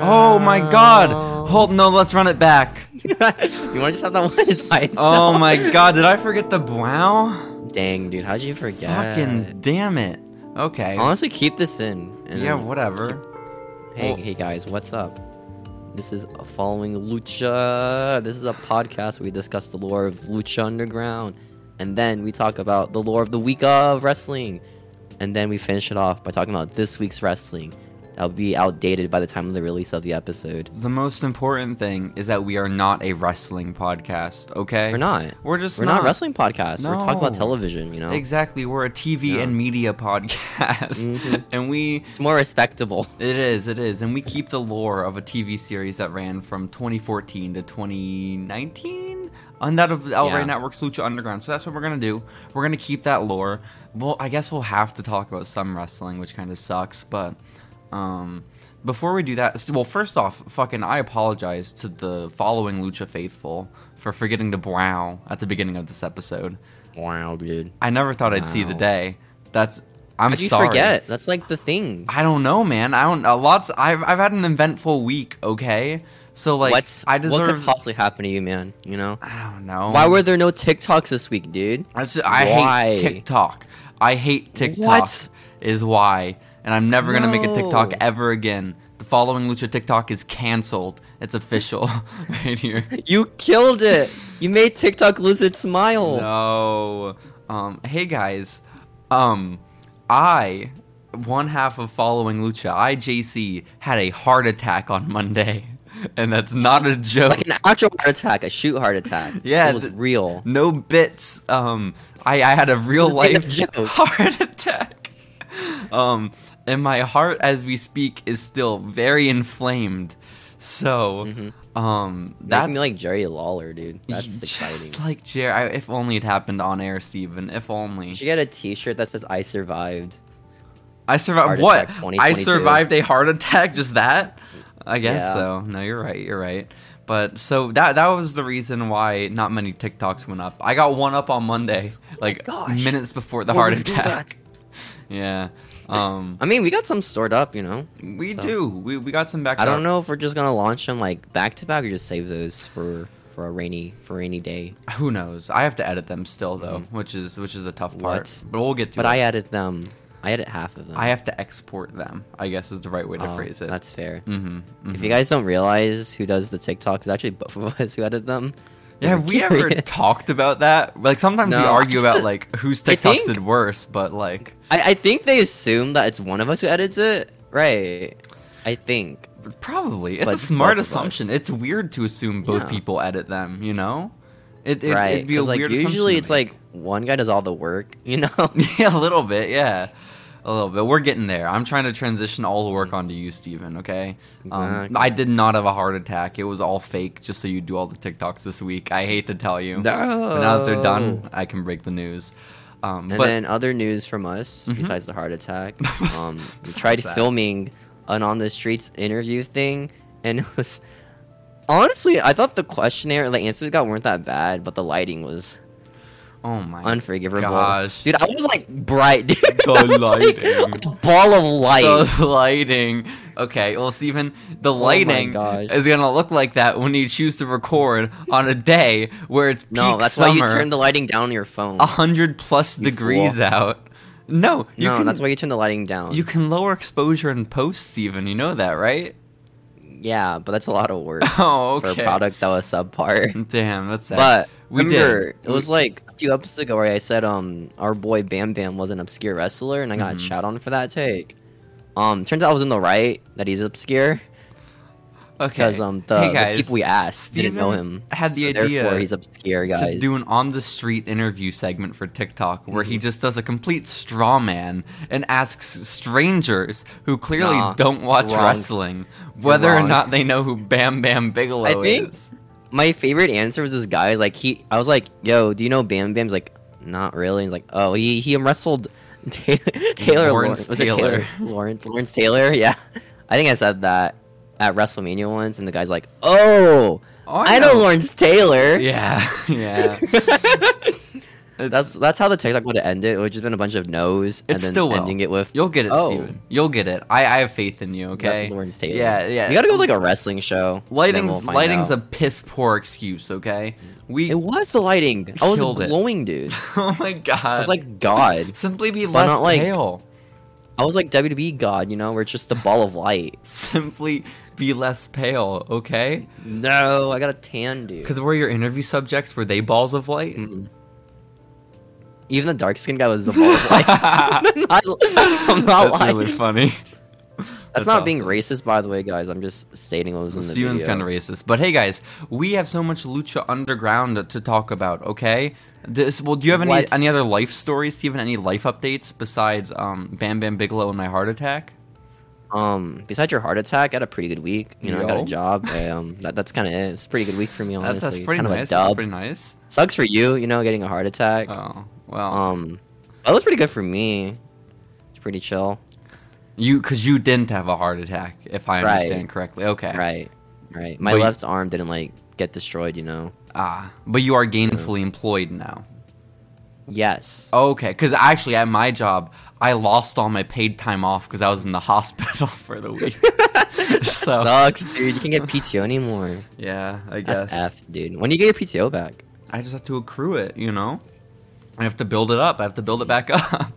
Oh my god! Hold no, let's run it back. you want to just have that one just by itself? Oh my god, did I forget the wow? Dang, dude, how'd you forget? Fucking damn it. Okay. Honestly, keep this in. and Yeah, then whatever. keep- Hey, hey guys, what's up? This is following Lucha. This is a podcast where we discuss the lore of Lucha Underground, and then we talk about the lore of the week of wrestling, and then we finish it off by talking about this week's wrestling. That'll be outdated by the time of the release of the episode. The most important thing is that we are not a wrestling podcast, okay? We're not. We're just We're not, a wrestling podcast. We're talking about No. television. You know, Exactly. We're a TV Yeah. and media podcast. Mhm. And we it's more respectable. it is, it is. And we keep the lore of a TV series that ran from 2014 to 2019 on that of the El Rey Yeah. Network's Lucha Underground. So that's what we're going to do. We're going to keep that lore. Well, I guess we'll have to talk about some wrestling, which kind of sucks, but um before we do that, s- well, first off, fucking, I apologize to the following Lucha faithful for forgetting the brow at the beginning of this episode. Wow, dude. I never thought I'd see the Wow. day. That's I'm How'd you sorry. forget? That's like the thing. I don't know, man. I don't. A lots. I've I've had an eventful week. Okay, so like What's I what could deserve. Um, possibly happen to you, man? You know. I don't know. Why were there no TikToks this week, dude? I, just- I Why? hate TikTok. I hate TikTok. What? is why? And I'm never gonna make a TikTok No. ever again. The following Lucha TikTok is canceled. It's official right here. You killed it. You made TikTok lose its smile. No. Um, hey guys. Um, I, one half of following Lucha, IJC, had a heart attack on Monday, and that's not a joke. Like an actual heart attack, a shoot heart attack. Yeah, it was th- real. no bits. Um, I I had a real This life ain't a joke. heart attack. Um, and my heart, as we speak, is still very inflamed. So, Mhm. um, That's that's me like Jerry Lawler, dude. That's exciting. just like Jer. I, if only it happened on air, Steven. If only. You should get a T-shirt that says "I survived." I Heart survived what? attack I 2022. survived a heart attack. Just that? I guess Yeah. so. No, you're right. You're right. But so that that was the reason why not many TikToks went up. I got one up on Monday, like Oh gosh. minutes before the Why heart would you do attack. Yeah. Um, I mean, we got some stored up, you know. we so- do. We we got some back. I don't know if we're just gonna launch them like back to back or just save those for for a rainy for rainy day. Who knows? I have to edit them still though, which is which is a tough part. Mm-hmm. What? But we'll get to But it. I edit them. I edit half of them. I have to export them. I guess is the right way to Oh, phrase it. That's fair. hmm If you guys don't realize who does the TikToks, it's actually both of us who edit them. Yeah, have we ever Curious. talked about that? Like sometimes we No. argue about like whose I TikToks think- did worse, but like I, I think they assume that it's one of us who edits it, right? I think. probably it's But a both smart of us. assumption. It's weird to assume both Yeah. people edit them, you know? It, it right. it'd be a 'cause, like weird assumption usually to it's make. like one guy does all the work, you know? yeah, a little bit, yeah. A little bit. We're getting there. I'm trying to transition all the work onto you, Steven, okay? Um, Exactly. I did not have a heart attack. It was all fake just so you do all the TikToks this week. I hate to tell you. But now that they're done, I can break the news. Um, And but then other news from us besides the heart attack. Um, we Besides tried that. filming an on the streets interview thing, and it was honestly I thought the questionnaire, the answers we got weren't that bad, but the lighting was oh my unforgivable. gosh. dude, I was like bright, dude. The I was, like, lighting. a ball of light. the lighting. Okay, well, Steven, the Oh my lighting gosh. is gonna look like that when you choose to record on a day where it's peak no, that's summer, why you turn the lighting down on your phone. hundred plus degrees fool. out. No, you no, can, that's why you turn the lighting down. you can lower exposure in post, Steven. You know that, right? yeah, but that's a lot of work Oh, for a okay. product that was subpar. Damn, that's sad. But we remember, did. it was like a few episodes ago where I said um our boy Bam Bam was an obscure wrestler, and I got Mhm. shot on for that take. Um, turns out I was in the right that he's obscure okay. because um the, hey the guys, people we asked didn't know Steven him. had the so idea Therefore, he's obscure, guys. to do an on the street interview segment for TikTok where Mm-hmm. he just does a complete straw man and asks strangers who clearly Nah, don't watch wrong. wrestling whether or wrong. not they know who Bam Bam Bigelow I think- is. My favorite answer was this guy. Like he, I was like, "Yo, do you know Bam Bam?" He's like, "Not really." He's like, "Oh, he he wrestled Ta- Taylor Lawrence Lawrence Was it Taylor. Taylor Lawrence Lawrence Taylor?" Yeah, I think I said that at WrestleMania once, and the guy's like, "Oh, Oh, I know Lawrence Taylor." Yeah, yeah. That's that's how the TikTok would have ended. It would have just been a bunch of no's and It's then still will. ending it with You'll get it, Oh. Steven. You'll get it. I, I have faith in you. Justin Okay. Lawrence Taylor. Yeah, yeah. You gotta go with like a wrestling show. and then lighting's we'll find lighting's out. a piss poor excuse. Okay. We. It was the lighting. I was Killed it. glowing, dude. oh my god. I was like God. simply be Why less not, like- pale. I was like WWE God. You know, we're just a ball of light. Simply be less pale. Okay. No, I got a tan, dude. Because were your interview subjects were they balls of light? Mm-mm. Even the dark skinned guy was a ball of light. I'm not, I'm not That's lying. really funny. That's, not being racist, by the way, guys. I'm just stating what was in the Steven's video. kind of racist, but hey guys, we have so much Lucha Underground to talk about. Okay, this, well, do you have any Let's- any other life stories, Steven? Any life updates besides um, Bam Bam Bigelow and my heart attack? Um, besides your heart attack, I had a pretty good week. You know, I got Yo. a job. I, um, that, that's kind of it. It's a pretty good week for me, honestly. That's, that's pretty kind of nice. a That's dub. pretty nice. Sucks for you, you know, getting a heart attack. Oh well, Um, that was pretty good for me. It's pretty chill. you because you didn't have a heart attack, if I Right. understand correctly. Okay, Right, right. My But you- left arm didn't like get destroyed, you know. Ah, but you are Mm. gainfully employed now. Yes. Okay, because actually at my job, I lost all my paid time off because I was in the hospital for the week. so Sucks, dude. You can't get PTO anymore. yeah, I guess That's F, dude. When do you get your PTO back? I just have to accrue it. You know, I have to build it up. I have to build it back up.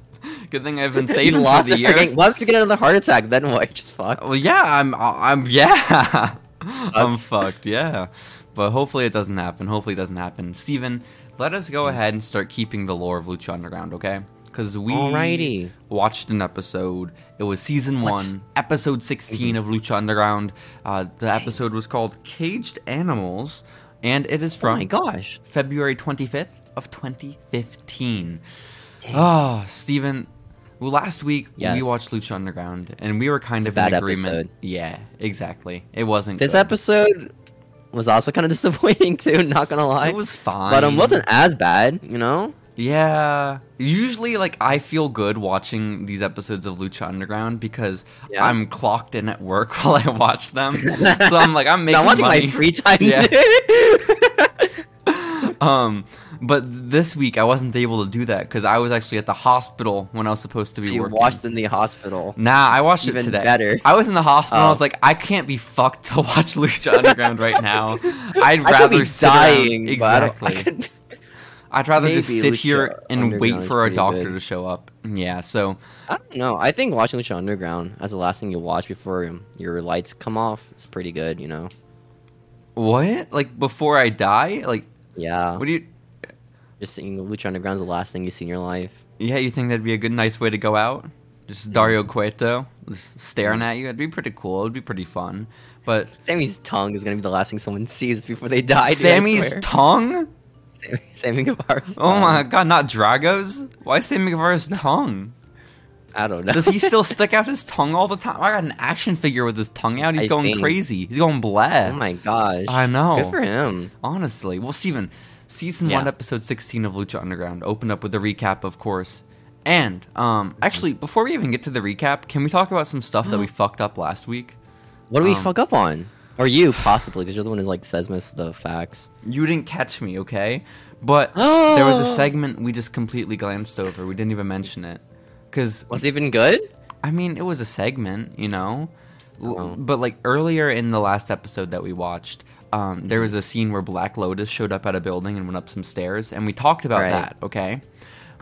Good thing I've been You saving for lost the it year. Oh, again. What if you get another heart attack? Then what? You're just Oh fucked. Well, yeah, I'm, I'm, yeah, I'm fucked, yeah. But hopefully it doesn't happen. Hopefully it doesn't happen. Steven, let us Hmm. go ahead and start keeping the lore of Lucha Underground, okay? Because we Alrighty. watched an episode. It was season What? one, episode 16 of Lucha Underground. Uh, the episode was called Caged Animals, and it is Oh from my gosh. February 25th of 2015. Ah, Steven, well, last week we Yes. watched Lucha Underground and we were kind It's a of in bad agreement. episode. Yeah, exactly. It wasn't This good. episode was also kind of disappointing too. Not gonna lie. It was fine. but um, wasn't as bad, you know. Yeah. Usually, like, I feel good watching these episodes of Lucha Underground because Yeah. I'm clocked in at work while I watch them. so I'm like, I'm making Now I'm watching money. my free time. Yeah. dude. um, but this week I wasn't able to do that because I was actually at the hospital when I was supposed to be you working. watched in the hospital. Nah, I watched it Even today. better. I was in the hospital. I Oh. was like, I can't be fucked to watch Lucha Underground right now. I'd I could rather be sit around- dying. but I don't- I Exactly. could- I'd rather just Maybe sit Lucha here and wait Underground is for a pretty doctor good. to show up. Yeah. So I don't know. I think watching Lucha Underground as the last thing you watch before um, your lights come off is pretty good, you know? what? Like before I die? Like Yeah. what do you? Just seeing Lucha Underground is the last thing you see in your life. Yeah, you think that'd be a good, nice way to go out? Just Dario Cueto just staring at you. It'd be pretty cool. It'd be pretty fun. But Sammy's tongue is going to be the last thing someone sees before they die. Dude, I Sammy's swear. Um, tongue? Sammy, Sammy Guevara's Oh tongue. my god, not Drago's? Why Sammy Guevara's tongue? I don't know. Does he still stick out his tongue all the time? I got an action figure with his tongue out. He's I going think. crazy. He's going bleh. Oh my gosh. I know. Good for him. Honestly. Well, Steven, season Yeah. one, episode 16 of Lucha Underground opened up with a recap, of course. And, um, actually, before we even get to the recap, can we talk about some stuff that we fucked up last week? What do we Um, fuck up on? Or you, possibly, because you're the one who like says most of the facts. You didn't catch me, okay? But there was a Oh. segment we just completely glanced over. We didn't even mention it. Because Was it even good? I mean, it was a segment, you know. L- Oh. But like earlier in the last episode that we watched, um, there was a scene where Black Lotus showed up at a building and went up some stairs, and we talked about Right. Uh-huh. that, okay?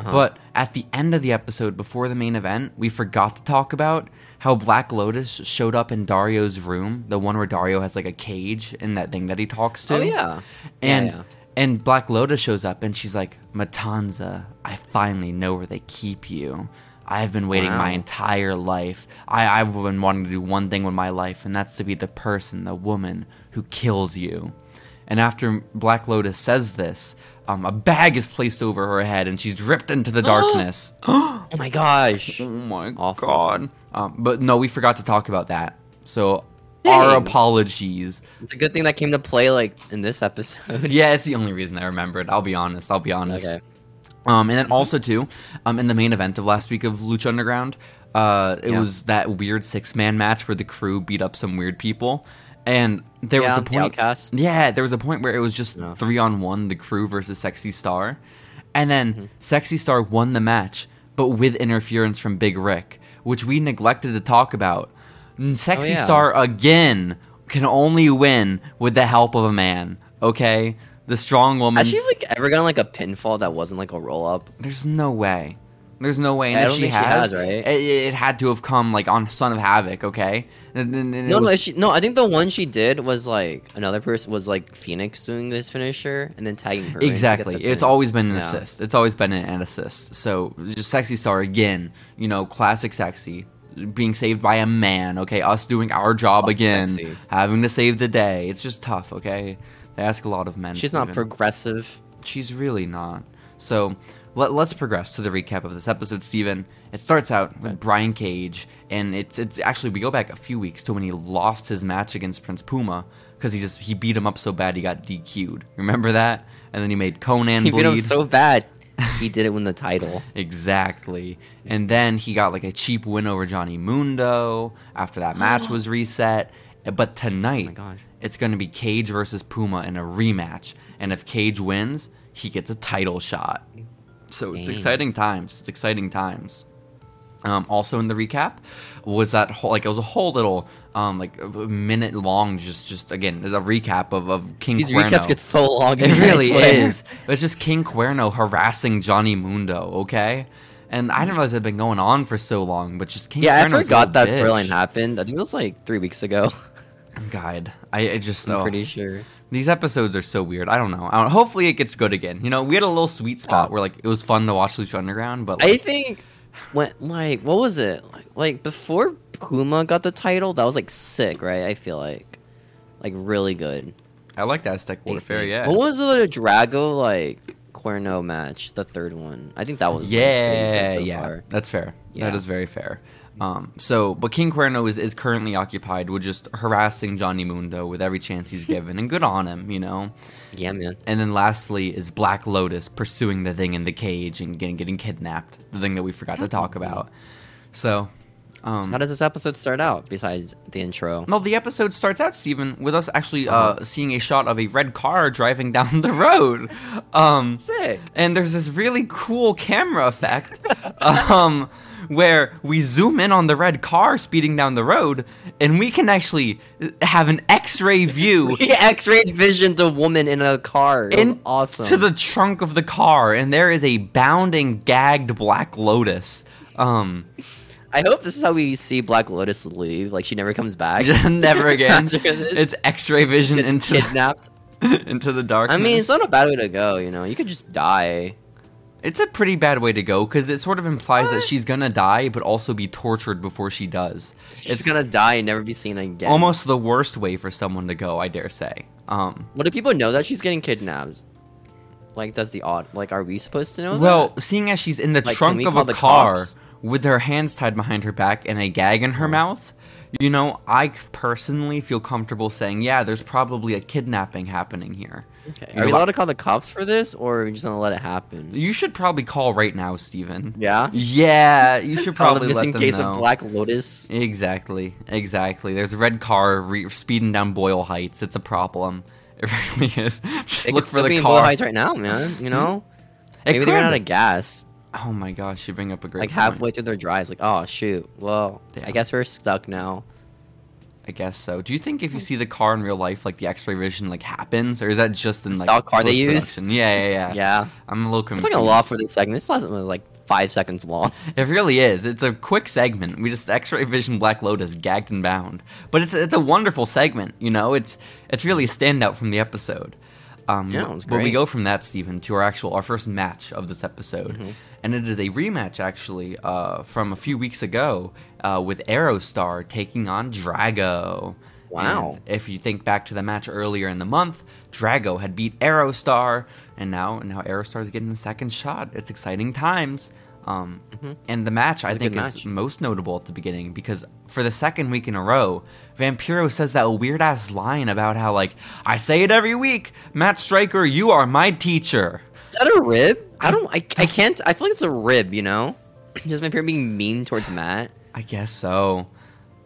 But at the end of the episode, before the main event, we forgot to talk about how Black Lotus showed up in Dario's room, the one where Dario has like a cage and that thing that he talks to. Oh, yeah. Yeah, And yeah. and Black Lotus shows up and she's like, Matanza, I finally know where they keep you. I've been waiting my Wow. entire life. I, I've been wanting to do one thing with my life, and that's to be the person, the woman who kills you. And after Black Lotus says this, um, a bag is placed over her head and she's ripped into the darkness. oh Oh my gosh. my Awful. god. Um, but no, we forgot to talk about that. So our Dang. apologies. It's a good thing that came to play like in this episode. Yeah, it's the only reason I remembered. I'll be honest. I'll be honest. Okay. Um, and then also too, um, in the main event of last week of Lucha Underground, uh, it Yeah. was that weird six man match where the crew beat up some weird people, and there was Yeah, a the point. Outcasts. Yeah, there was a point where it was just Yeah. three on one, the crew versus Sexy Star, And then Mm-hmm. Sexy Star won the match, but with interference from Big Rick, which we neglected to talk about. Mm, Oh, Sexy yeah. Star again can only win with the help of a man. Okay, the strong woman. Has she like ever gotten like a pinfall that wasn't like a roll up? There's no way. There's no way. And I if don't she think she has, has, right? it, it had to have come like on Son of Havoc, okay? And, and- and it No, no, was- she, no. I think the one she did was like another person was like Phoenix doing this finisher and then tagging her. in to get exactly. the It's pin. always been an Yeah. assist. It's always been an assist. So just sexy star again. You know, classic sexy being saved by a man. Okay, us doing our job Fuck again, Sexy. having to save the day. It's just tough. Okay, they ask a lot of men. She's not Steven. progressive. She's really not. So let, let's progress to the recap of this episode, Steven. It starts out with Brian Cage, and it's it's actually we go back a few weeks to when he lost his match against Prince Puma because he just he beat him up so bad he got DQ'd. Remember that? And then he made Conan He bleed. beat him so bad. He did it win the title. Exactly. And then he got like a cheap win over Johnny Mundo after that match was reset. But tonight, Oh. gosh. it's going to be Cage versus Puma in a rematch. And if Cage wins, he gets a title shot. So it's Dang. exciting times. It's exciting times. Um, also in the recap was that whole like it was a whole little um, like minute long just just again there's a recap of, of King These Cuerno. recaps get so long. It I really swear. is. It's just King Cuerno harassing Johnny Mundo, okay? And I didn't realize it had been going on for so long, but just King Yeah, I Cuerno's a forgot that little storyline bitch. happened. I think it was like three weeks ago. God, I, I just I'm oh, pretty sure. these episodes are so weird. I don't know. I don't, hopefully it gets good again. You know, we had a little sweet spot where like it was fun to watch Lucha Underground, but I like, think when like what was it like, like before Puma got the title? That was like sick, right? I feel like like really good. I, like that Aztec I Warfare. think. Yeah, What was the Drago like Cuerno match? The third one. I think that was my yeah, favorite so yeah. far. That's fair. Yeah. That is very fair. Um, so, but King Cuerno is, is currently occupied with just harassing Johnny Mundo with every chance he's given, and good on him, you know. Yeah, man. And then lastly is Black Lotus pursuing the thing in the cage and getting, getting kidnapped, the thing that we forgot to talk about. So, um, How does this episode start out besides the intro? no, the episode starts out, Steven, with us actually uh, Uh-huh. seeing a shot of a red car driving down the road. Um, Sick. and there's this really cool camera effect um, where we zoom in on the red car speeding down the road and we can actually have an x-ray view He X-rayed visioned a woman in a car. It was in awesome. to the trunk of the car and there is a bounding gagged black lotus um I hope this is how we see Black Lotus leave. Like she never comes back. never again After this. it's x-ray vision gets into kidnapped. into the darkness I mean, it's not a bad way to go, you know. You could just die. It's a pretty bad way to go because it sort of implies that she's gonna die, but also be tortured before she does. It's it's Oh gonna die and never be seen again. almost the worst way for someone to go, I dare say. Um, What do people know that she's getting kidnapped? Like, does the odd? Like, are we supposed to know? well, seeing as she's in the Oh, Like, can trunk we of call a the car cops? with her hands tied behind her back and a gag in her mouth, you know, I c- personally feel comfortable saying, yeah, there's probably a kidnapping happening here. that? Okay. You're are we li- allowed to call the cops for this, or are we just gonna let it happen? You should probably call right now, Steven. Yeah. Yeah, you should Call probably them just let in them case know. of Black Lotus. Exactly, exactly. There's a red car re- speeding down Boyle Heights. It's a problem. It really is. Just It look could for still be the in Boyle car. Heights right now, man. You know, It maybe they ran could. out of gas. Oh my gosh, you bring up a great Like point. halfway through their drives, like, oh shoot. Well, Yeah. I guess we're stuck now. I guess so. Do you think if you see the car in real life, like the X-ray vision, like happens, or is that just in like Stock car they use? post-production? Yeah, yeah, yeah. Yeah. I'm a little confused. It's like a lot for this segment. It's less than like five seconds long. It really is. It's a quick segment. We just X-ray vision Black Lotus gagged and bound, but it's it's a wonderful segment. You know, it's it's really a standout from the episode. Um, Yeah, it was but we great. go from that, Stephen, to our actual our first match of this episode, Mm-hmm. and it is a rematch actually uh, from a few weeks ago uh, with Aerostar taking on Drago. Wow. And if you think back to the match earlier in the month, Drago had beat Aerostar, and now now Aerostar is getting the second shot. It's exciting times. Um, And the match I Mm-hmm. a think good is match. most notable at the beginning because for the second week in a row, Vampiro says that weird ass line about how like I say it every week, Matt Striker, you are my teacher. Is that a rib? I don't. I, I can't. I feel like it's a rib. You know, just my parent being mean towards Matt. I guess so.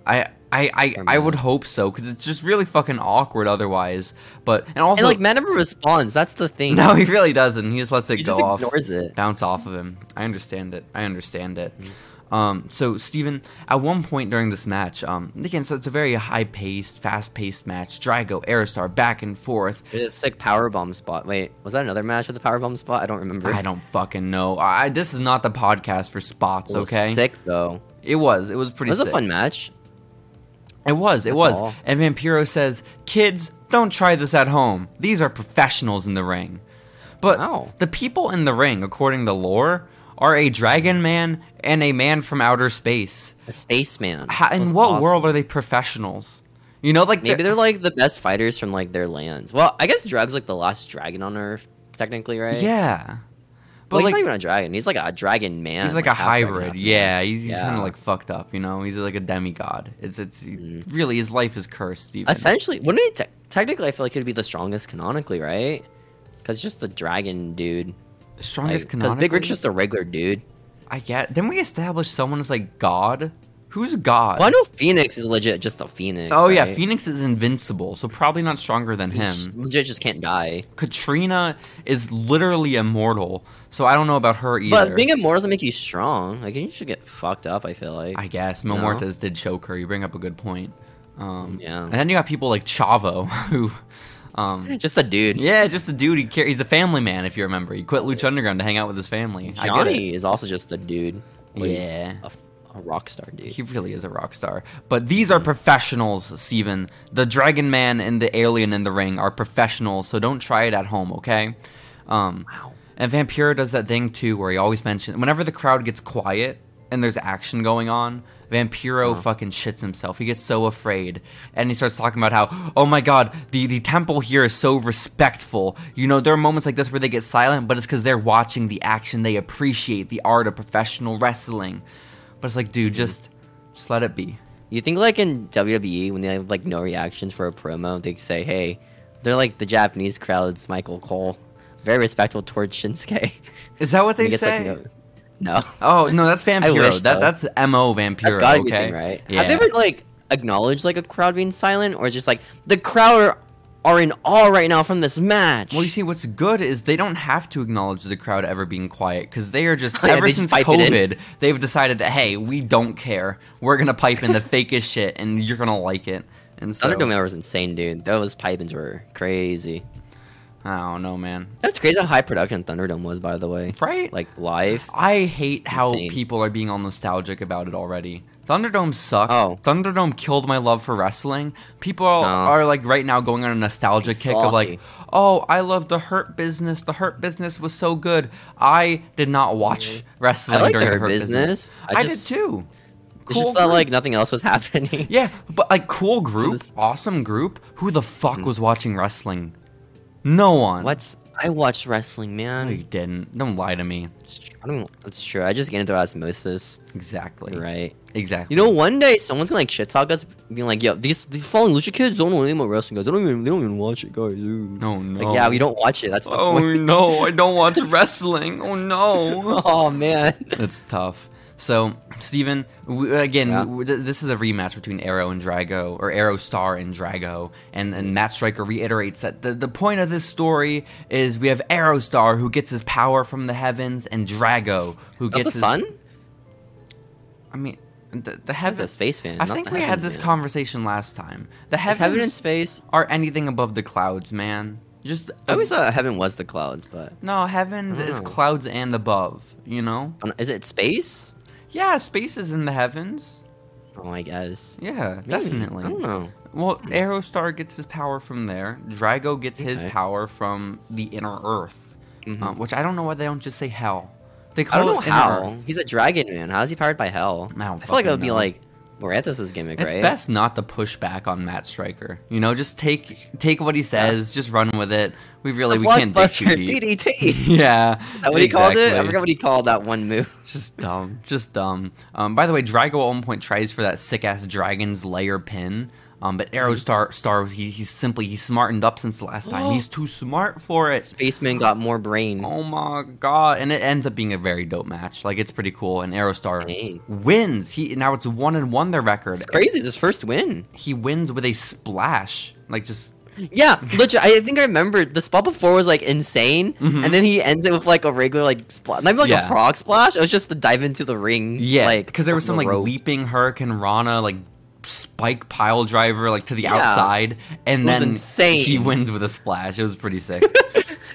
I I I, Or I would men. hope so because it's just really fucking awkward otherwise. But and also and like men never responds. That's the thing. no, he really doesn't. He just lets it he go just off. ignores it. bounce off of him. I understand it. I understand it. Mm-hmm. Um, so Steven, at one point during this match, um, again, so it's a very high-paced, fast-paced match. Drago, Aerostar, back and forth. There's a sick powerbomb spot. Wait, was that another match with the powerbomb spot? I don't remember. I don't fucking know. I, this is not the podcast for spots, It was okay? Sick though. It was. It was It pretty. was a sick. fun match. It was. It That's was. all. And Vampiro says, "Kids, don't try this at home. These are professionals in the ring." But Wow. the people in the ring, according to lore, are a dragon man and a man from outer space. A spaceman. How, That was in what awesome. world are they professionals? You know, like Maybe they're like the best fighters from like their lands. Well, I guess Drag's like the last dragon on Earth, technically, right? yeah, But but he's like not even a dragon. He's like a dragon man. he's like, a half dragon, hybrid. half man. Yeah, he's, he's kind Yeah. of like fucked up. You know, he's like a demigod. It's it's Mm-hmm. really his life is cursed. Even Essentially, wouldn't he? Te- technically, I feel like he'd be the strongest canonically, right? Because just the dragon dude. strongest Because canonically. Big Rick's just a regular dude. I get. Then we establish someone as like God. Who's God? Well, I know Phoenix is legit just a phoenix. Oh yeah, right? Phoenix is invincible, so probably not stronger than He him. just- legit just can't die. Katrina is literally immortal, so I don't know about her either. But being immortal doesn't make you strong. Like you should get fucked up. I feel like. I guess Mil No. Muertes did choke her. You bring up a good point. Um, Yeah. And then you got people like Chavo, who, um, Just a dude. yeah, just a dude. He car- he's a family man, if you remember. He quit Lucha Underground to hang out with his family. I get it. Johnny is also just a dude. but he's Yeah. a f- a, rock star dude. He really is a rock star. But these are professionals, Steven. The Dragon Man and the Alien in the ring are professionals, so don't try it at home, okay? Um, wow. And Vampiro does that thing too, where he always mentions whenever the crowd gets quiet and there's action going on, Vampiro fucking shits himself. He gets so afraid, and he starts talking about how, oh my god, the the temple here is so respectful. You know, there are moments like this where they get silent, but it's because they're watching the action. They appreciate the art of professional wrestling. But it's like, dude, just just let it be. You think like in WWE when they have like no reactions for a promo, they say, "Hey, they're like the Japanese crowds." Michael Cole, very respectful towards Shinsuke. Is that what they He gets, like, say? no. no. Oh no, that's Vampiro. wish, that though. that's mo Vampiro. That's gotta okay, be a thing, right? Yeah. Have they ever like acknowledged like a crowd being silent, or is just like the crowd are, are in awe right now from this match? Well, you see, what's good is they don't have to acknowledge the crowd ever being quiet because they are just Yeah, ever they just since pipe it in. COVID, they've decided, hey, we don't care. We're gonna pipe in the fakest shit, and you're gonna like it. And so Thunderdome was insane, dude. Those pipings were crazy. I don't know, man. That's crazy how high production Thunderdome was, by the way. Right? Like live. I hate how Insane. people are being all nostalgic about it already. Thunderdome sucked. Oh. Thunderdome killed my love for wrestling. People are, No. are like right now going on a nostalgia Like, kick of like, salty. oh, I love the Hurt Business. The Hurt Business was so good. I did not watch wrestling I like during the the Hurt Business. I, just- did too. It's just that group. like nothing else was happening. yeah, but like cool group, this- Hmm. awesome group. Who the fuck was watching wrestling? No one. What's I watched wrestling, No, you man. didn't. Don't lie to me. It's tr- I don't. It's true. I just get into osmosis, Exactly. right? Exactly. You know, one day someone's gonna like shit talk us, being like, "Yo, these these fallen lucha kids don't know anything about wrestling, guys. They don't even they don't even watch it, guys." Ooh. No, no. Like, yeah, we don't watch it. That's the Um, Oh point. no, I don't watch wrestling. Oh no. Oh man. It's tough. So, Steven, w- again, Yeah. w- th- this is a rematch between Arrow and Drago, or Arrow Star and Drago, and, and Matt Striker reiterates that the, the point of this story is we have Arrow Star who gets his power from the heavens, and Drago who Not gets the his. sun. I mean, the, the That's a heavens. spaceman. I not think the we had heavens, this man. conversation last time. The Is heaven and heavens space. are anything above the clouds, man. Just I always thought heaven was the clouds, but no, heavens I don't is know. clouds and above. You know. I don't- is it space? Yeah, space is in the heavens. Oh, I guess. Yeah, Maybe. definitely. I don't know. Well, Aerostar gets his power from there. Drago gets his Okay. power from the inner Earth, Mhm. um, which I don't know why they don't just say hell. They I call don't know it inner how. Earth. He's a dragon man. How is he powered by hell? I don't feel like that would fucking be know. like Morantos' gimmick, It's right? best not to push back on Matt Stryker. You know, just take take what he says, just run with it. We really The we can't dig too blockbuster deep. DDT. yeah, Is that what he called it? I exactly. forgot what he called that one move. Just dumb. Just dumb. Um, by the way, Drago at one point tries for that sick ass dragon's lair pin. Um, but Mm-hmm. Arrow Star Star he, he's simply he's smartened up since the last time. he's too smart for it. Spaceman got more brain. Oh my god! And it ends up being a very dope match. Like it's pretty cool. And Arrow Star Hey. wins. He now it's one and one their record. It's crazy. His first win. He wins with a splash. Like just Yeah, legit. I think I remember the spot before was like insane, Mhm. and then he ends it with like a regular like splash, not even like Yeah. a frog splash. It was just the dive into the ring. yeah. like because there was some from the like rope. leaping Hurricane Rana like spike pile driver like to the Yeah. outside, and It was then insane. he wins with a splash. It was pretty sick.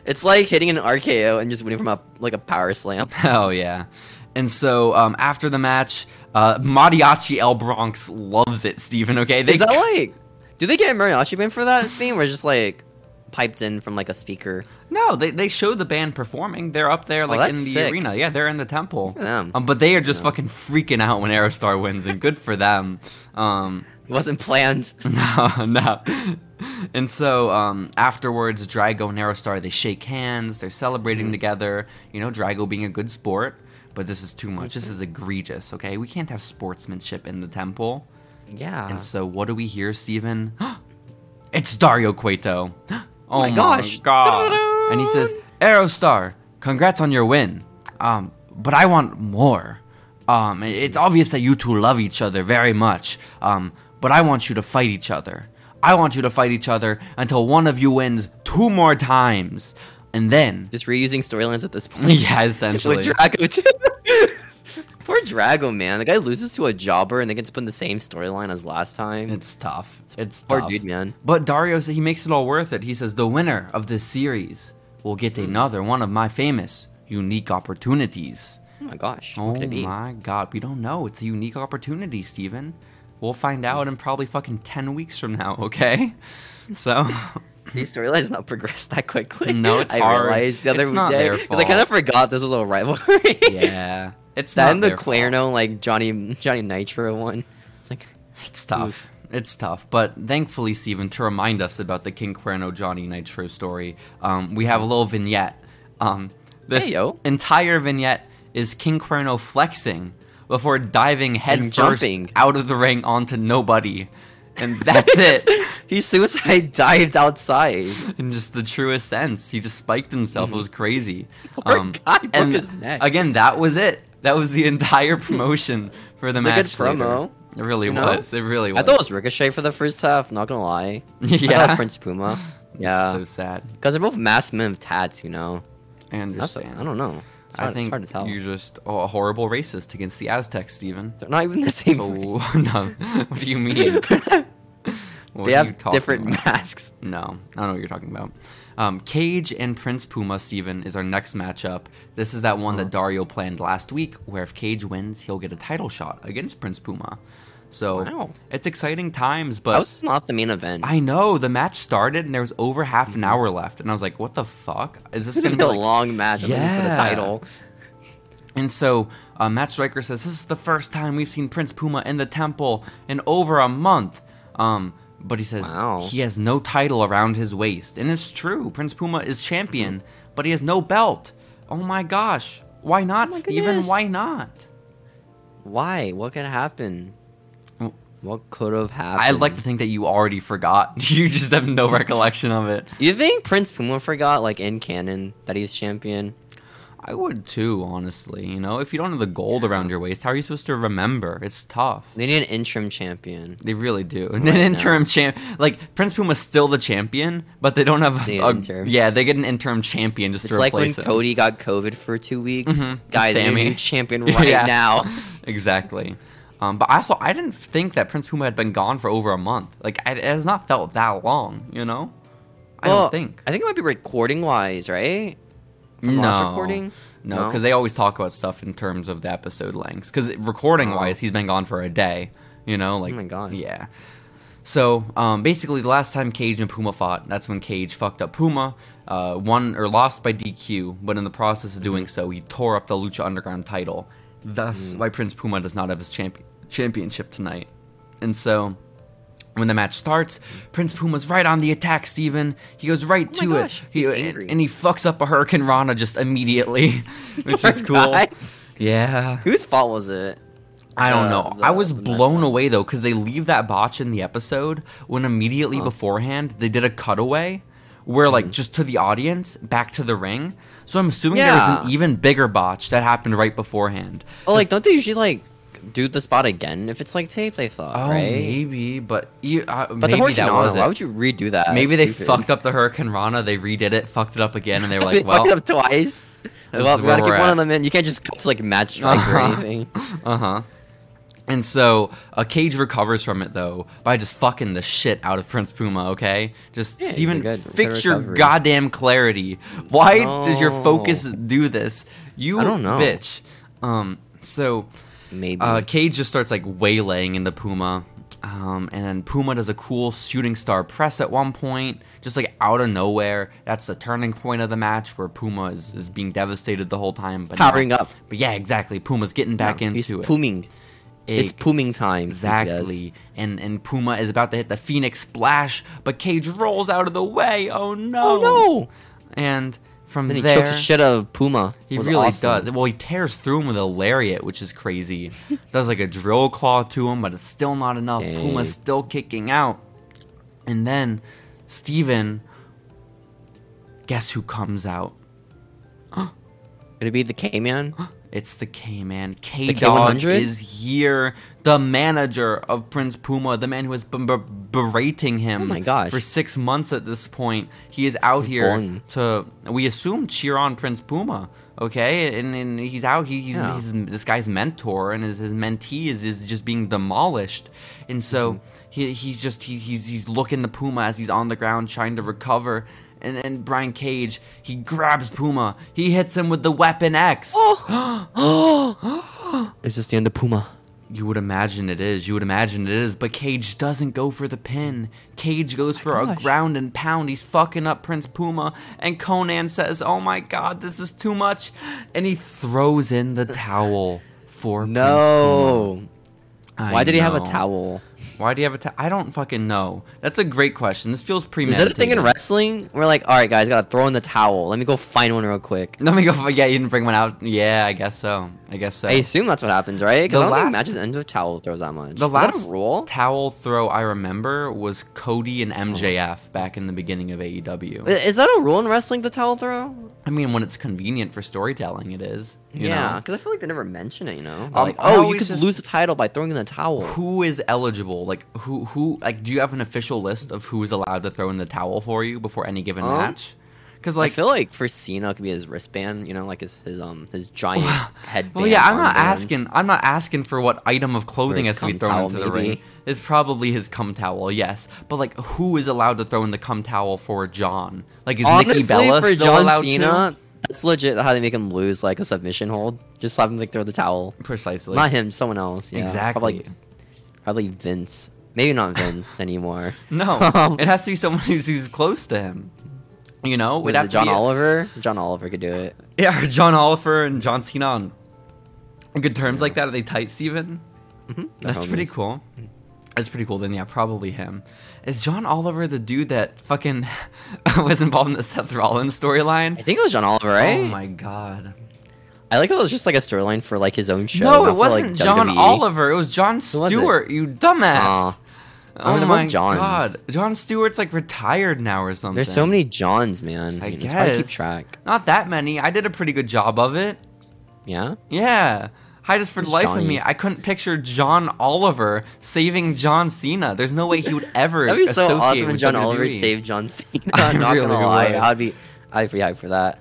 It's like hitting an RKO and just winning from a like a power slam. Oh yeah. And so um, after the match, uh, Mariachi El Bronx loves it, Steven. Okay, they Is that like? Do they get a mariachi band for that theme, or just like piped in from like a speaker? no, they, they show the band performing. They're up there like in Oh, that's the sick. arena. Yeah, they're in the temple. Look at them. Um, but they are just fucking freaking out when Aerostar wins, and good for them. Um, It wasn't planned. no, no. And so um, afterwards, Drago and Aerostar they shake hands. They're celebrating Mm-hmm. together. You know, Drago being a good sport, but this is too much. Mm-hmm. This is egregious. Okay, we can't have sportsmanship in the temple. Yeah. And so, what do we hear, Steven? it's Dario Cueto. oh my, gosh. God. Da-da-da. And he says, Aerostar, congrats on your win. Um, but I want more. Um, i- it's obvious that you two love each other very much. Um, but I want you to fight each other. I want you to fight each other until one of you wins two more times. And then, just reusing storylines at this point. yeah, essentially. With Drago too. Poor Drago, man. The guy loses to a jobber, and they get to put in the same storyline as last time. It's tough. It's poor tough. dude, man. But Dario, sa- he makes it all worth it. He says the winner of this series will get Hmm. another one of my famous unique opportunities. oh my gosh. Oh what could it be? my god, we don't know. It's a unique opportunity, Steven. We'll Hmm. find out in probably fucking 10 weeks from now, okay? So, These storylines not progressed that quickly. No, it's I hard. realized the other It's not day their because I kind fault. of forgot this was a rivalry. yeah. It's that not and the their fault. Cuerno like Johnny Johnny Nitro one. It's like It's tough. Oof. It's tough, but thankfully, Steven, to remind us about the King Cuerno Johnny Nitro story, um, we have a little vignette. Um, this Hey, yo. entire vignette is King Cuerno flexing before diving headfirst jumping. out of the ring onto nobody, and that's it. he suicide dived outside. In just the truest sense, he just spiked himself. It was crazy. Mm-hmm. Um, Poor guy broke and his neck. again, that was it. That was the entire promotion for the It's a good match. later. promo, It really you know? was. It really was. I thought it was Ricochet for the first half. Not gonna lie. I thought it Yeah. was Prince Puma. It's Yeah, so sad. because they're both masked men with tats. You know, I That's- understand. I don't know. It's I hard, think it's hard to tell. you're just a horrible racist against the Aztecs, Steven. They're not even the same. So, race. no. What do you mean? What they are have you talking different about? masks. No, I don't know what you're talking about. Um, Cage and Prince Puma, Steven, is our next matchup. This is that one Uh-huh. that Dario planned last week, where if Cage wins, he'll get a title shot against Prince Puma. So Wow. it's exciting times, but That was not the main event. I know the match started and there was over half an hour left, and I was like, "What the fuck is this It's gonna be Mm-hmm. a like, long match I'm looking for the Yeah. title. And so uh, Matt Stryker says, This is the first time we've seen Prince Puma in the temple in over a month. Um, but he says, Wow. He has no title around his waist. And it's true. Prince Puma is champion, but he has no belt. Oh my gosh. Why not, Oh my Steven? goodness. Why not? Why? What could happen? Oh. What could have happened? I'd like to think that you already forgot. you just have no recollection of it. You think Prince Puma forgot, like in canon, that he's champion? I would too, honestly. You know, if you don't have the gold around your waist, how are you supposed to remember? It's tough. They need an interim champion. They really do. And an interim champ, like Prince Puma's still the champion, but they don't have. They a get interim. Yeah, they get an interim champion just It's to like when replace him. Cody got COVID for two weeks. Mhm. Guys, they need a Sammy. new champion right Yeah. now. exactly. Um, but also, I didn't think that Prince Puma had been gone for over a month. Like, I, it has not felt that long. You know, I Well, don't think. I think it might be recording wise, right? from last no, recording? no, No? because they always talk about stuff in terms of the episode lengths. Because recording wise, he's been gone for a day. You know, like Oh. my God. yeah. So um, basically, the last time Cage and Puma fought, that's when Cage fucked up Puma, uh, won or lost by DQ, but in the process of doing Mm-hmm. so, he tore up the Lucha Underground title. Thus, Mm. why Prince Puma does not have his champ- championship tonight. And so, when the match starts, Prince Puma's right on the attack, Steven. He goes right Oh my to gosh, it. he's he, angry. And he fucks up a Hurricane Rana just immediately, which Poor is cool. guy. Yeah. Whose fault was it? I don't Uh, know. the- I was the mess blown up. away though because they leave that botch in the episode when immediately Huh. Mm-hmm. beforehand they did a cutaway where like just to the audience back to the ring. So I'm assuming there was an Yeah. even bigger botch that happened right beforehand. Well, like, don't they usually like do the spot again if it's like taped? I thought, Oh, right? maybe, but you, uh, But the maybe that Hurricane was Rana, why it. would you redo that? maybe That's they stupid. fucked up the Hurricane Rana. They redid it, fucked it up again, and they were like, they "Well, fucked it up twice. this Well, is we where gotta keep we're one at. of them in. You can't just cut to like match strike or Uh-huh. anything. Uh huh. And so uh, Cage recovers from it though by just fucking the shit out of Prince Puma. Okay, just Yeah, he's a Steven, good- good fix your recovery. goddamn clarity. Why does your No. focus do this? You I don't know. bitch. Um. So Maybe. uh, Cage just starts like waylaying into Puma. Um, and then Puma does a cool shooting star press at one point, just like out of nowhere. That's the turning point of the match where Puma is, is being devastated the whole time. But not- Powering up. But yeah, exactly. Puma's getting back Yeah, into he's it. Pooming. It's pooming time. these guys. Exactly. And and Puma is about to hit the Phoenix splash, but Cage rolls out of the way. Oh no. Oh no! And from Then he there chokes the shit out of Puma. he It was really awesome. does. Well, he tears through him with a lariat, which is crazy. does like a drill claw to him, but it's still not enough. Dang. Puma's still kicking out. And then Steven guess who comes out? Could it be the K-Man? It's the K Man. K The Dog K100? is here. The manager of Prince Puma, the man who has been ber- berating him Oh my gosh. for six months at this point. He is out here bullying. to, we assume, cheer on Prince Puma. Okay, and, and he's out. He, he's, Yeah. he's this guy's mentor, and his, his mentee is, is just being demolished. And so Mm-hmm. he, he's just he, he's he's looking to Puma as he's on the ground trying to recover. And and Brian Cage, he grabs Puma. He hits him with the Weapon X. Oh! Is this the end of Puma? You would imagine it is. You would imagine it is. But Cage doesn't go for the pin. Cage goes for a gosh. ground and pound. He's fucking up Prince Puma. And Conan says, Oh my god, this is too much. And he throws in the towel for Prince Puma. No. I Why did he have a know. towel? Why do you have a towel? I don't fucking know. That's a great question. This feels Is premeditated. that a thing in wrestling? We're like, all right, guys, gotta throw in the towel. Let me go find one real quick. Let me go. For, yeah, you didn't bring one out. Yeah, I guess so. I guess so. I assume that's what happens, right? The Because I don't last- think matches end with towel throws that much. The Is that a last rule. towel throw I remember was Cody and MJF back in the beginning of E AEW. I- Is that a rule in wrestling? The towel throw? I mean, when it's convenient for storytelling, it is. You yeah, yeah. because I feel like they never mention it. You know, They're Um, like, I oh, you always could just- lose the title by throwing in the towel. Who is eligible? Like who? Who? Like, do you have an official list of who is allowed to throw in the towel for you before any given Um, match? Because Like, like, I feel like for Cena, it could be his wristband. You know, like his his um his giant headband. well, yeah, I'm not armband. asking. I'm not asking for what item of clothing his has to be cum thrown towel, into the maybe. ring. It's probably his cum towel, yes. But like, who is allowed to throw in the cum towel for John? Like, is Honestly, Nikki Bella for still John allowed to? Cena, that's legit. How they make him lose like a submission hold? Just have him like throw the towel. Precisely. not him, someone else. Yeah. Exactly. Probably, probably Vince. Maybe not Vince anymore. Um, No, it has to be someone who's, who's close to him. You know, Was have it John to be- Oliver? John Oliver could do it. Yeah, or John Oliver and John Cena on good terms like that. Are they tight, Steven? Mm-hmm. That's pretty cool. That's pretty cool. Then yeah, probably him. Is John Oliver the dude that fucking was involved in the Seth Rollins I storyline? think it was John Oliver, right? Oh my god. I like how it was just like a storyline for like his own show. no, not it for, like, E. wasn't John WWE. Oliver. It was John Who was it? Stewart. You dumbass. Aw. I mean, oh they're both my Johns. god. John Stewart's like retired now or something. There's so many Johns, man. I Dude, It's hard to keep guess. track. Not that many. I did a pretty good job of it. Yeah. Yeah. I just for the Who's life of Johnny? me, I couldn't picture John Oliver saving John Cena. There's no way he would ever That'd be so associate awesome when with E. John WWE. Oliver saved John Cena. I I'm not really gonna lie, would. I'd be I'd be hyped for that.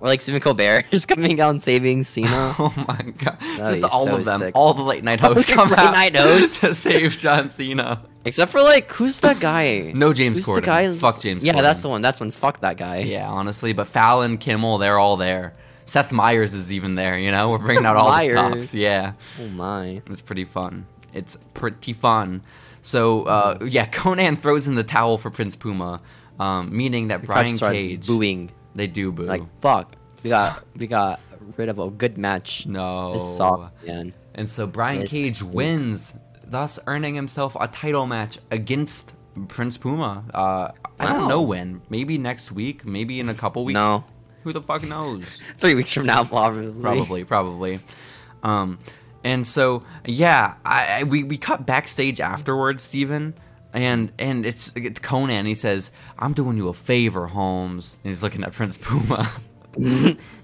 Or like Stephen Colbert is coming out and saving Cena. Oh my god! That'd Just be all so of them, sick. all the late night hosts Just come late out night hosts. to save John Cena. Except for like who's that guy? No James who's Corden. Fuck James Yeah, Corden. that's the one. That's one. Fuck that guy. Yeah, honestly, but Fallon, Kimmel, they're all there. Seth Meyers is even there. You know, we're bringing out all the Myers. stops. Yeah. Oh my. It's pretty fun. It's pretty fun. So uh, yeah, Conan throws in the towel for Prince Puma, um, meaning that The crowd Brian starts Cage. booing. They do boo. Like fuck. We got we got rid of a good match. no. This soft man. And so Brian This Cage stinks. wins, thus earning himself a title match against Prince Puma. Uh, I Wow. don't know when. Maybe next week. Maybe in a couple weeks. No. Who the fuck knows? Three weeks from now, probably. Probably, probably. Um, and so yeah, I, I we we cut backstage afterwards, Steven. And and it's, it's Conan. He says, "I'm doing you a favor, Holmes." And he's looking at Prince Puma.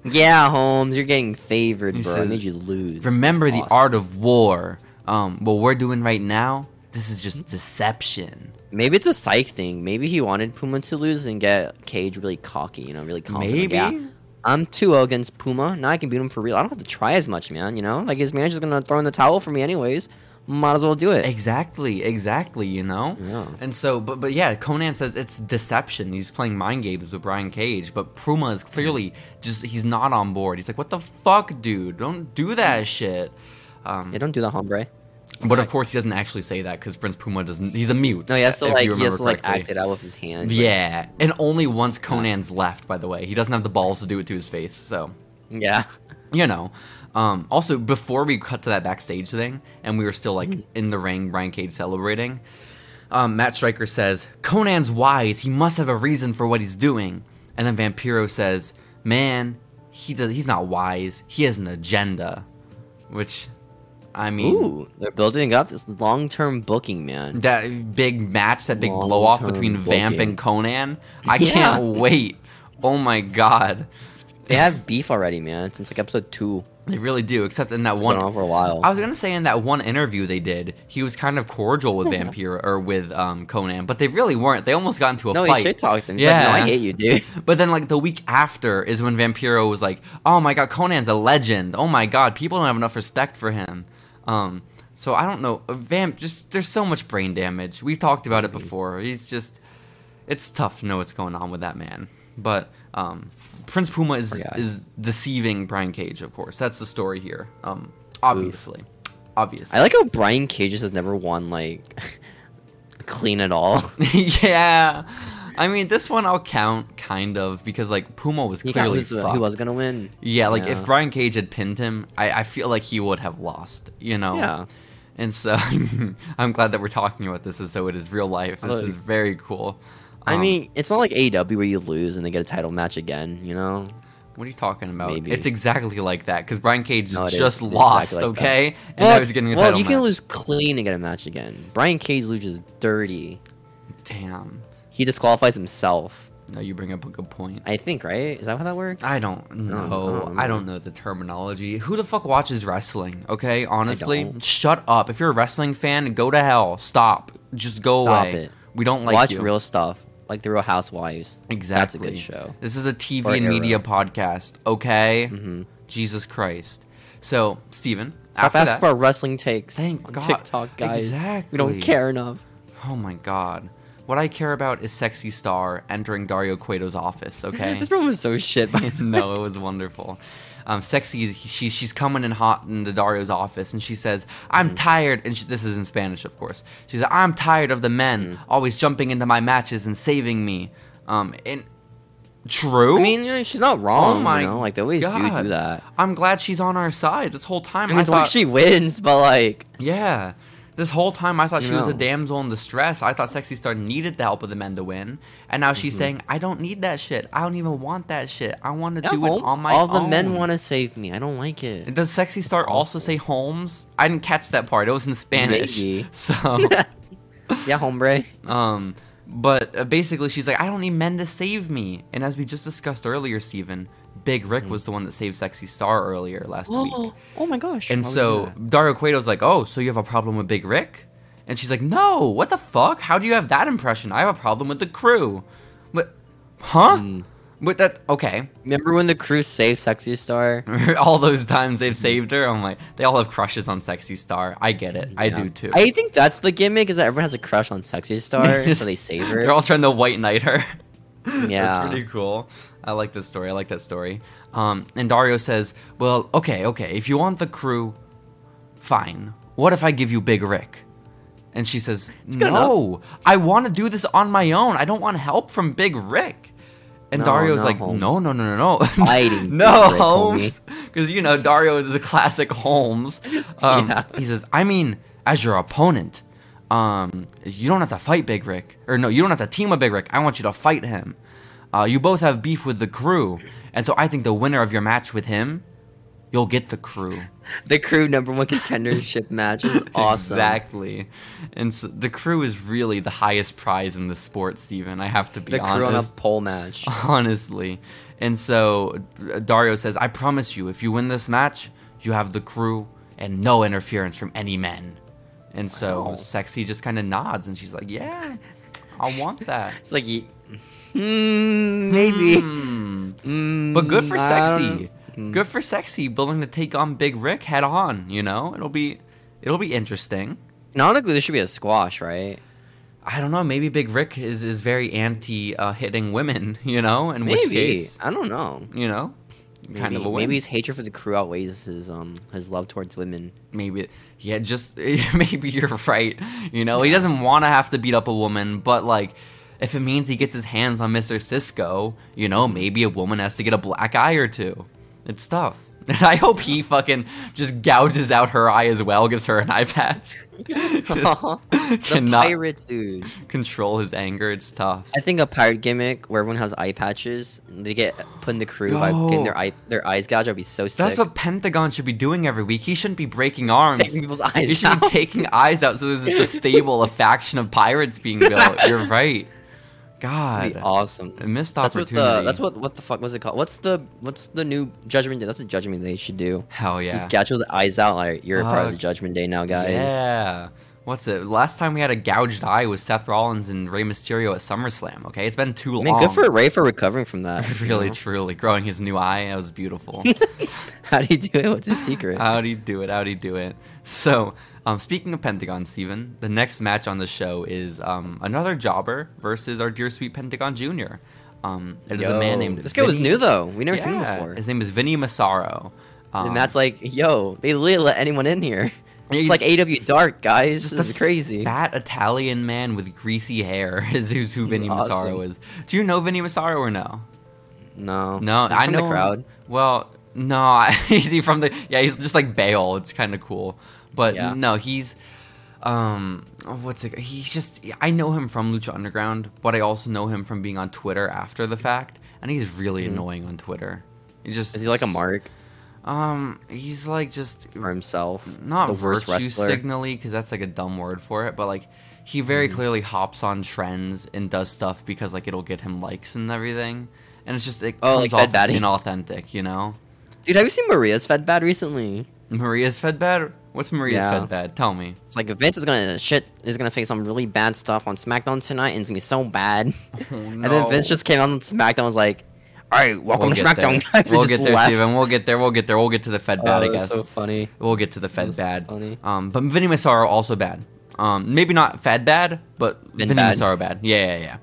yeah, Holmes, you're getting favored, He bro. I says, made you lose. Remember That's the awesome. art of war. Um, what we're doing right now, this is Hmm? just deception. Maybe it's a psych thing. Maybe he wanted Puma to lose and get Cage really cocky, you know, really confident. Like, Maybe. yeah, I'm 2 against Puma. Now I can beat him for real. I don't have to try as much, man, you know? Like, his manager's going to throw in the towel for me anyways. Might as well do it. Exactly, exactly, you know? Yeah. And so but but yeah, Conan says it's deception. He's playing mind games with Brian Cage, but Puma is clearly just he's not on board. He's like, What the fuck, dude? Don't do that shit. Um, Yeah, don't do that, hombre. but of course he doesn't actually say that because Prince Puma doesn't he's a mute. No, he has to, if like, you he has remember to, like, correctly. act it out with his hands. like- Yeah. And only once Conan's left, by the way. He doesn't have the balls to do it to his face, so yeah. you know. Um, also, before we cut to that backstage thing, and we were still Mm-hmm. like in the ring, Brian Cage celebrating. Um, Matt Stryker says, "Conan's wise. He must have a reason for what he's doing." And then Vampiro says, "Man, he does. He's not wise. He has an agenda." Which, I mean, Ooh, they're building up this long-term booking, man. that big match, that big blow off Long-term between Vamp booking. and Conan. I Yeah. can't wait. Oh my god, They have beef already, man, since, like, episode 2. they really do. Except in that Went one on for a while. I was gonna say in that one interview they did, he was kind of cordial Hmm. with Vampire or with um, Conan, but they really weren't. They almost got into a no, fight. he shit talked him. He's yeah. like, no, I Yeah. hate you, dude. But then, like the week after, is when Vampiro was like, "Oh my god, Conan's a legend. Oh my god, people don't have enough respect for him." Um, so I don't know, Vamp. Just there's so much brain damage. We've talked about it before. He's just, it's tough to know what's going on with that man. But um, Prince Puma is Poor guy. is deceiving Brian Cage, of course. That's the story here. Um, obviously, obviously. I like how Brian Cage just has never won like clean at all. yeah. I mean, this one I'll count kind of because like Puma was He clearly was, uh, fucked. he was gonna win. yeah, like Yeah. if Brian Cage had pinned him, I, I feel like he would have lost. You know. Yeah. And so I'm glad that we're talking about this as though it is real life. This Look. is very cool. I Um, mean, it's not like AEW where you lose and they get a title match again. You know, what are you talking about? maybe. It's exactly like that because Brian Cage No, it is. It's just exactly lost, like that. okay? And now he's getting a well, title you can match. lose clean and get a match again. Brian Cage loses dirty. Damn. He disqualifies himself. No, you bring up a good point. I think, right? Is that how that works? I don't don't know. know. I don't know the terminology. Who the fuck watches wrestling? Okay, honestly, don't. shut up. If you're a wrestling fan, go to hell. Stop. Just go Stop away. it. We don't like watch you. real stuff like The Real Housewives. exactly. That's a good show. This is a TV Or Mm-hmm. and Arrow. media podcast. Okay. Jesus Christ. So Steven, Stop after asking that, for our wrestling takes Thank on God. TikTok, guys. We Exactly. don't care enough. oh my god, what I care about is sexy star entering Dario Cueto's office. Okay. This room was so shit. By no, it was wonderful. Um, sexy. She, she's coming in hot in the Dario's office, and she says, "I'm Mm-hmm. tired." And she, this is in Spanish, of course. She says, "I'm tired of the men Mm-hmm. always jumping into my matches and saving me." Um, and true. I mean, you know, she's not wrong. Oh my Um, you know? like they always do God. do that. I'm glad she's on our side this whole time. I mean, I it's not like thought, she wins, but like, yeah. This whole time, I thought You she was a know. damsel in distress. I thought Sexy Star needed the help of the men to win, and now Mm-hmm. she's saying, "I don't need that shit. I don't even want that shit. I want to yeah, do Holmes, it on my all own." the men want to save me. I don't like it. Does Sexy Star also say Holmes? I didn't catch that part. It was in Spanish. Maybe. So, yeah, hombre. um, but uh, basically, she's like, I don't need men to save me. And as we just discussed earlier, Steven, Big Mm. Rick was the one that saved Sexy Star earlier last week. oh my gosh. And why would you do so that? Dario Cueto's like, Oh, so you have a problem with Big Rick? And she's like, No, what the fuck? How do you have that impression? I have a problem with the crew. But, huh? Hmm. But that, okay. remember when the crew saved Sexy Star? all those times they've saved her, I'm like, they all have crushes on Sexy Star. I get it. I Yeah. do too. I think that's the gimmick is that everyone has a crush on Sexy Star, Just- so they save They're her. all trying to white knight her. Yeah. That's pretty cool. I like this story. I like that story. Um, and Dario says, Well, okay, okay. If you want the crew, fine. What if I give you Big Rick? And she says, good No, I want to do this on my own. I don't want help from Big Rick. And No, Dario's no, like, Holmes. No, no, no, no, no. Fighting Big no, Rick, Holmes. Because, you know, Dario is the classic Holmes. Um, Yeah. He says, I mean, as your opponent, um, you don't have to fight Big Rick. Or, no, you don't have to team with Big Rick. I want you to fight him. Uh, you both have beef with the crew. And so I think the winner of your match with him You'll get the crew. The crew number one contendership match is awesome. Exactly. And so the crew is really the highest prize in the sport, Steven. I have to be The honest. crew on a pole match. honestly. And so uh, Dario says, I promise you, if you win this match, you have the crew and no interference from any men. And so Wow. Sexy just kind of nods and she's like, Yeah, I want that. It's like, ye- mm, maybe. Hmm. Mm, But good for I Sexy. Hmm. don't- Good for Sexy willing to take on Big Rick head on, you know? It'll be it'll be interesting. Nonically, there should be a squash, right? I don't know, maybe Big Rick is is very anti uh, hitting women, you know? In which Maybe. case, I don't know. you know, kind Maybe- of a win. Maybe his hatred for the crew outweighs his um his love towards women. maybe yeah just maybe you're right you know he doesn't want to have to beat up a woman but like if it means he gets his hands on mr cisco you know maybe a woman has to get a black eye or two it's tough i hope he fucking just gouges out her eye as well gives her an eye patch the Just cannot pirates, dude. control his anger it's tough I think a pirate gimmick where everyone has eye patches and they get put in the crew by getting Yo. their eye their eyes gouged. That'd be so sick. that's what pentagon should be doing every week he shouldn't be breaking arms taking people's he eyes should out. be taking eyes out so there's just a stable a faction of pirates being built you're right god That'd be awesome. A missed That's what opportunity. the that's what what the fuck was it called? What's the what's the new judgment day? That's what judgment day should do. Hell yeah. Just gouge those eyes out. Like you're a part of the Fuck. judgment day now, guys. Yeah. What's it? Last time we had a gouged eye was Seth Rollins and Rey Mysterio at SummerSlam. Okay, it's been too I long. mean, good for Ray for recovering from that. you really, know? truly growing his new eye. That was beautiful. How do you do it? What's the secret? How'd he do it? How'd he do it? So, um, speaking of Pentagon, Steven, the next match on the show is um, another jobber versus our dear sweet Pentagon Jr. Um, it is a Yo, man named. This guy was Vinny- new though. We never seen him Yeah, before. His name is Vinny Massaro. Um, and that's like, yo, they literally let anyone in here. It's he's- like AW Dark, guys. Just this a is crazy. Fat Italian man with greasy hair is who's who Vinny Awesome. Massaro is. Do you know Vinny Massaro or no? No, No, He's I from know the him- crowd. Well, no, I- is he from the? Yeah, he's just like Bale. It's kind of cool, but Yeah. no, he's um, oh, what's it? He's just I know him from Lucha Underground, but I also know him from being on Twitter after the fact, and he's really annoying on Twitter. He just Mm-hmm. Is he like a mark Um, he's like just for himself? not the worst virtue wrestler. signally because that's like a dumb word for it, but like he very Mm-hmm. clearly hops on trends and does stuff because like it'll get him likes and everything, and it's just it Oh, comes like Fed off Daddy. inauthentic, you know. Dude, have you seen Maria's Fed Bad recently? Maria's fed bad. What's Maria's Yeah. fed bad? Tell me. It's like Vince is gonna shit is gonna say some really bad stuff on SmackDown tonight, and it's gonna be so bad. And then Vince just came on SmackDown and was like, "All right, welcome to get SmackDown, there. guys." and We'll just get there, left. Steven. We'll get there. We'll get there. We'll get to the fed Oh, bad. I that's guess so funny. we'll get to the fed That's bad. funny. Um, but Vinny Massaro also bad. Um, maybe not fed bad, but Been Vinny bad. Massaro bad. Yeah, yeah, yeah.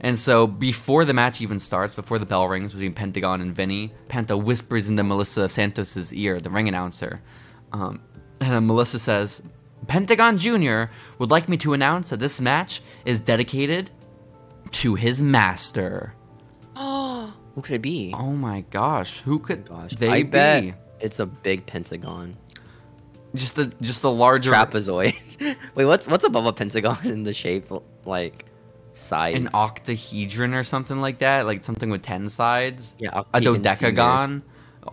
And so before the match even starts, before the bell rings between Pentagon and Vinny, Penta whispers into Melissa Santos's ear, the ring announcer, um, and then Melissa says, "Pentagon Junior would like me to announce that this match is dedicated to his master." Who could it be? Oh my gosh, who could Gosh, they I be? bet it's a big pentagon. Just a just a larger trapezoid. Wait, what's what's above a pentagon in the shape like sides? an octahedron or something like that, like something with ten sides. Yeah, a octagon dodecagon.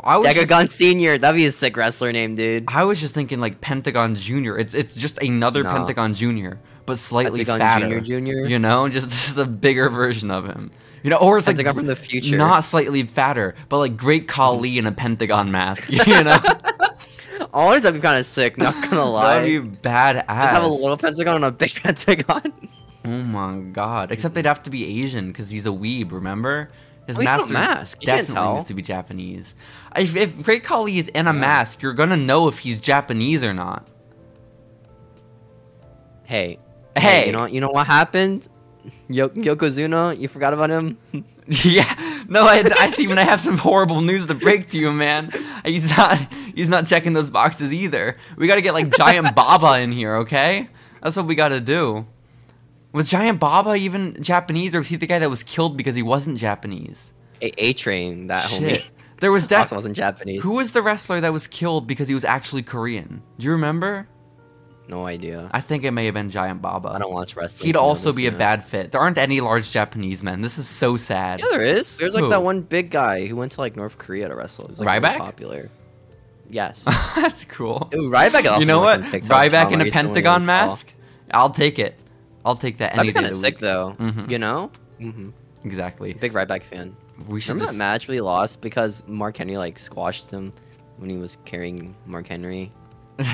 I was Decagon Just, Senior. That'd be a sick wrestler name, dude. I was just thinking like Pentagon Junior. It's it's just another No. Pentagon Junior, but slightly Pentagon Junior fatter. Junior? You know, just just a bigger version of him. You know, or it's Pentagon like from the future. not slightly fatter, but like Great Khali in a Pentagon mask. You know, Always that'd be kind of sick. Not gonna lie. that'd be badass. Just have a little pentagon and a big pentagon. Oh my god! Except they'd have to be Asian because he's a weeb. Remember, his Mm-hmm. Oh, he's got a master mask. You can't definitely tell. needs to be Japanese. If, if Great Khali is in a mask, you're gonna know if he's Japanese or not. Hey, Hey. you know you know what happened? Yo- Yokozuna, you forgot about him. yeah, no, I, I see. When I have some horrible news to break to you, man, he's not he's not checking those boxes either. We gotta get like Giant Baba in here, okay? That's what we gotta do. Was Giant Baba even Japanese, or was he the guy that was killed because he wasn't Japanese? A train that homie. Shit. There was definitely. also wasn't Japanese. Who was the wrestler that was killed because he was actually Korean? Do you remember? No idea. I think it may have been Giant Baba. I don't watch wrestling. He'd to know also this be a now. bad fit. There aren't any large Japanese men. This is so sad. Yeah, there is. There's like Who? that one big guy who went to like North Korea to wrestle. He was like really Ryback? popular. Yes. That's cool. Ooh, Ryback got you know what? off from TikTok Ryback in drama a recently Pentagon as well. mask. I'll take it. I'll take that any That'd be day. kind of of the sick week. though. Mhm. You know. Mm-hmm. Exactly. Big Ryback fan. We should Remember that just- match we lost because Mark Henry like squashed him when he was carrying Mark Henry.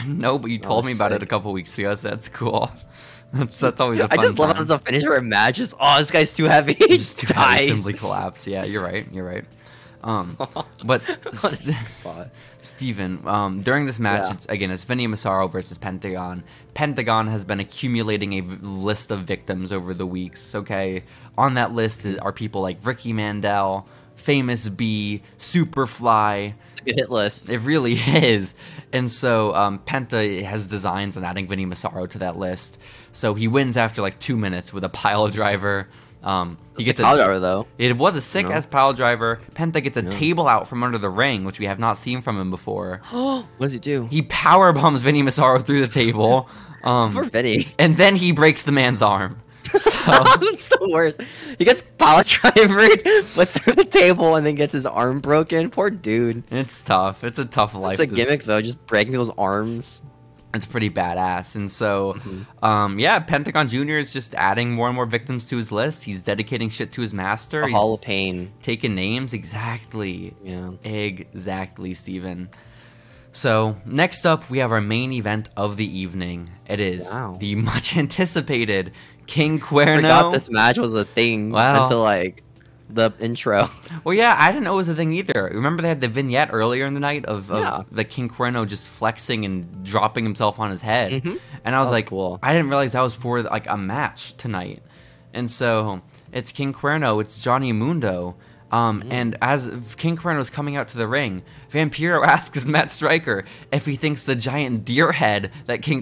no, but you Oh, told me about it sick. a couple weeks ago. So that's cool. That's that's always a I fun just love how time. the finisher of match is oh this guy's too heavy. You He just just too heavy, dies. simply collapse. Yeah, you're right. You're right. Um, On but his s- spot. Steven, um, during this match, Yeah. it's, again, it's Vinny Massaro versus Pentagon. Pentagon has been accumulating a v- list of victims over the weeks, okay? On that list is, are people like Ricky Mandel, Famous B, Superfly. It's a good hit list. It really is. And so um, Penta has designs on adding Vinny Massaro to that list. So he wins after like two minutes with a pile driver. Um, he He gets gets a- power though. it was a sick No. ass pile driver. Penta gets a No. table out from under the ring, which we have not seen from him before. what does he do? He power bombs Vinny Massaro through the table, Poor um, Vinny. and then he breaks the man's arm. So That's the worst. He gets power drivered, but through the table, and then gets his arm broken. Poor dude. it's tough. It's a tough life. It's a this- gimmick though, just breaking people's arms. It's pretty badass. And so, Mm-hmm. um, yeah, Pentagon Jr. is just adding more and more victims to his list. He's dedicating shit to his master. A hall of He's pain. taking names exactly. Yeah. Exactly, Steven. So, next up, we have our main event of the evening. It is Wow. the much anticipated King I forgot Cuerno. this match was a thing Wow. until like the intro. Well, yeah, I didn't know it was a thing either. Remember, they had the vignette earlier in the night of, of Yeah. the King Cuerno just flexing and dropping himself on his head. Mhm. And I was was like, cool. I didn't realize that was for like a match tonight. And so it's King Cuerno, it's Johnny Mundo. Um, Mm. And as King Cuerno is coming out to the ring, Vampiro asks Matt Stryker if he thinks the giant deer head that King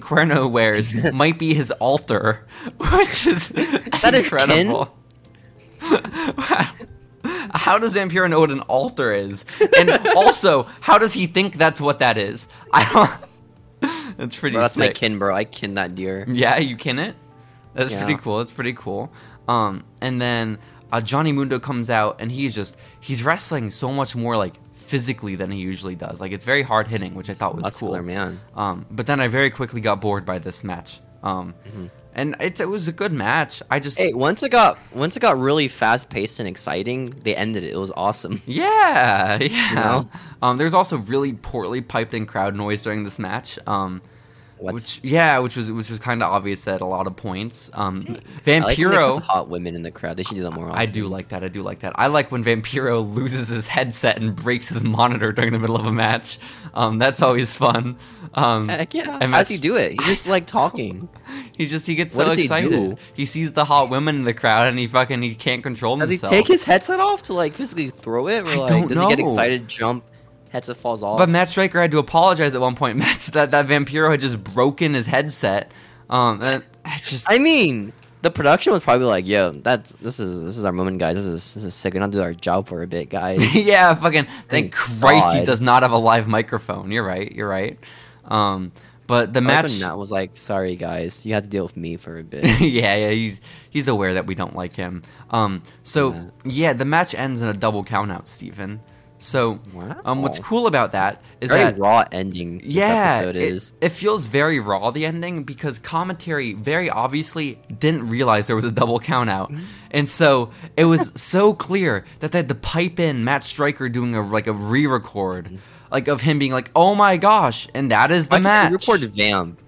Cuerno wears might be his altar, which is, that his kin? incredible. how does Vampiro know what an altar is? And also, how does he think that's what that is? I don't. That's pretty. Mm. Bro, that's my sick. kin, bro. I kin that deer. Yeah, you can it. That's Yeah. pretty cool. That's pretty cool. Um, and then uh, Johnny Mundo comes out, and he's just he's wrestling so much more like physically than he usually does. Like it's very hard hitting, which I thought was Muscular cool. man. Um, but then I very quickly got bored by this match. Um, Mm-hmm. and it's, it was a good match. I just Hey, once it got once it got really fast paced and exciting, they ended it. It was awesome. Yeah, yeah. know? Um, there's also really poorly piped in crowd noise during this match. Um, What? which yeah, which was which was kind of obvious at a lot of points. Um, I like when they put Vampiro, hot women in the crowd. They should do that more often. I do like that. I do like that. I like when Vampiro loses his headset and breaks his monitor during the middle of a match. Um, that's always fun. Um, Heck yeah. and How's Matt- he do it? He's just like talking. He just he gets What so does he excited. He, do? sees the hot women in the crowd and he fucking he can't control Does he himself. take his headset off to like physically throw it? Or, I like, don't does he get know. excited, jump, headset falls off? But Matt Stryker had to apologize at one point. Matt that that Vampiro had just broken his headset. Um, and it just I mean, the production was probably like, "Yo, that's this is this is our moment, guys. This is this is sick. We're not do our job for a bit, guys." yeah, fucking thank Thank Christ he God. does not have a live microphone. You're right. You're right. Um, but the Matt match. Nat was like, "Sorry, guys, you had to deal with me for a bit." yeah, yeah, he's he's aware that we don't like him. Um, so Yeah. yeah, the match ends in a double countout, Stephen. So, um, what's Wow. cool about that is Very that raw ending. This yeah, episode it, is. it feels very raw the ending because commentary very obviously didn't realize there was a double count out, Mm-hmm. and so it was so clear that they had to pipe in Matt Stryker doing a like a re-record, like of him being like, "Oh my gosh," and that is the Mm-hmm. Why can't match. you record Vamp.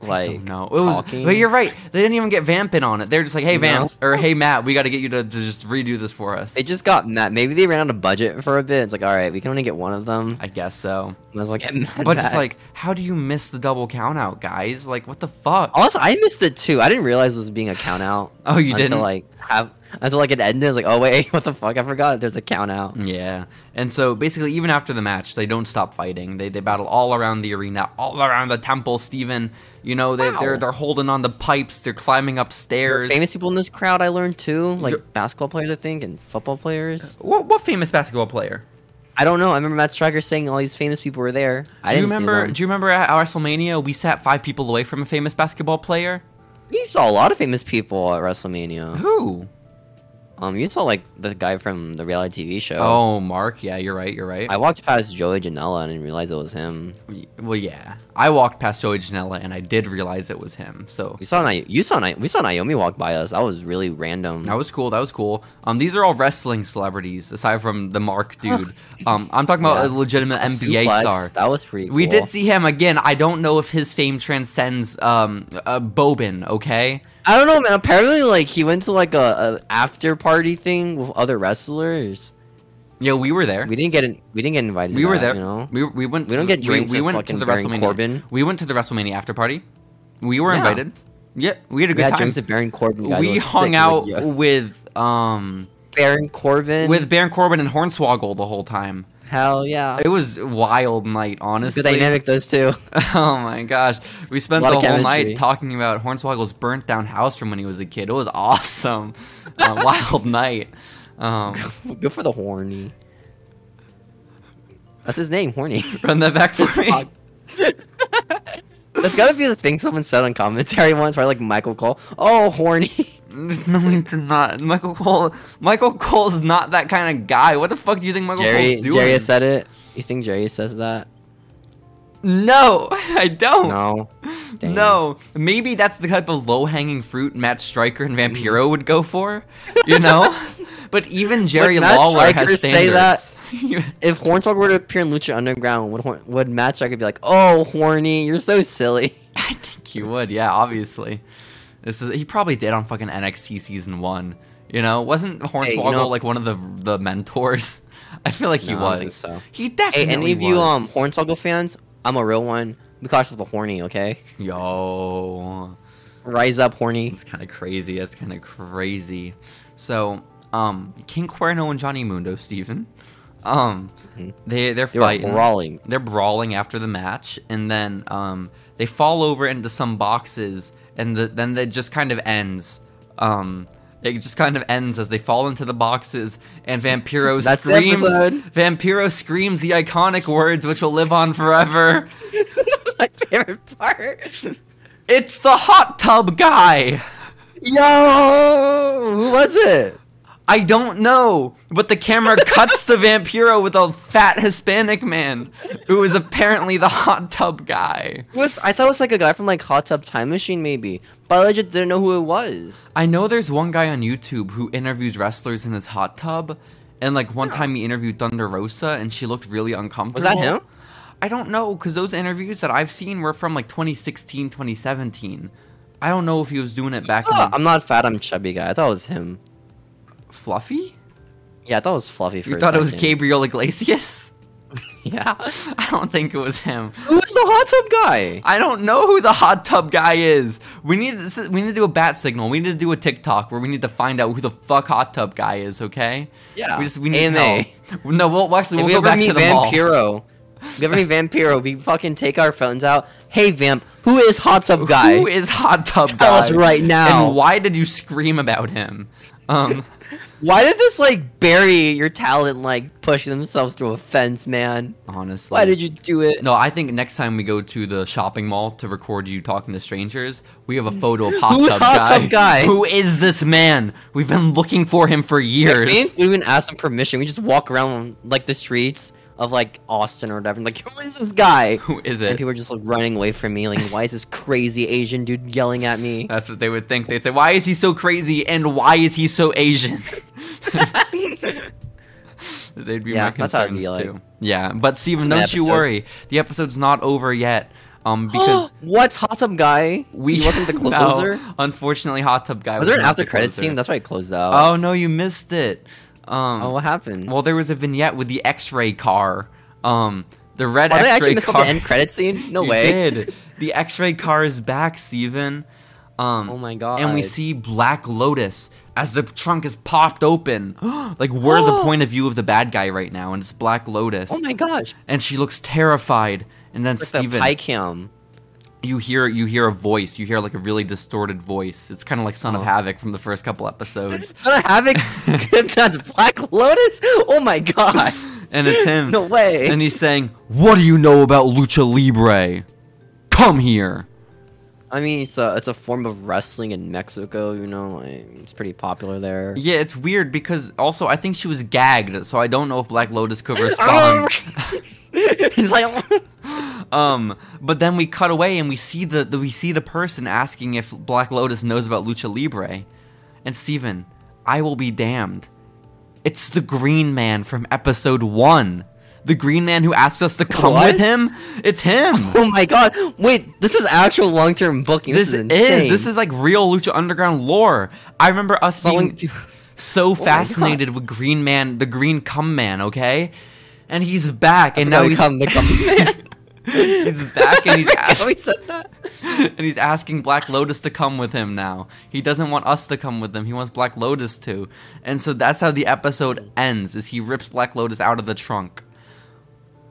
Like No, it was. talking? But you're right. They didn't even get Vamp in on it. They're just like, "Hey, Vamp," No. or "Hey, Matt, we got to get you to, to just redo this for us." They just got Matt. Maybe they ran out of budget for a bit. It's like, all right, we can only get one of them. I guess so. Might as well get Matt. But it's back. like, how do you miss the double count out, guys? Like, what the fuck? Also, I missed it too. I didn't realize this was being a count out. Oh, you until, didn't? Like have until like it ended. I was like, oh wait, what the fuck? I forgot there's a count out. Yeah. And so basically, even after the match, they don't stop fighting. They, they battle all around the arena, all around the temple, Steven. You know, they, Wow. they're, they're holding on the pipes, they're climbing upstairs. There's famous people in this crowd. I learned too, like Yeah. basketball players, I think, and football players. What, what famous basketball player? I don't know. I remember Matt Stryker saying all these famous people were there. I do you didn't remember? See them. Do you remember at WrestleMania we sat five people away from a famous basketball player? You saw a lot of famous people at WrestleMania. Who? Um, you saw like the guy from the reality TV show. Oh, Mark. Yeah, you're right. You're right. I walked past Joey Janela and didn't realize it was him. well, yeah. I walked past Joey Janela and I did realize it was him. So We saw Naomi. You saw Naomi. We saw Naomi walk by us. That was really random. That was cool. That was cool. Um, these are all wrestling celebrities aside from the Mark dude. Um, I'm talking about Yeah. a legitimate A NBA suplex. star. That was pretty. Cool. We did see him again. I don't know if his fame transcends um uh, Bobin. Okay, I don't know, man. Apparently, like he went to like a, a after party thing with other wrestlers. yo, we were there. We didn't get in, we didn't get invited. We to were that, there. You know, we, we went. We don't to- get drinks We, at went to fucking the Baron WrestleMania. Corbin. We went to the WrestleMania after party. We were Yeah. invited. Yeah, we had a we good had time. drinks at Baron Corbin. guys. It We was hung sick. out Like, yeah. with um Baron Corbin. with Baron Corbin and Hornswoggle the whole time. hell yeah. It was a wild night, It's honestly. a good dynamic those two. Oh my gosh. We spent the Lot whole of chemistry. night talking about Hornswoggle's burnt down house from when he was a kid. It was awesome. A wild night. Um, Good for the horny. That's his name, horny. run that back for me. That's gotta be the thing someone said on commentary once, right? Like Michael Cole. Oh, horny. no, it's not. Michael Cole. Michael Cole's not that kind of guy. What the fuck do you think Michael Jerry, Cole's doing? Jerry said it. You think Jerry says that? no, I don't. No. Dang. No, maybe that's the type of low-hanging fruit Matt Stryker and Vampiro would go for, you know. but even Jerry Matt Lawler Stryker has say that- standards. If Hornswoggle were to appear in Lucha Underground, would Horn- would Matt Striker be like, "Oh, horny, you're so silly"? I think he would. Yeah, obviously. This is he probably did on fucking NXT season one. You know, wasn't Hornswoggle you know- like one of the the mentors? I feel like he No, I was. don't think so. He Hey, definitely. any of you um was. Hornswoggle fans? I'm a real one. We call ourselves the horny, okay? Yo, Rise up, horny. it's kind of crazy. That's kind of crazy. So, um, King Cuerno and Johnny Mundo, Steven. Um, Mhm. they they're They were fighting. brawling. they're brawling after the match and then um, they fall over into some boxes and the, then it just kind of ends um, it just kind of ends as they fall into the boxes and vampiro That's the screams episode. vampiro screams the iconic words which will live on forever My favorite part. it's the hot tub guy Yo, who was it? I don't know, but the camera cuts to Vampiro with a fat Hispanic man who is apparently the hot tub guy. It was I thought it was like a guy from like Hot Tub Time Machine, maybe. But I legit didn't know who it was. I know there's one guy on YouTube who interviews wrestlers in his hot tub, and like one time he interviewed Thunder Rosa, and she looked really uncomfortable. him? I don't know, because those interviews that I've seen were from like 2016, 2017. I don't know if he was doing it back Oh, in I'm not fat. I'm chubby guy. I thought it was him. Fluffy. Yeah, I thought it was Fluffy. For You a thought it was second. Gabriel Iglesias? Yeah. I don't think it was him. Who's the hot tub guy? I don't know who the hot tub guy is. We need this is, we need to do a bat signal. We need to do a TikTok where we need to find out who the fuck hot tub guy is. Okay? Yeah. We just we need AMA. to know. No, we'll actually If we we'll ever go back meet to the mall. Vampiro, if we ever meet Vampiro, we fucking take our phones out. Hey, Vamp, who is hot tub guy? Who is hot tub guy? Tell us right now. And why did you scream about him? Um, Why did this like bury your talent, like pushing themselves through a fence, man? honestly. Why did you do it? No, I think next time we go to the shopping mall to record you talking to strangers, we have a photo of hot Who's tub hot guy. tub guy? Who is this man? We've been looking for him for Like, years. we didn't even ask them permission. We just walk around like the streets of like Austin or whatever. And, like, who is this guy? Who is And it? people are just like running away from me. Like, why is this crazy Asian dude yelling at me? That's what they would think. They'd say, "Why is he so crazy? And why is he so Asian?" They'd be my Yeah, that's how it'd concerns be like. too. Yeah, but Steven, an don't you episode. worry. The episode's not over yet, um, because what's hot tub guy? we he wasn't the No, closer. unfortunately, Hot Tub Guy. Was there an not after the credit closer. scene? That's why it closed out. oh no, you missed it. Um, Oh, what happened? well, there was a vignette with the X-ray car. Um, the red oh, they X-ray actually missed out car. the end credit scene. No You way. did. The X-ray car is back, Steven. Um, Oh my god. And we see Black Lotus as the trunk is popped open. like we're the point of view of the bad guy right now, and it's Black Lotus. Oh my gosh. and she looks terrified. And then With the Steven, pie cam. you hear you hear a voice. You hear like a really distorted voice. It's kind of like Son of Oh. Havoc from the first couple episodes. Son of Havoc. That's Black Lotus. Oh my god. and it's him. No way. And he's saying, "What do you know about lucha libre? Come here." I mean, it's a it's a form of wrestling in Mexico. You know, like, it's pretty popular there. Yeah, it's weird because also I think she was gagged, so I don't know if Black Lotus could respond. He's like, um, but then we cut away and we see the, the we see the person asking if Black Lotus knows about Lucha Libre, and Steven, I will be damned. It's the Green Man from episode one. The Green Man who asked us to come What? with him. It's him. oh my god! Wait, this is actual long term booking. This, This is is, insane. this is like real Lucha Underground lore. I remember us Selling- being so Oh God. fascinated with Green Man, the Green Cum Man, okay? And he's back, and now we he's, come the come. he's back, and he's Oh, he asking, said that. and he's asking Black Lotus to come with him now. He doesn't want us to come with him. He wants Black Lotus to, and so that's how the episode ends. Is he rips Black Lotus out of the trunk?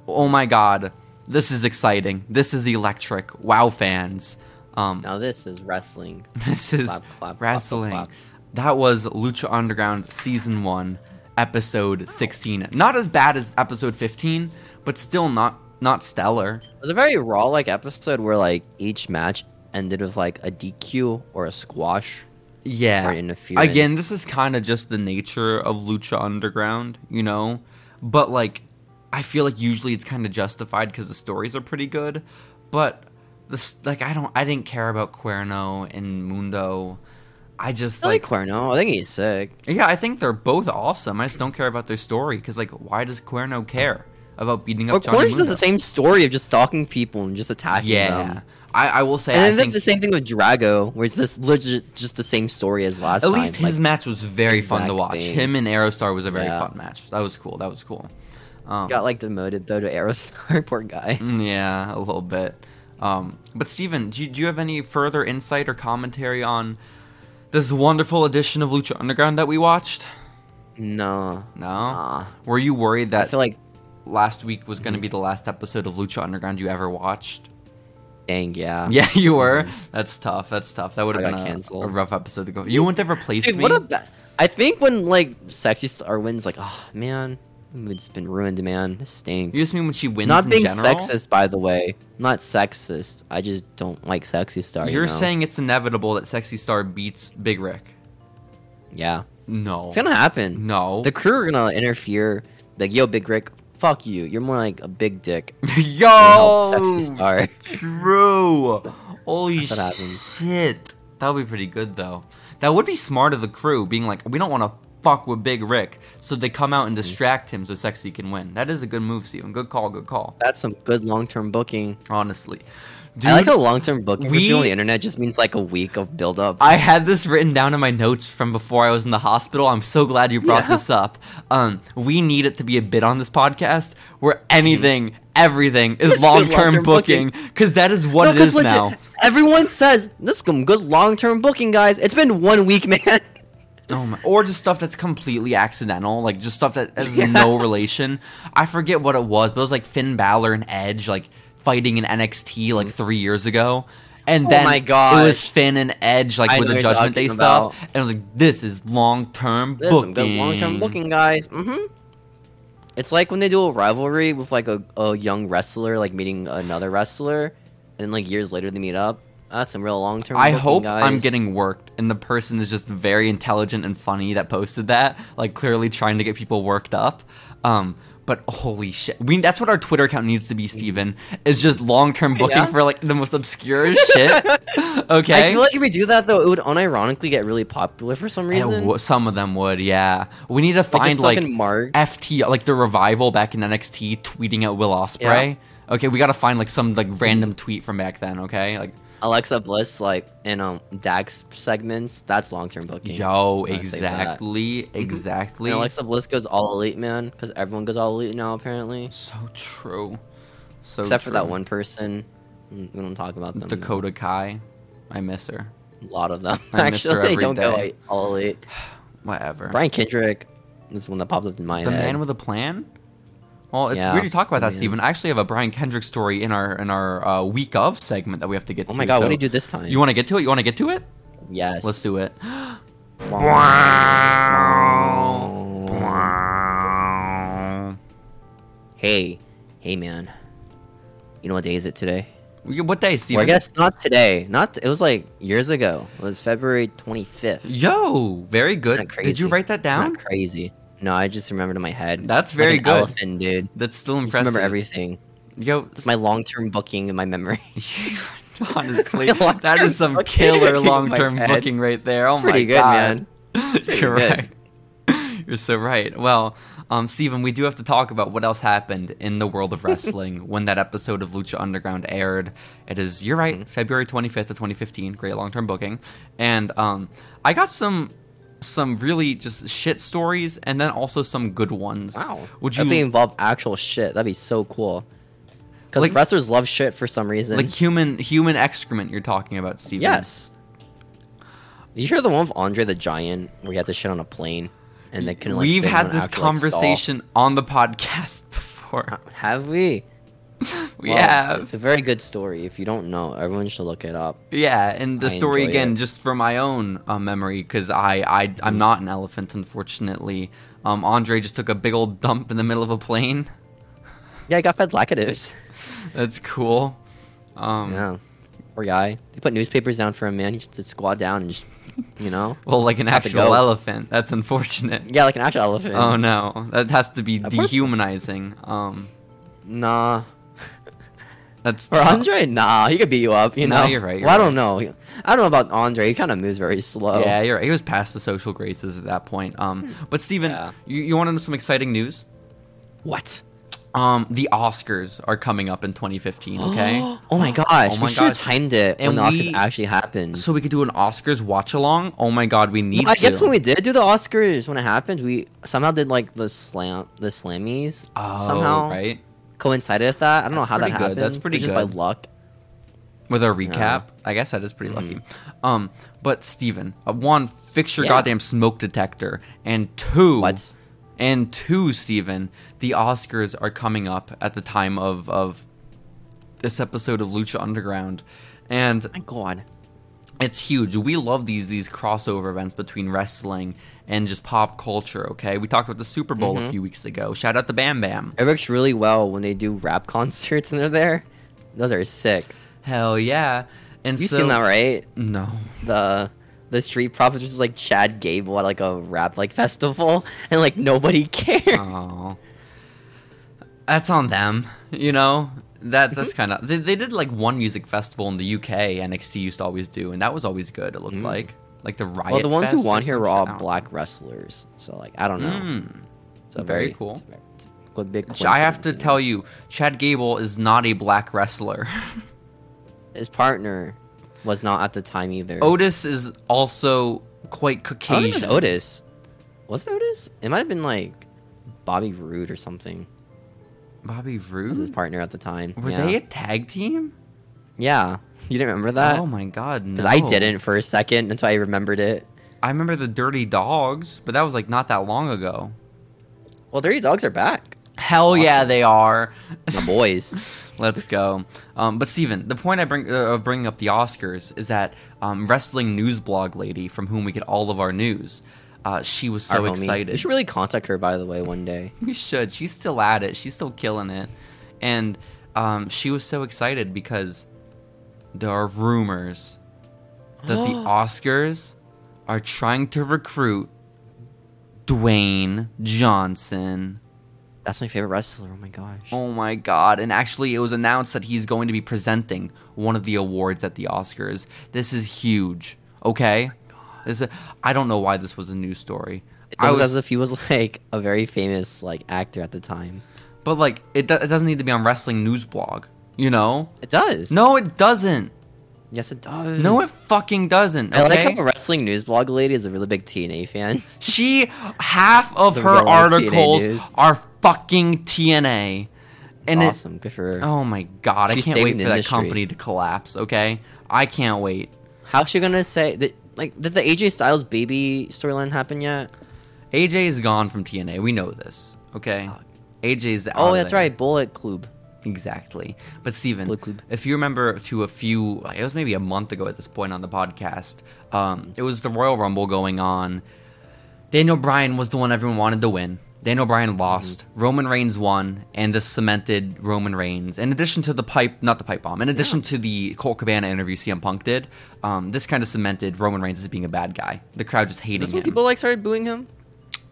Oh my God, this is exciting. This is electric. Wow, fans. Um, Now this is wrestling. this is Clap, clap, clap, clap, wrestling. clap. That was Lucha Underground season one, episode sixteen. Not as bad as episode fifteen, but still not not stellar. It was a very raw like episode where like each match ended with like a DQ or a squash. Yeah. Or interference. Again, this is kind of just the nature of Lucha Underground, you know? But, like, I feel like usually it's kind of justified because the stories are pretty good. But, this, like, I don't, I didn't care about Cuerno and Mundo. I just, I like like, Cuerno. I think he's sick. yeah, I think they're both awesome. I just don't care about their story because, like, why does Cuerno care about beating up But Johnny Cuerno just Mundo? does the same story of just stalking people and just attacking yeah. them. I, I will say, And I then they did think the same thing with Drago, where it's this legit just the same story as last At time. least his like, match was very fun to exact watch. thing. Him and Aerostar was a very Yeah. fun match. That was cool. That was cool. Um, got like demoted though to Aerostar, poor guy. mm, yeah, a little bit. Um, but Steven, do you, do you have any further insight or commentary on this wonderful edition of Lucha Underground that we watched? No. No. Nah. Were you worried Uh, I that feel like last week was going to be the last episode of Lucha Underground you ever watched? dang yeah. Yeah, you were. That's tough. That's tough. That would I have got been a, canceled. a rough episode to go. You wouldn't have replaced Dude, me. what a ba- I think when like sexy star wins, like oh man, the mood's been ruined, man. This stinks. you just mean when she wins not in being general? sexist, by the way. I'm not sexist. I just don't like sexy star. you You're know? saying it's inevitable that Sexy Star beats Big Rick. yeah, No. it's gonna happen. no. The crew are gonna interfere. Like, yo, Big Rick, fuck you. You're more like a big dick. than a Yo, sexy star. true. Holy That's what happened. shit. That would be pretty good though. That would be smart of the crew being like, we don't want to fuck with Big Rick, so they come out and Mm-hmm. distract him so Sexy can win. That is a good move, Steven. Good call. Good call. That's some good long-term booking. Honestly, dude. I like how long-term booking for people on we- the internet just means like a week of build-up. I had this written down in my notes from before I was in the hospital. I'm so glad you brought Yeah. this up. Um, we need it to be a bit on this podcast where anything, everything is It's good long term long-term booking. booking because that is what it 'cause is now. Everyone says this is some good long-term booking, guys. It's been one week, man. Oh my. Or just stuff that's completely accidental, like just stuff that has no relation. I forget what it was, but it was like Finn Balor and Edge, like fighting in NXT like three years ago. And Mm. Oh then my it was gosh. Finn and Edge, like I know with the what you're Judgment Day talking stuff. about. And I was like, this is long term There's booking. some good long-term booking, guys. hmm It's like when they do a rivalry with like a, a young wrestler like meeting another wrestler, and like years later they meet up. That's some real long-term. I booking, hope I'm guys. getting worked, and the person is just very intelligent and funny that posted that, like clearly trying to get people worked up. Um, but holy shit, we—that's what our Twitter account needs to be, Steven, Is just long-term booking Yeah. for like the most obscure shit. Okay. I feel like if we do that though, it would unironically get really popular for some And reason. w- some of them would, yeah. We need to Like, find just like fucking marks. FT, like the revival back in NXT, tweeting at Will Osprey. Okay, we gotta find like some like random tweet from back then. Okay, like Alexa Bliss like in um DAX segments. That's long-term booking. yo, gonna save that. exactly, exactly. And Alexa Bliss goes all elite, man, because everyone goes all elite now apparently. So true. So Except for that true. one person. Mm, We don't talk about them. Dakota Kai. I miss her. A lot of them. I miss her Actually, every don't go day. all elite. Whatever. Brian Kendrick is the one that popped up in my the head. man with a plan. Well, it's Yeah, weird you talk about the that, man. Steven. I actually have a Brian Kendrick story in our in our uh, week of segment that we have to get oh to. my god, what so- do you do this time? You want to get to it? You want to get to it? yes. Let's do it. Uh, Hey, hey man. You know what day is it today? We- What day, Well, Steven? I guess not today. Not it was like years ago. It was February 25th. Isn't Yo, very that good. Did crazy? you write that that down? crazy. No, I just remembered in my head. That's Like very an good. Elephant, dude. That's still I just impressive. remember everything. Yo, It's my long-term booking in my memory. honestly, My long-term that is some booking killer in my long-term head. booking right there. Oh It's pretty my good, God. man. pretty You're good. right. You're so right. Well, um, Steven, we do have to talk about what else happened in the world of wrestling when that episode of Lucha Underground aired. It is, you're Mm-hmm. right, February 25th of 2015. Great long term booking. And um, I got some some really just shit stories and then also some good ones. Would you That'd be involve actual shit. That'd be so cool. Because Like- wrestlers love shit for some reason. like human human excrement you're talking about, Steven? yes. You hear the one with Andre the Giant where he had to shit on a plane, and they couldn't. Like, We've fit had one this after, like, stall? conversation on the podcast before. have we? We Well, have. It's a very good story. If you don't know, everyone should look it up. Yeah, and the I story enjoy again, it. just for my own uh, memory, because I, I I'm not an elephant, unfortunately. Um, Andre just took a big old dump in the middle of a plane. Yeah, I got fed lacatives. That's cool. Um, Yeah. Poor guy. They put newspapers down for him, man. He just had to squat down and just, you know? Well, like an Have to actual go. elephant. That's unfortunate. Yeah, like an actual elephant. Oh no, that has to be That poor- dehumanizing. Um, Nah. that's Or Andre? Nah, he could beat you up, you No, know? you're right, you're well, I don't know. He- I don't know about Andre. He kind of moves very slow. Yeah, you're right. He was past the social graces at that point. Um, but Steven, Hmm. Yeah. you, you want to know some exciting news? What? Um, the Oscars are coming up in 2015. Okay. oh my gosh. my we should have gosh. timed it when And the Oscars we- actually happened. so we could do an Oscars watch along. Oh my god, we need. Well, I to. guess when we did do the Oscars, when it happened, we somehow did like the slam, the slammies. Oh, somehow right coincided with that. I don't That's know how that pretty good. happened. That's pretty It was just good. by luck. with our recap. I guess that is pretty lucky. Um, but Steven, uh, one, fix your Yeah. goddamn smoke detector, and two, What? and two, Steven, the Oscars are coming up at the time of of this episode of Lucha Underground, and My God. it's huge. We love these these crossover events between wrestling and just pop culture. Okay, we talked about the Super Bowl Mm-hmm. a few weeks ago. Shout out to Bam Bam. It works really well when they do rap concerts and they're there. Those are sick. Hell yeah! And You so seen that right? no. The the Street Profits was like Chad Gable at like a rap like festival and like nobody cared. Oh, that's on them. You know that Mm-hmm. that's kind of they, they did like one music festival in the UK. NXT used to always do, and that was always good. It looked like like the riot. Mm. well, the ones who Fest or won here were some all shit. I don't- black wrestlers. So like I don't know. Mm. so very cool. It's a, very- it's a good big. Ch- I have to coincidence, tell know. you, Chad Gable is not a black wrestler. his partner was not at the time either. Otis is also quite I don't think it was Caucasian. Otis. Was it Otis? It might have been like Bobby Roode or something. Bobby Was his Roode. partner at the time? Were yeah. they a tag team? Yeah. You didn't remember that? oh my god, no! Because I didn't for a second until I remembered it. I remember the Dirty Dogs, but that was like not that long ago. Well, Dirty Dogs are back. Hell yeah, they are. The boys. Let's go. Um, but Steven, the point I bring uh, of bringing up the Oscars is that um, wrestling news blog lady from whom we get all of our news, uh, she was are so excited. You should really contact her, by the way, one day. We should. She's still at it. She's still killing it. And um, she was so excited because there are rumors that the Oscars are trying to recruit Dwayne Johnson. That's my favorite wrestler. Oh my gosh. Oh my god. And actually, it was announced that he's going to be presenting one of the awards at the Oscars. This is huge. Okay? This is, I don't know why this was a news story. It's I almost was, as if he was like a very famous like actor at the time. but like, it, do- it doesn't need to be on Wrestling News Blog, you know? It does. No, it doesn't. Yes, it does. No, it fucking doesn't. I like Okay? how a wrestling news blog lady is a really big TNA fan. she half of The her real TNA articles news. are fucking TNA, and it- awesome. Good for her. oh my god, I She's can't wait saving for the that industry. company to collapse. Okay, I can't wait. How's she gonna say that? Like, did the AJ Styles baby storyline happen yet? AJ is gone from TNA. We know this. Okay, AJ's out. Oh, of that's there. right, Bullet Club. Exactly. But Steven, Blue Club. if you remember to a few it was maybe a month ago at this point on the podcast, um, it was the Royal Rumble going on. Daniel Bryan was the one everyone wanted to win. Dan O'Brien lost, Mm-hmm. Roman Reigns won, and this cemented Roman Reigns. In addition to the pipe, not the pipe bomb, in addition to the Colt Cabana interview CM Punk did, um, this kind of cemented Roman Reigns as being a bad guy. The crowd just hating Is this him. when people like started booing him?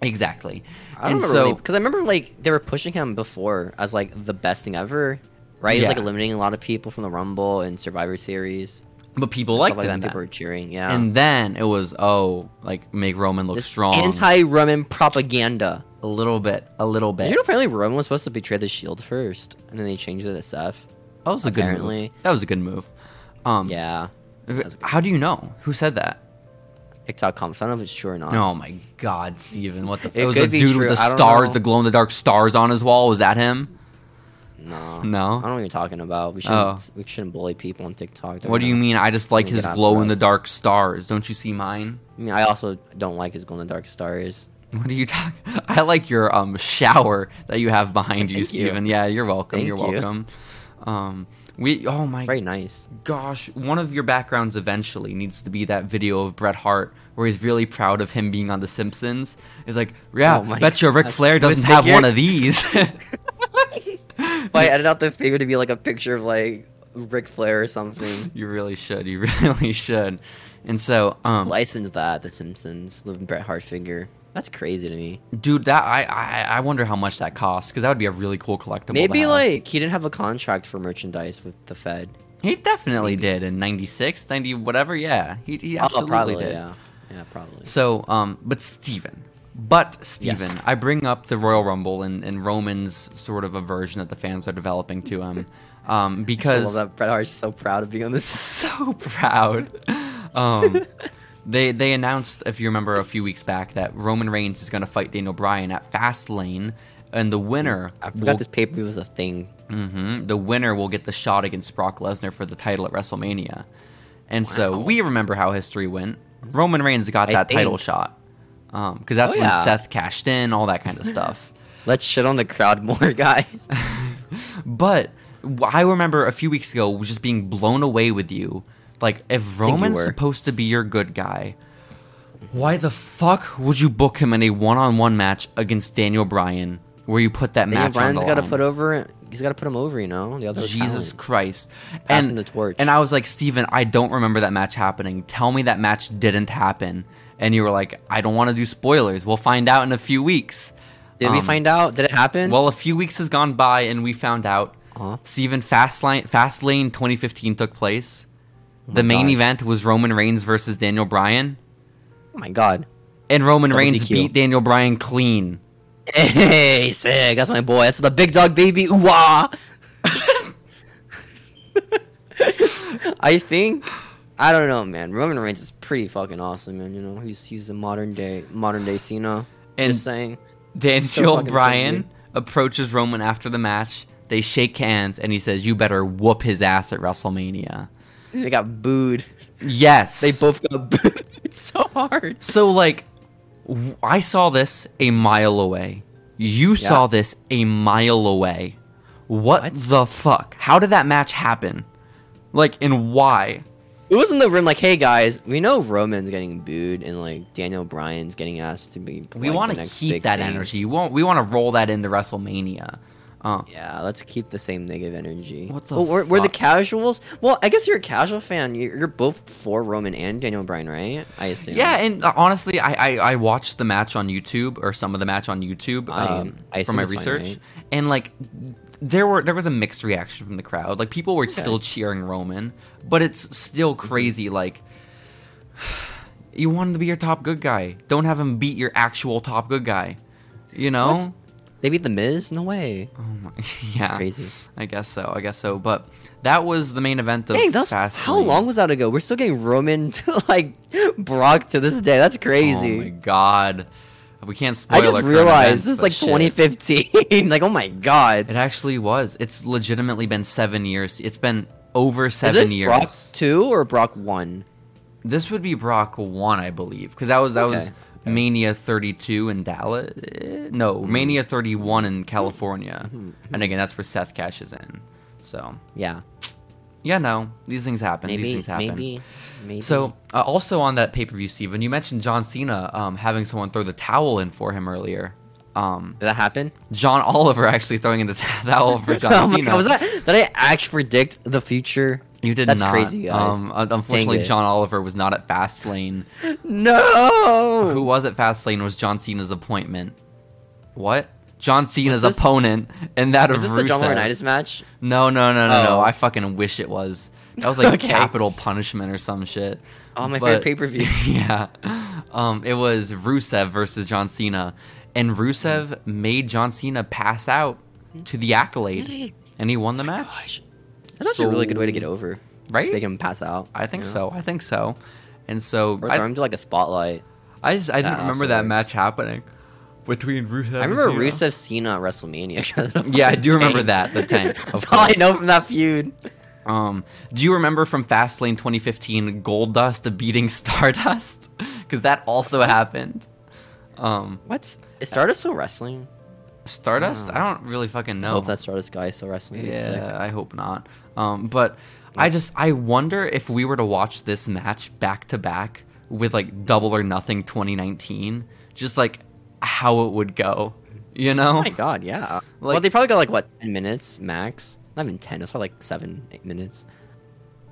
exactly. I don't and remember so, because I remember like they were pushing him before as like the best thing ever, right? He was like Yeah. eliminating a lot of people from the Rumble and Survivor Series. but people Like liked like that. him. and then. People were cheering. Yeah, And then it was oh, like make Roman look Oh. This strong. anti-Roman propaganda. a little bit, a little bit. Did you know apparently Roman was supposed to betray the Shield first, and then they changed it to Seth. that was a good apparently- move. That was a good move. Um, Yeah, was a good How do you know who said that? TikTok comments. I don't know if it's true or not. Oh my God, Steven. What the? F- It it was could a be dude true, with the I don't stars, know. the glow in the dark stars on his wall. Was that him? no, I No? don't know what you're talking about. We shouldn't. Oh. We shouldn't bully people on TikTok. They're What do you gonna- mean? I just like Let me his get out glow in the first. dark stars. Don't you see mine? I mean, I also don't like his golden dark stars. What are you talking? I like your um shower that you have behind you, Thank you. Steven. Yeah, you're welcome. Thank you're you. welcome. Um, we. Oh my Very nice. gosh, one of your backgrounds eventually needs to be that video of Bret Hart where he's really proud of him being on The Simpsons. He's like, yeah, Oh my bet you Ric gosh. Flair With doesn't have figure? one of these. Well, I edited out the figure to be like a picture of like Ric Flair or something. you really should. You really should. And so, um, License that The Simpsons, the Bret Hart figure. That's crazy to me. dude, that I, I I wonder how much that costs because that would be a really cool collectible. to Maybe have. like he didn't have a contract for merchandise with the Fed. he definitely did in '96, '90, whatever. Yeah, he, he Oh, absolutely probably, did. yeah, yeah, probably. So, um, but Steven. But Steven, I bring up the Royal Rumble and, and Roman's sort of aversion that the fans are developing to him. Um, I love because that Bret Hart's so proud of being on this. so proud. Um, they they announced, if you remember a few weeks back, that Roman Reigns is gonna fight Daniel Bryan at Fastlane and the winner I forgot will this pay per view was a thing. hmm The winner will get the shot against Brock Lesnar for the title at WrestleMania. And so Wow. we remember how history went. Roman Reigns got I that title think. shot because that's Oh, when yeah. Seth cashed in, all that kind of stuff. Let's shit on the crowd more, guys. but w- I remember a few weeks ago just being blown away with you. Like, if Roman's were. supposed to be your good guy, why the fuck would you book him in a one-on-one match against Daniel Bryan, where you put that Daniel match on Bryan's the got to line? put over. He's got to put him over. You know, the other Jesus talent. Christ. Passing the torch. And I was like, Steven, I don't remember that match happening. Tell me that match didn't happen. And you were like, I don't want to do spoilers. We'll find out in a few weeks. Did we Um, find out? Did it happen? Well, a few weeks has gone by, and we found out. Huh? Steven, Fastlane, Fastlane 2015 took place. The Oh my main God. event was Roman Reigns versus Daniel Bryan. oh my god. And Roman Double Reigns DQ. beat Daniel Bryan clean. Hey, sick. That's my boy. That's the big dog baby. Ooh wah. I think I don't know, man. Roman Reigns is pretty fucking awesome, man. You know, he's he's a modern day modern day Cena. And- Just saying. Daniel fucking Bryan silly. approaches Roman after the match. They shake hands, and he says, "You better whoop his ass at WrestleMania." They got booed. Yes, They both got booed. it's so hard. So like, w- I saw this a mile away. You Yeah. saw this a mile away. What, What? the fuck? How did that match happen? Like, and why? It was in the room like, hey guys, we know Roman's getting booed and like Daniel Bryan's getting asked to be. We like, want the to next keep big that thing. energy. We want we want to roll that into WrestleMania. Uh, Yeah, let's keep the same negative energy. What the Well, we're, we're the fuck? casuals. Well, I guess you're a casual fan. You're, you're both for Roman and Daniel Bryan, right? I assume. Yeah, and uh, honestly, I, I I watched the match on YouTube or some of the match on YouTube I- um, I for assume my it's fine, research, right? and like there were there was a mixed reaction from the crowd. Like people were still cheering Roman, but it's still Mm-hmm. crazy. Like you want him to be your top good guy. Don't have him beat your actual top good guy. You know? What? They beat the Miz. No way. Oh my, yeah, crazy. I guess so. I guess so. But that was the main event of Dang, that was, how Fastlane. long was that ago? We're still getting Roman to like Brock to this day. That's crazy. Oh my god. We can't spoil. I just our current realized events, this is but like shit. 2015. like, oh my god. It actually was. It's legitimately been seven years. It's been over Is seven this years. Brock two or Brock one? This would be Brock one, I believe, because that was that was Okay. Mania 32 in Dallas. eh, No, Hmm. Mania 31 in California, and again that's where Seth cashes in. So Yeah, yeah, no, these things happen. these maybe, things happen. maybe, maybe. So uh, also on that pay per view, Steven, you mentioned John Cena um, having someone throw the towel in for him earlier. um, Did that happen? John Oliver actually throwing in the towel for Oh John my Cena. God, was that? Did I actually predict the future? You did That's not. crazy, guys. Um, un- unfortunately, it. John Oliver was not at Fastlane. No. Who was at Fastlane was John Cena's appointment. What? John Cena's this- opponent and that is of this the John Rusev. Laurinaitis match? No, no, no, no, no. Oh. I fucking wish it was. That was like Okay. capital punishment or some shit. Oh, my favorite But- pay-per-view. Yeah. Um, it was Rusev versus John Cena. And Rusev made John Cena pass out to the accolade. And he won the match. Gosh, that's actually a really good way to get over. Right? Just making him pass out. I think you know? so. I think so. And so Or I, throw him to like a spotlight. I just I That didn't remember also that works. match happening between Rusev. I remember and Cena. Rusev Cena at WrestleMania. Yeah, I do remember that, the tank, of That's all I course. know from that feud. Um, do you remember from Fastlane 2015 Goldust beating Stardust? Because that also happened. Um, What? Is Stardust still wrestling? Stardust? Wow. I don't really fucking I know. hope that Stardust guy is still wrestling. He's yeah, sick. I hope not. Um, but I just I wonder if we were to watch this match back to back with like Double or Nothing 2019, just like how it would go. You know? Oh my god, yeah. well, Like- they probably got like what ten minutes max. Not even ten. It's probably like seven, eight minutes.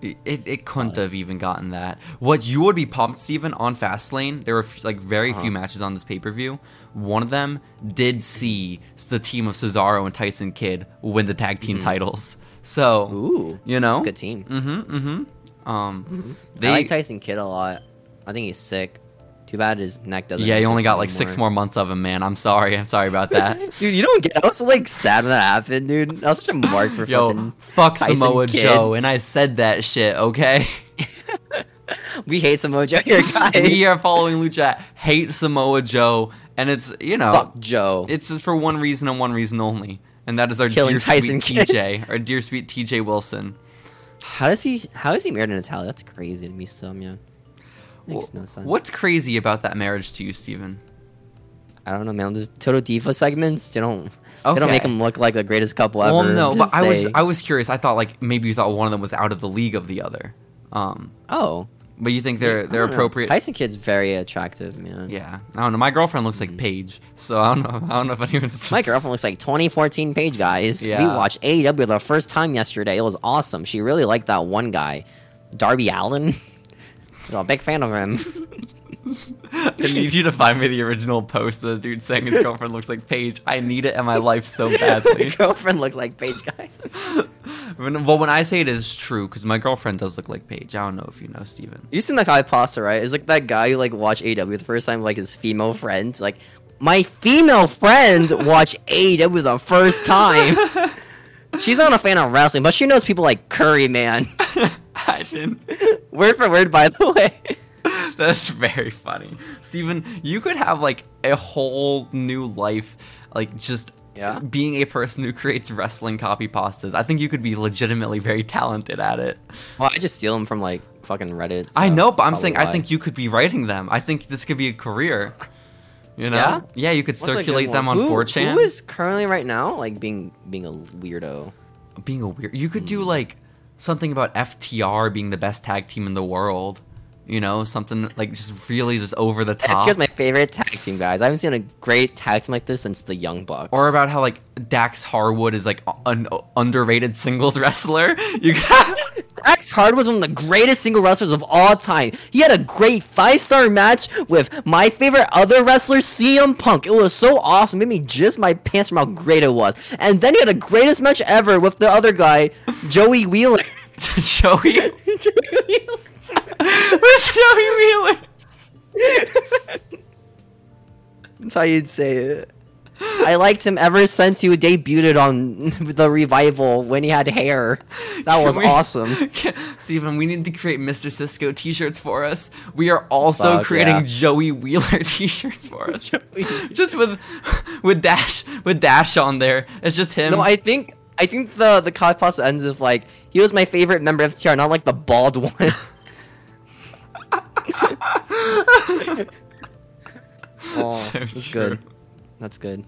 It, it couldn't have even gotten that. What you would be pumped, Steven, on Fastlane, there were f- like very Uh-huh. few matches on this pay per view. One of them did see s- the team of Cesaro and Tyson Kidd win the tag team titles. So, Mm-hmm. Ooh, you know? that's a good team. Mm-hmm, mm-hmm. Um, they, I like Tyson Kidd a lot. I think he's sick. Too bad his neck doesn't. yeah, you only exist got like six anymore. more months of him, man. I'm sorry. I'm sorry about that. dude, you don't get. I was like sad when that happened, dude. I was such a mark for Yo, fucking. fuck Tyson Samoa Kidd. Joe, and I said that shit, okay? We hate Samoa Joe here, guys. we are following Lucha. Hate Samoa Joe, and it's, you know. Fuck Joe. It's just for one reason and one reason only, and that is our Killing dear Tyson sweet Kidd. TJ, our dear sweet TJ Wilson. how does he? How is he married to Natalia? That's crazy to me. Still, man. Makes Wh- no sense. What's crazy about that marriage to you, Steven? I don't know, man. Those Total Diva segments, they don't. They don't make Okay. them look like the greatest couple Well, ever. no, but Just I was say- I was curious. I thought like maybe you thought one of them was out of the league of the other, um, oh, but you think they're I they're don't know. appropriate. Tyson Kid's very attractive, man. Yeah, I don't know. My girlfriend looks like Paige, so I don't know. I don't know if anyone's Mm-hmm. My girlfriend looks like 2014 page guys. We Yeah. watched AEW the first time yesterday. It was awesome. She really liked that one guy, Darby Allen. She's a big fan of him. I need you to find me the original post of the dude saying his girlfriend looks like Paige. I need it in my life so My badly. girlfriend looks like page guys. When- well, when I say it is true, because my girlfriend does look like Paige. I don't know if you know, Steven. You seen that guy Pasta, right? It's like that guy who like watched AEW the first time, like his female friend. Like my female friend watched AEW the first time. She's not a fan of wrestling, but she knows people like Curry Man. I didn't. word for word, by the way. That's very funny. Steven, you could have like a whole new life, like just Yeah. being a person who creates wrestling copy pastas. I think you could be legitimately very talented at it. Well, I just steal them from like fucking Reddit. I so know, but I'm probably saying I why. think you could be writing them. I think this could be a career. You know? Yeah? you could What's a good circulate them on one? Who- 4chan. Who is currently right now like being being a weirdo? being a weird. You could do like something about FTR being the best tag team in the world. You know, something like just really just over the top. FTR's my favorite tag team guys. I haven't seen a great tag team like this since the Young Bucks. or about how like Dax Harwood is like an underrated singles wrestler. You got X Hard was one of the greatest single wrestlers of all time. He had a great five star match with my favorite other wrestler, CM Punk. It was so awesome. It made me jizz my pants from how great it was. And then he had the greatest match ever with the other guy, Joey Wheeler. Joey. Joey Wheeler. What's Joey Wheeler? That's how you'd say it. I liked him ever since he debuted on the revival when he had hair. That was Can we- awesome. Can- Steven, we need to create Mr. Cisco t-shirts for us. We are also Fuck, creating yeah. Joey Wheeler t-shirts for us. Joey- just with with Dash with Dash on there. It's just him. No, I think I think the the cod pasta ends with like he was my favorite member of TR, not like the bald one. oh, So that's true. good. That's good.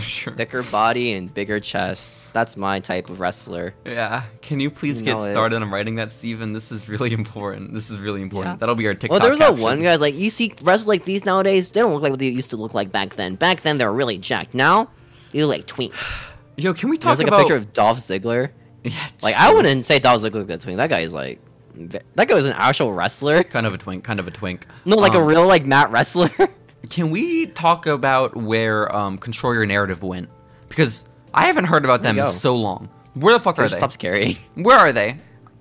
sure. Thicker body and bigger chest. That's my type of wrestler. Yeah. Can you please You get know it. started on writing that, Steven? This is really important. This is really important. Yeah. That'll be our Well, TikTok. there was that caption. one guy's like, you see wrestlers like these nowadays, they don't look like what they used to look like back then. Back then, they were really jacked. Now, they look like twinks. Yo, can we talk There's like about a picture of Dolph Ziggler. yeah, Like, I wouldn't say Dolph Ziggler looked like a twink. That guy is like, ve- that guy was an actual wrestler. kind of a twink, kind of a twink. No, like a Um, real like mat wrestler. Can we talk about where um, Control Your Narrative went? Because I haven't heard about Where'd them it in go? so long. Where the fuck are Which they? stops carrying. Where are they?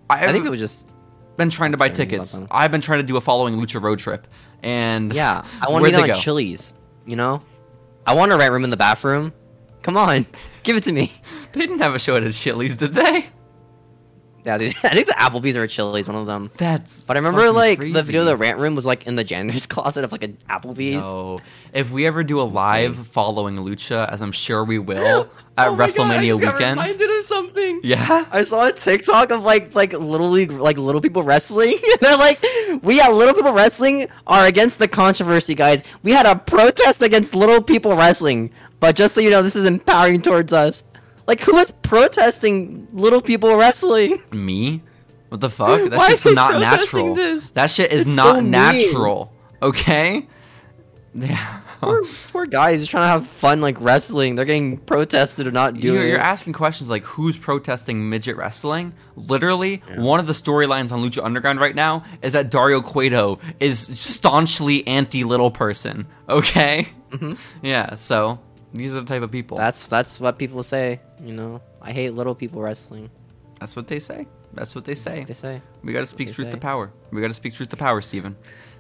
I've I think it was just been trying to buy Sorry, my tickets. bad. I've been trying to do a following Lucha road trip, and um, yeah. I want to where'd be they on go? Chili's. You know, I want a rent room in the bathroom. Come on, give it to me. They didn't have a show at a Chili's, did they? Yeah, dude, I think it's Applebee's or Chili's, one of them. That's. But I remember fucking like the crazy. video of the rant room was like in the janitor's closet of like an Applebee's. No. If we ever do a live following Lucha, as I'm sure we will, at Oh my God, I WrestleMania just got weekend. reminded of something. Yeah. I saw a TikTok of like like little league like little people wrestling, and they're like, "We at little people wrestling are against the controversy, guys. We had a protest against little people wrestling, but just so you know, this is empowering towards us. Like, who is protesting little people wrestling? Me? What the fuck? That Why shit's are they not protesting natural. this? That shit is It's so not mean. natural. Okay? Yeah. Poor, poor guys just trying to have fun like wrestling. They're getting protested or not doing. You're, you're it. asking questions like who's protesting midget wrestling? Literally, one of the storylines on Lucha Underground right now is that Dario Cueto is staunchly anti little person. Okay? Yeah, so these are the type of people. Mm-hmm. that's that's what people say. You know, I hate little people wrestling. That's what they say. That's what they That's say. what they say. We got to speak they truth to say. power. We got to speak truth to power, Steven.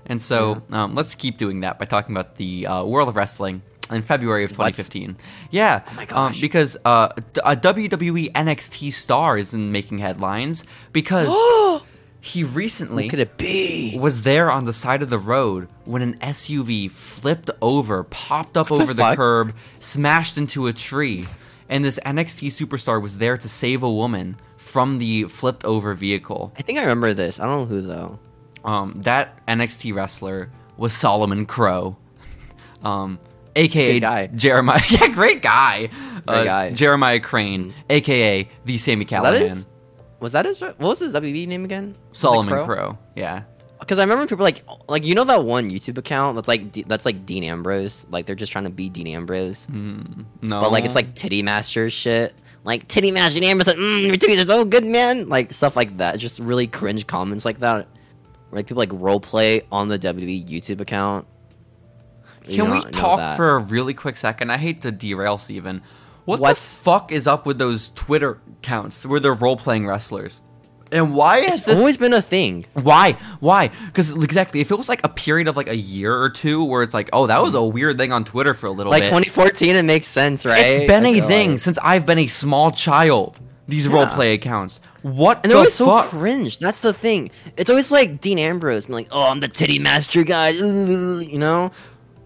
And so um, let's keep doing that by talking about the uh, world of wrestling in February of Let's- 2015. Yeah. my um, gosh. because uh, E d- a WWE NXT star is in making headlines because he recently Who could it be? was there on the side of the road when an SUV flipped over, popped up What the over the, fuck? curb, smashed into a tree, and this NXT superstar was there to save a woman from the flipped over vehicle. I think I remember this. I don't know who though. Um, that NXT wrestler was Solomon Crow, um, aka Good guy. Jeremiah. Yeah, great guy. Uh, Great guy. Jeremiah Crane, aka the Sammy Was that Callahan. his? Was that his? What was his WB name again? Solomon Crow? Yeah. Because I remember people like like you know that one YouTube account that's like D- that's like Dean Ambrose. Like they're just trying to be Dean Ambrose, Mm, no. but like it's like Titty Master shit. Like Titty Master Dean Ambrose, like, mm, your titties are so good, man. Like stuff like that. Just really cringe comments like that. Where, like people like role play on the WWE YouTube account. You Can know- we know talk that. for a really quick second? I hate to derail Steven. What What's- the fuck is up with those Twitter accounts where they're role playing wrestlers? And why is It's this always been a thing. Why? Why? Because exactly, if it was like a period of like a year or two where it's like, oh, that was a weird thing on Twitter for a little Like bit. 2014, it makes sense, right? it's been I a feel thing like- since I've been a small child. These role roleplay accounts. What And the they're always so fuck? cringe. That's the thing. It's always like Dean Ambrose, being like, "Oh, I'm the titty master guy," you know.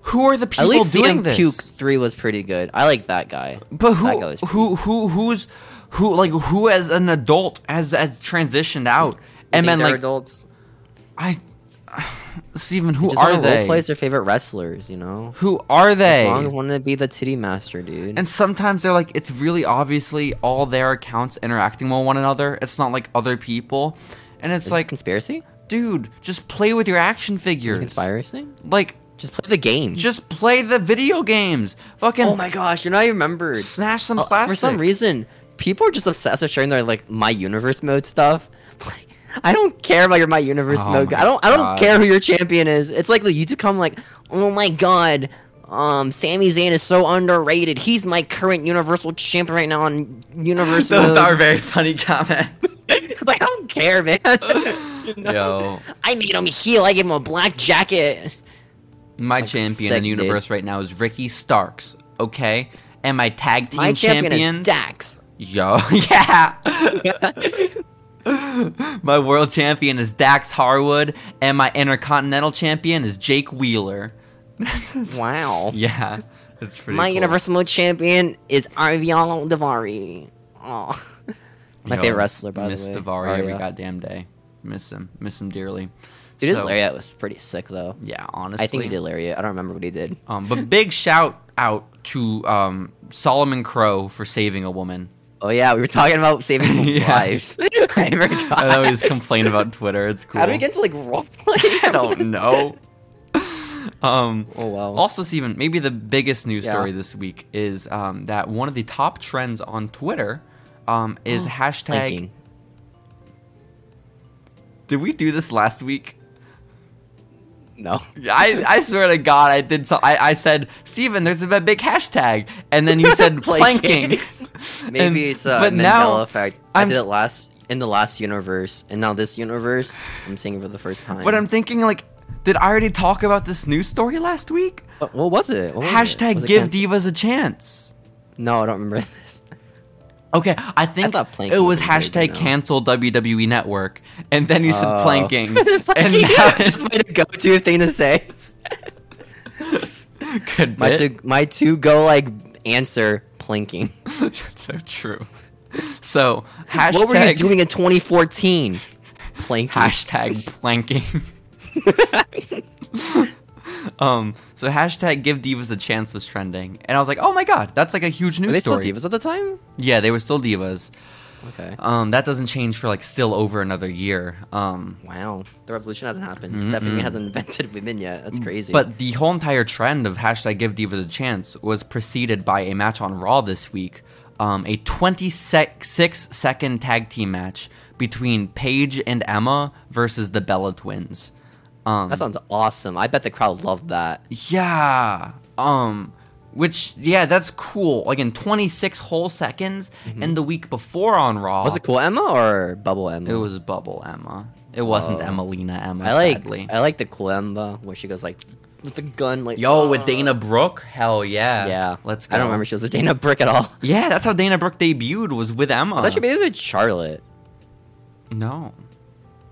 who are the At people least doing CM this? Puke Three was pretty good. I like that guy. But That who? guy was Who? Who? Who's? Who? Like who? As an adult, has has transitioned out, and then like adults, I, Steven, who just are want to they? role plays their favorite wrestlers. You know, Who are they? Long wanted to be the titty master, dude. And sometimes they're like, it's really obviously all their accounts interacting with one another. It's not like other people. And it's it's like like, conspiracy, dude, just play with your action figures. conspiracy. Like, Just play the game. just play the video games. Fucking oh my gosh, you know I remembered. smash some Uh, plastic. For some reason, people are just obsessed with sharing their like my universe mode stuff. Like, I don't care about your my universe Oh mode. my I don't. I don't God. care who your champion is. It's like the YouTube come like, oh my god, um, Sami Zayn is so underrated. He's my current Universal champion right now on Universe Those mode. are very funny comments. It's like uh, I don't care, man. You know? Yo, I made him heal. I gave him a black jacket. my champion in sick the universe right now is Ricky Starks, okay? And my tag team My champion champions. is Dax. Yo, yeah. my world champion is Dax Harwood, and my intercontinental champion is Jake Wheeler. Wow. yeah, that's pretty. My cool. Universal Mode champion is Ariel Davari. Oh, my Yo, favorite wrestler by miss the way. Davari every Arya. goddamn day. Miss him, miss him dearly. Dude, his So, lariat was pretty sick though. Yeah, honestly, I think he did lariat. I don't remember what he did. Um, but big shout out to um, Solomon Crow for saving a woman. Oh yeah, we were talking about saving people's Yeah. lives. I forgot. I always complain about Twitter. It's cool. How do we get to like role playing? I don't know. um, Oh wow. also, Steven, maybe the biggest news Yeah. story this week is um, that one of the top trends on Twitter um, is hashtag. Blinking. Did we do this last week? No. I, I swear to God, I did. So I, I said, Steven, there's a big hashtag, and then you said Planking. planking. Maybe And- it's a but Mandela now effect. i I'm- did it last in the last universe, and now this universe, I'm seeing it for the first time. But I'm thinking, like, did I already talk about this news story last week? What, what was it? What was it? Hashtag Was it give canceled? divas a chance. No, I don't remember this. Okay, I think thought planking it was was a big hashtag no. cancel WWE Network, and then you said Oh. planking, and Planking. now Just my go-to thing to say. good My bit. two, my two go like answer planking. That's so true. So hashtag what were you doing in 2014? Planking. hashtag planking. um, so hashtag give divas a chance was trending, and I was like, oh my god, that's like a huge Were news they still story. divas at the time? Yeah, they were still divas. Okay. Um, that doesn't change for like still over another year. Um, Wow, the revolution hasn't happened. Mm-mm. Mm, Stephanie hasn't invented women yet. That's crazy. But the whole entire trend of hashtag give divas a chance was preceded by a match on Raw this week, um, a 26 second tag team match between Paige and Emma versus the Bella Twins. Um, that sounds awesome. I bet the crowd loved that. yeah. Um, which yeah, that's cool. Like in 26 whole seconds, and the week before on Raw, Mm-hmm. Was it cool Emma or Bubble Emma? it was Bubble Emma. It wasn't Oh. Emelina Emma. I like sadly. I like the cool Emma where she goes like with the gun like Yo, with "Ah." Dana Brooke, hell yeah, Yeah, Let's go. I don't remember she was a Dana Brick at all. Yeah, that's how Dana Brooke debuted was with Emma. I thought she maybe with Charlotte. no,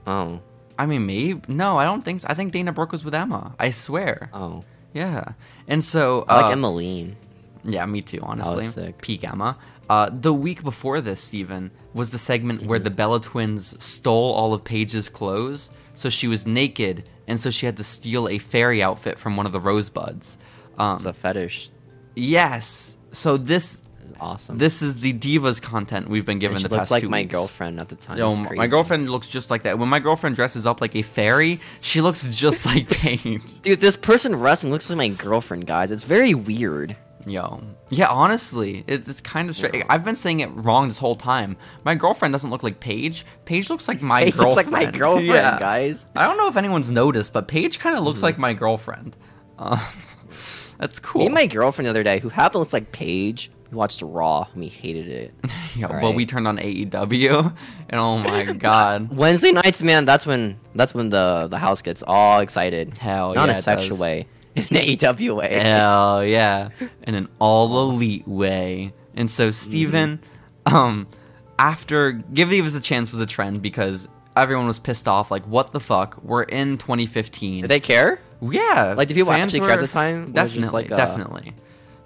Oh, I mean maybe no, I don't think. so. I think Dana Brooke was with Emma. I swear. oh, Yeah, and so I like uh, Emmeline. Yeah, me too. Honestly, sick. peak Emma. Uh, the week before this, Steven, was the segment where the Bella twins stole all of Paige's clothes, so she was naked, and so she had to steal a fairy outfit from one of the rosebuds. Um, It's a fetish. yes. So this It's awesome. this is the divas content we've been given And she the looked past like two my weeks. girlfriend at the time. Yo, It's m- my crazy. girlfriend looks just like that. When my girlfriend dresses up like a fairy, she looks just like Paige. Dude, this person wrestling looks like my girlfriend, guys. It's very weird. Yo, yeah, honestly, it's it's kind of strange. Yeah. I've been saying it wrong this whole time. My girlfriend doesn't look like Paige. Paige looks like my Paige looks girlfriend. like my girlfriend, Yeah. guys. Mm-hmm. I don't know if anyone's noticed, but Paige kind of looks like my girlfriend. Um, that's Me cool. and my girlfriend the other day, who happened to look like Paige, we watched Raw and we hated it. Yo, but Alright. we turned on AEW, and oh my god. Wednesday nights, man, that's when that's when the the house gets all excited. Hell Not yeah, in it a sexual does. way, in an AEW way. Hell yeah. In an all elite way. And so Steven, Mm-hmm. um, after Give Divas a Chance was a trend because everyone was pissed off, like, what the fuck? We're in twenty fifteen. Did they care? yeah. Like, did people fans actually care at the time? Or was it Definitely, just like a- definitely.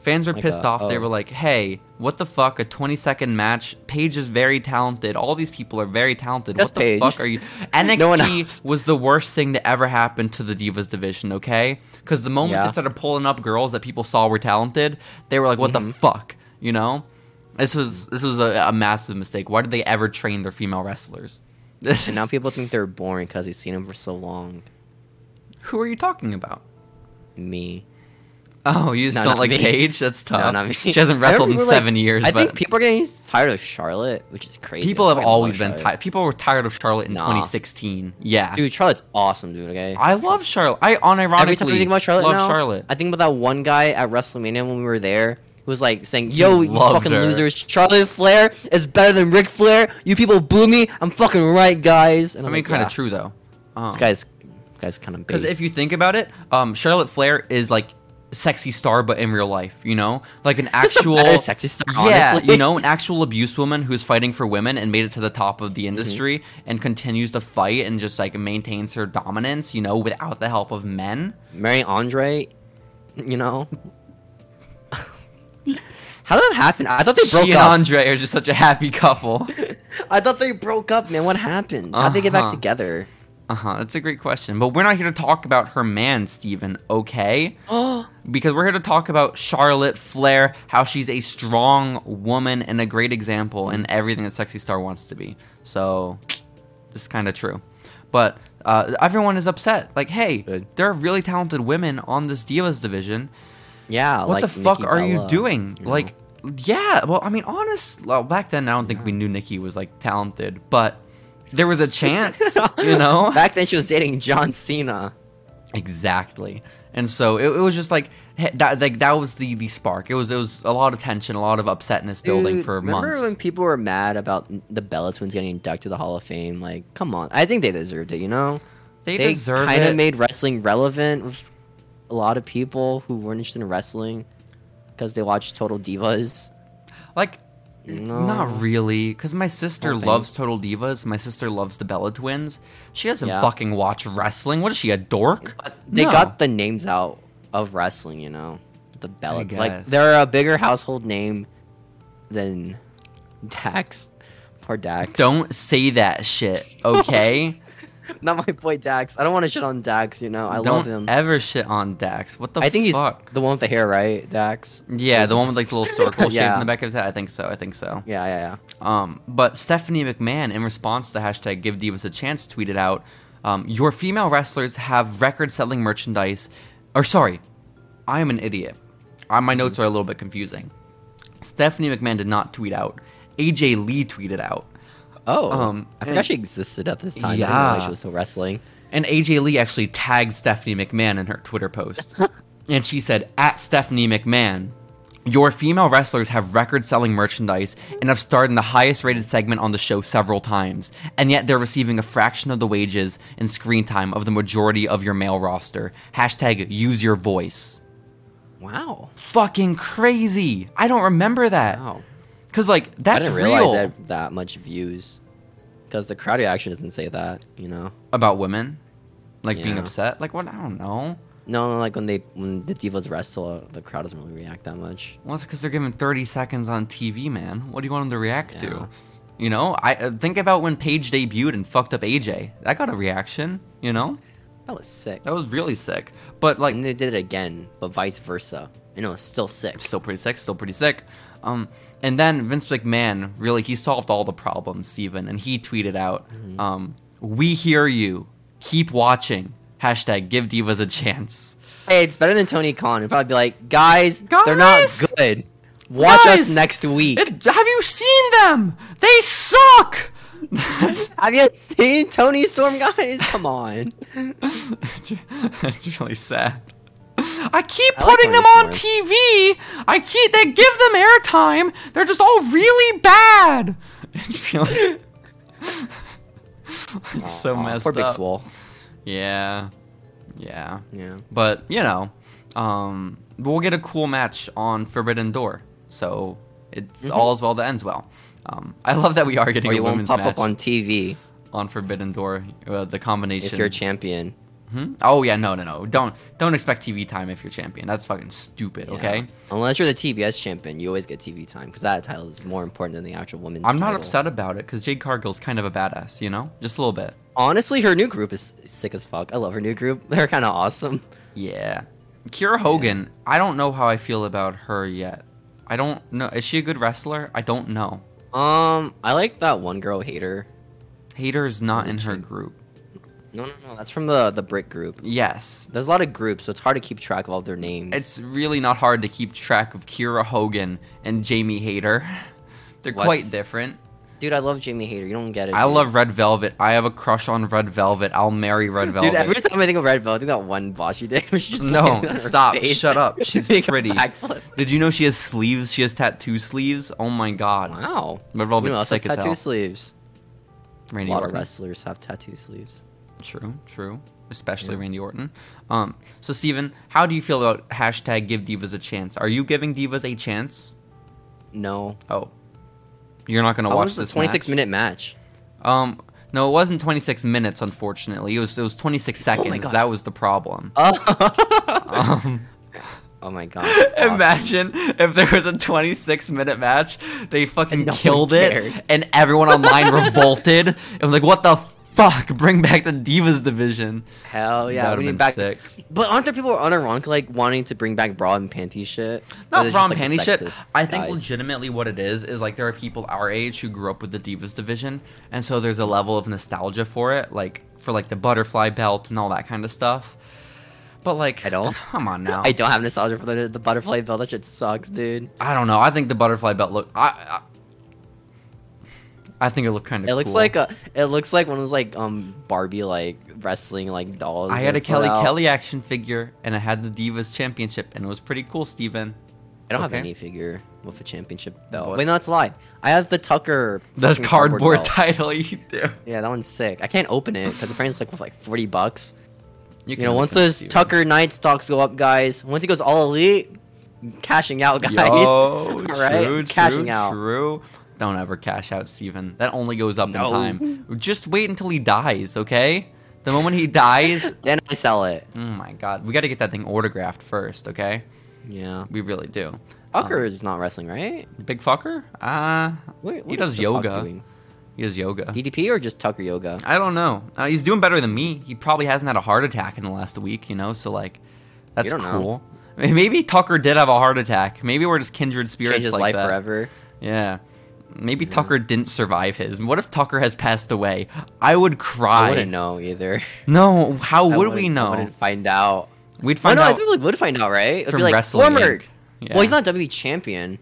Fans were like pissed a- off. They oh. were like, hey, what the fuck? A 20 second match. Paige is very talented. All these people are very talented. Just what the Paige. fuck are you? NXT one else. was the worst thing that ever happened to the Divas division, okay? Because the moment Yeah. they started pulling up girls that people saw were talented, they were like, what Mm-hmm. the fuck? You know? This was this was a, a massive mistake. Why did they ever train their female wrestlers? This And now is- people think they're boring because they've seen them for so long. Who are you talking about? Me. Oh, you just No, don't not like me. Paige? That's tough. No, not me. She hasn't I remember wrestled in we were, like- seven years, I but think people are getting tired of Charlotte, which is crazy. people I have fucking love always been Charlotte. tired. People were tired of Charlotte in Nah. 2016. Yeah. Dude, Charlotte's awesome, dude. Okay. I love Charlotte. I unironically Every time I think about Charlotte love now, Charlotte. I think about that one guy at WrestleMania when we were there who was like saying, "Yo, you loved fucking her. losers! Charlotte Flair is better than Ric Flair. You people boo me. I'm fucking right, guys." And I I'm mean, like, kind yeah, of true, though. Um, This guy's, this guy's kind of Because based. if you think about it, um, Charlotte Flair is like sexy star, but in real life, you know, like an Just a actual better sexy star, yeah, honestly. you know, an actual abuse woman who's fighting for women and made it to the top of the Mm-hmm. industry and continues to fight and just like maintains her dominance, you know, without the help of men. marry Andre, you know. How did that happen? I thought they broke she and up. Andre are just such a happy couple. I thought they broke up, man. What happened? How'd they get back Uh-huh. together? Uh huh. That's a great question. But we're not here to talk about her man, Steven, okay? Oh, Because we're here to talk about Charlotte Flair, how she's a strong woman and a great example in everything that Sexy Star wants to be. So, it's kind of true. But uh, everyone is upset. Like, hey, Good. there are really talented women on this Divas division. yeah. What like the fuck Nikki are you Bella, doing? you know? Like, yeah. Well, I mean, honest. Well, back then, I don't think we knew Nikki was like talented, but there was a chance, you know. Back then, she was dating John Cena. Exactly. And so it, it was just like he- that. Like that was the the spark. It was it was a lot of tension, a lot of upsetness building Dude, for remember months. when people were mad about the Bella Twins getting inducted to the Hall of Fame? Like, come on. I think they deserved it, you know? they, they deserve kind it. of made wrestling relevant with a lot of people who weren't interested in wrestling because they watched Total Divas. like. No. Not really, because my sister Don't think. loves Total Divas. My sister loves the Bella Twins. She doesn't Yeah. fucking watch wrestling. What is she, a dork? But they No. got the names out of wrestling, you know? The Bella. Like, guess. they're a bigger household name than Dax. Poor Dax. Don't say that shit, okay? Not my boy Dax. I don't want to shit on Dax, you know? I Don't love him. ever shit on Dax. What the I think fuck? he's the one with the hair, right? Dax. yeah, the one with like the little circle shaped Yeah. in the back of his head. I think so. I think so. Yeah, yeah, Um, but Stephanie McMahon, in response to hashtag Give Divas a Chance, tweeted out, um, "Your female wrestlers have record-selling merchandise." Or sorry, I am an idiot. Uh, my notes are a little bit confusing. Stephanie McMahon did not tweet out. AJ Lee tweeted out. yeah. Oh, Um, I and- forgot she existed at this time. I didn't Yeah. realize she was still wrestling. And AJ Lee actually tagged Stephanie McMahon in her Twitter post. and she said, at Stephanie McMahon, your female wrestlers have record selling merchandise and have starred in the highest rated segment on the show several times, and yet they're receiving a fraction of the wages and screen time of the majority of your male roster. Hashtag use your voice. Wow. Fucking crazy. I don't remember that. Wow. Because, like, that's I didn't real. realize that that much views. Because the crowd reaction doesn't say that, you know. About women? Like, being Yeah. upset? Like, what? I don't know. No, no, like when they when the divas wrestle, the crowd doesn't really react that much. Well, it's because they're given 30 seconds on TV, man. What do you want them to react Yeah. to? You know, I uh, think about when Paige debuted and fucked up AJ. That got a reaction. You know, That was sick. that was really sick. But like, And they did it again, but vice versa. You know, it's still sick. still pretty sick. Still pretty sick. Um, and then Vince McMahon really he solved all the problems, Steven, and he tweeted out, um, "We hear you. Keep watching." Hashtag Give Divas a chance. Hey, it's better than Tony Khan. He'd probably be like, guys, they're Guys! not good. Watch us Guys! next week. It- have you seen them? They suck. That's- Have you seen Tony Storm, guys? Come on. It's- it's really sad. I keep I like putting Tony them on Storm. TV. I keep they give them airtime. They're just all really bad. It's really- it's so Aw, messed poor Big up. Swole. Yeah, yeah. Yeah. But you know, um, we'll get a cool match on Forbidden Door. So it's all as well that ends well. Um, I love that we are getting Or a you won't women's pop match up on TV on Forbidden Door. Uh, the combination. if you're a champion. Hmm? Oh yeah, no, no, no. Don't don't expect TV time if you're champion. That's fucking stupid. Yeah. Okay. Unless you're the TBS champion, you always get TV time because that title is more important than the actual women's. I'm not title. upset about it because Jade Cargill's kind of a badass, you know, just a little bit. Honestly, her new group is sick as fuck. I love her new group. They're kind of awesome. Yeah. Kira Hogan, I don't know how I feel about her yet. I don't know. Is she a good wrestler? I don't know. Um, I like that one girl hater. Hater is not in Isn't her she? group. No, no, no. That's from the the brick group. Yes. There's a lot of groups, so it's hard to keep track of all their names. It's really not hard to keep track of Kira Hogan and Jamie Hader. They're What? quite different. dude, I love Jamie Hater. You don't get it. I dude. love Red Velvet. I have a crush on Red Velvet. I'll marry Red Velvet. Dude, every time I think of Red Velvet, I think that one boss she did. Was just No, landing on her stop, face. shut up, she's Make a pretty. backflip. Did you know she has sleeves? She has tattoo sleeves. Oh my god. Wow. Red You know, Velvet's who else has sick as tattoo hell. sleeves. A Randy lot of Orton. wrestlers have tattoo sleeves. True, true. Especially Randy Orton. Um, so Steven, how do you feel about hashtag Give Divas a Chance? Are you giving Divas a chance? No. Oh, you're not gonna How watch was the this 26 match? minute match? Um, no, it wasn't 26 minutes. Unfortunately, it was it was 26 seconds. Oh God. that was the problem. Oh, Um, oh my god. that's awesome. Imagine if there was a 26 minute match, they fucking And no one killed it, cared. and everyone online revolted. It was like, what the Fuck, bring back the Divas division. Hell yeah, That'd we have need been back. sick. But aren't there people unironic like wanting to bring back bra and panty shit? Or Not there's bra and just, panty like, shit. sexist I think guys? legitimately what it is is like there are people our age who grew up with the Divas division, and so there's a level of nostalgia for it, like for like the butterfly belt and all that kind of stuff. But like, I don't. Come on now. I don't have nostalgia for the, the butterfly belt. That shit sucks, dude. I don't know. I think the butterfly belt look. I I, I think it looked kind of. It looks like a. It looks like one of those like um Barbie like wrestling like dolls. I had they a put Kelly out. Kelly action figure, and I had the Divas Championship, and it was pretty cool, Steven. I don't have Okay. any figure with a championship belt. What? Wait, no, that's a lie. I have the Tucker. The fucking cardboard belt. title you do. Yeah, that one's sick. I can't open it because apparently it's like with like forty bucks. You can know, open once it, those Steven. Tucker Night stocks go up, guys. Once he goes all elite, cashing out, guys. Yo, All true, right? true, cashing out. True. Don't ever cash out, Steven. That only goes up No. in time. Just wait until he dies, okay? The moment he dies, Then I sell it. oh my god, we got to get that thing autographed first, okay? Yeah. Um, We really do. Tucker is not wrestling, right? Um, big fucker? Uh, What, what he is does the fuck yoga. doing? He does yoga. DDP or just Tucker yoga? I don't know. Uh, he's doing better than me. He probably hasn't had a heart attack in the last week, you know. So like, that's You don't know. cool. I mean, Maybe Tucker did have a heart attack. Maybe we're just kindred spirits Change his like life that. forever. Yeah. Maybe Tucker didn't survive his. What if Tucker has passed away? I would cry. I wouldn't know either. No, how I would we wouldn't- I know? wouldn't find out. We'd I find know. I out think we would find out, right? It'd from be like, wrestling. Former. Inc. Well, he's Yeah. not WWE champion.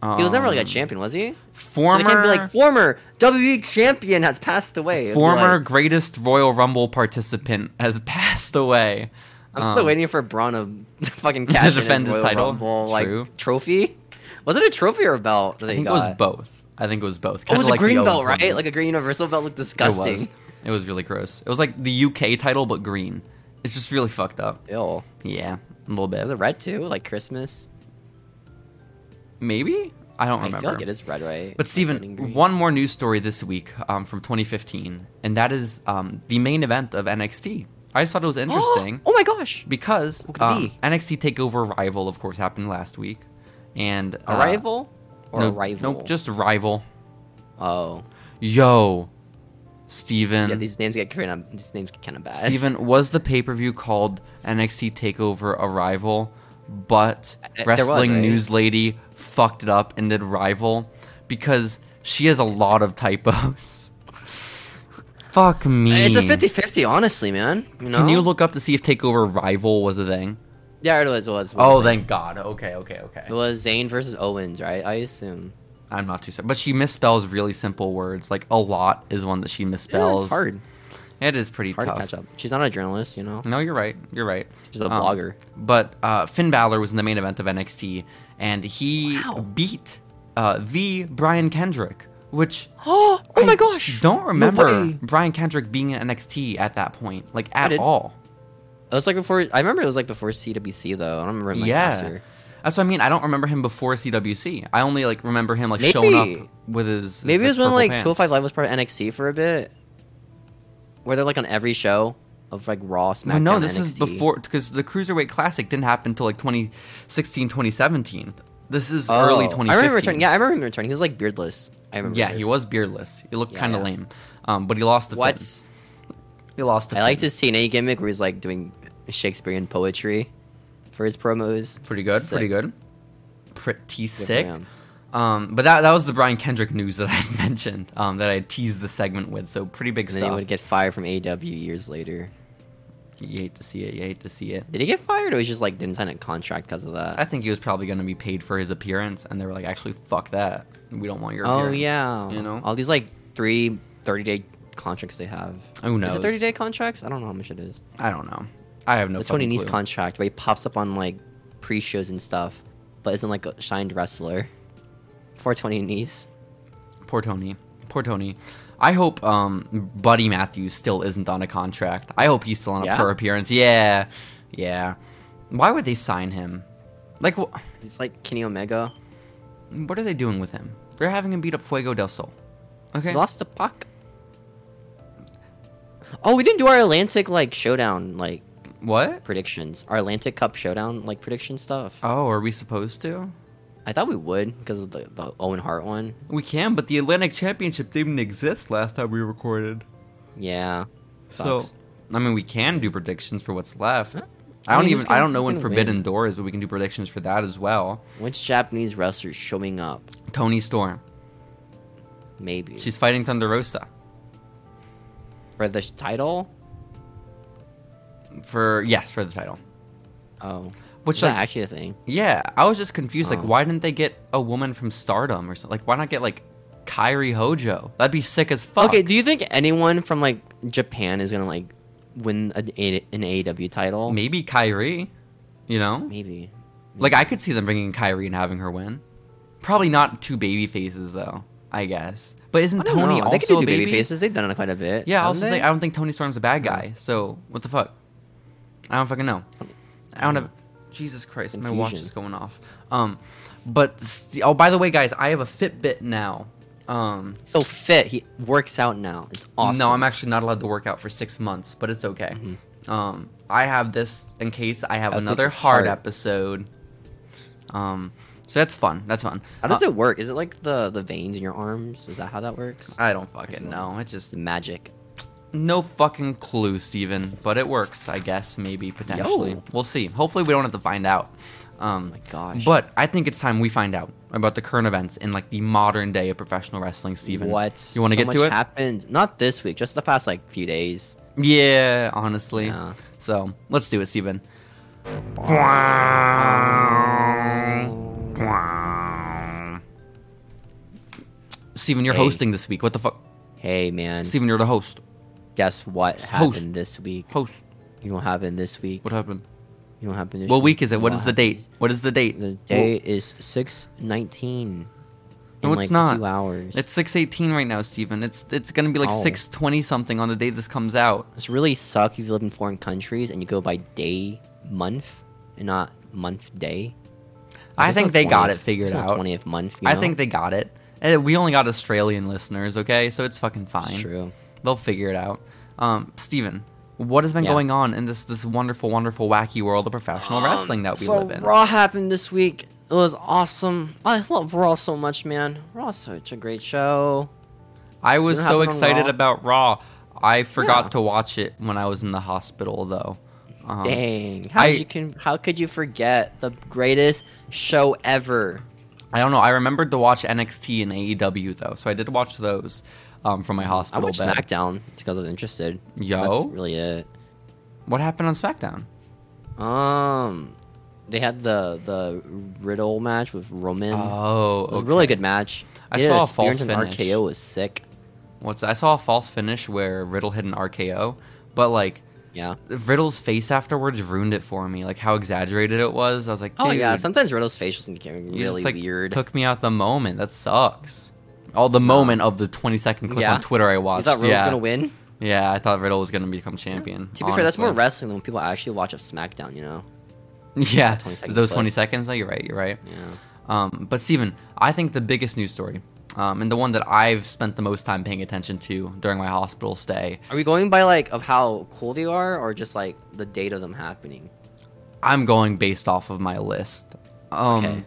He was never like a Um, champion, was he? Former, So they can't be like former WWE champion has passed away. It'd be former like- greatest Royal Rumble participant has passed away. I'm still Um, waiting for Braun to fucking cash in defend his his Royal title. Rumble, like True. trophy. Was it a trophy or a belt? That I they think it got? was both. I think it was both. Oh, it Kinda was a like the green Owen belt, Hart right? Like a green universal belt looked It disgusting. was. It was really gross. It was like the UK title but green. It's just really fucked up. Ew. Yeah, a little Was bit. it red too? Like Christmas? Maybe I don't I remember. feel like it is red, right? But Like, red and Steven, green. one more news story this week um, from 2015, and that is um, the main event of NXT. I just thought it was interesting oh my gosh! because Who could it um, be? NXT Takeover Rival, of course, happened last week, and A uh, rival or no, a rival? Nope, just rival. oh. Yo, Steven. Yeah, these names get kind of these names get kind of bad. Steven, was the pay per view called NXT Takeover Arrival, but Uh, there was, wrestling right? news lady fucked it up and did Rival because she has a lot of typos. Fuck me. Uh, It's a 50-50, honestly, man. You know? Can you look up to see if Takeover Rival was a thing? Yeah, it was. It was. it Oh, was Zayn. thank God. Okay, okay, okay. It was Zayn versus Owens, right? I assume. I'm not too sorry, but she misspells really simple words. Like a lot is one that she misspells. Yeah, it's hard. It is pretty Hard tough. Mm. to catch up. She's not a journalist, you know. No, you're right. You're right. Um, She's a blogger. But uh, Finn Balor was in the main event of NXT, and he Wow. beat uh, the Brian Kendrick, which Oh, I Don't remember way. Brian Kendrick being in NXT at that point, like at didn't- all. It was like before. I remember it was like before CWC though. I don't remember. Like, yeah, After. that's what I mean. I don't remember him before CWC. I only like remember him like Maybe- showing up with his. Maybe it was his, when purple like pants. 205 Live was part of NXT for a bit, where they're like on every show of like Raw, SmackDown. Well, no, this NXT. is before because the Cruiserweight Classic didn't happen until like 2016, 2017. This is Oh, early 2015. I remember returning. Yeah, I remember him returning. He was like beardless. I remember. Yeah, this. he was beardless. He looked Yeah, kind of yeah. lame, um, but he lost to What? Finn. He lost to I liked Finn. his TNA gimmick where he's like doing Shakespearean poetry for his promos. pretty good, Sick. pretty good, pretty for sick. him. Um, but that that was the Brian Kendrick news that I had mentioned um, that I teased the segment with. So pretty big And then he stuff. would get fired from AW years later. You hate to see it. You hate to see it. Did he get fired, or he just like didn't sign a contract because of that? I think he was probably going to be paid for his appearance, and they were like, "Actually, fuck that. We don't want your Oh appearance." yeah, you know. all these like three 30 day contracts they have. Who Is knows? it 30 day contracts? I don't know how much it is. I don't know. I have no. the Tony fucking Nese clue. contract where he pops up on like pre shows and stuff, but isn't like a shined wrestler. For Tony Nese. Poor Tony. Poor Tony. I hope um, Buddy Matthews still isn't on a contract. I hope he's still on a Yeah? per appearance. Yeah, yeah. Why would they sign him? Like, wh- It's like Kenny Omega. what are they doing with him? They're having him beat up Fuego del Sol. Okay. He lost the puck. Oh, we didn't do our Atlantic like showdown like What? predictions. Our Atlantic Cup showdown like prediction stuff. Oh, are we supposed to? I thought we would because of the, the Owen Hart one. We can, but the Atlantic Championship didn't exist last time we recorded. Yeah. So, Sucks. I mean, we can do predictions for what's left. Huh? I don't mean, who's even. I gonna don't know when freaking Forbidden win? Door is, but we can do predictions for that as well. Which Japanese wrestler's showing up? Tony Storm. Maybe She's fighting Thunder Rosa for the sh- title. for yes for the title. Oh, Which is that like, actually a thing? yeah, I was just confused. Like, Oh. why didn't they get a woman from Stardom or something? Like, why not get like Kyrie Hojo? That'd be sick as fuck. Okay, do you think anyone from like Japan is gonna like win a, a- an AEW title? maybe Kyrie. You know, Maybe. like I could see them bringing Kyrie and having her win. Probably not two baby faces though. I guess. But isn't I don't Tony know. also they could do a baby? baby? faces. They've done it quite a bit. Yeah, I haven't also they? think, I don't think Tony Storm's a bad guy. So what the fuck? I don't fucking know. I don't have. Jesus Christ, my watch Confusion. is going off. Um, but st- oh, by the way, guys, I have a Fitbit now. Um, so fit. He works out now. It's awesome. Mm-hmm. no, I'm actually not allowed to work out for six months, but it's okay. Um, I have this in case I have That puts another us hard hard. episode. Um, so that's fun. That's fun. How does Uh, it work? Is it like the the veins in your arms? Is that how that works? I don't fucking know. Uh, It's just It's magic. No fucking clue, Steven, but it works, I guess, maybe, potentially. Yo. Oh We'll see. Hopefully, we don't have to find out. Um, my gosh. But I think it's time we find out about the current events in like the modern day of professional wrestling, Steven. What? You want so to get much to it? Happened not this week, just the past like few days. yeah, honestly. Yeah. So let's do it, Steven. Steven, you're Hey. hosting this week. What the fuck? Hey man, Steven, you're the host. guess what Host. happened this week? Host. You know what happened this week? What happened? You know what happened this What week is it? You What know is the date? What is the date? happened- The day is six nineteen. No, in like it's not. A few hours. It's six eighteen right now, Steven. It's it's gonna be like Oh. six twenty something on the day this comes out. It's really suck if you live in foreign countries and you go by day month and not month day. I There's no think they got 20th it figured there's no out. Twentieth month. You I know? think they got it. And we only got Australian listeners, okay? So it's fucking fine. it's true. They'll figure it out. Um, Steven, what has been Yeah. going on in this this wonderful, wonderful, wacky world of professional wrestling that we so live in? Raw happened this week. It was awesome. I love Raw so much, man. Raw's such a great show. I was Did it so happen on excited Raw? about Raw. I forgot Yeah. to watch it when I was in the hospital, though. Um, Dang, how I- did you can how could you forget the greatest show ever? I don't know. I remembered to watch NXT and AEW though, so I did watch those um, from my I hospital watched bed. SmackDown because I was interested. Yo. that's really it. What happened on SmackDown? Um, they had the the Riddle match with Roman. Oh, it was a okay. really good match. I He did saw a spear false into an finish. RKO was sick. What's I saw a false finish where Riddle hit an RKO, but like Yeah. Riddle's face afterwards ruined it for me. Like how exaggerated it was. I was like, Oh yeah. dude, Sometimes Riddle's facials can get you really just like weird. took me out the moment. That sucks. All the moment of the 20 second clip Yeah. on Twitter I you watched. thought Riddle yeah. was gonna win? yeah, I thought Riddle was gonna become champion. To be fair, that's more honestly. wrestling than when people actually watch of SmackDown. You know? Yeah, 20 second those clip. 20 seconds. No, you're right. You're right. Yeah. Um, but Steven, I think the biggest news story, um, and the one that I've spent the most time paying attention to during my hospital stay, Are we going by like of how cool they are, or just like the date of them happening? I'm going based off of my list. Um, Okay.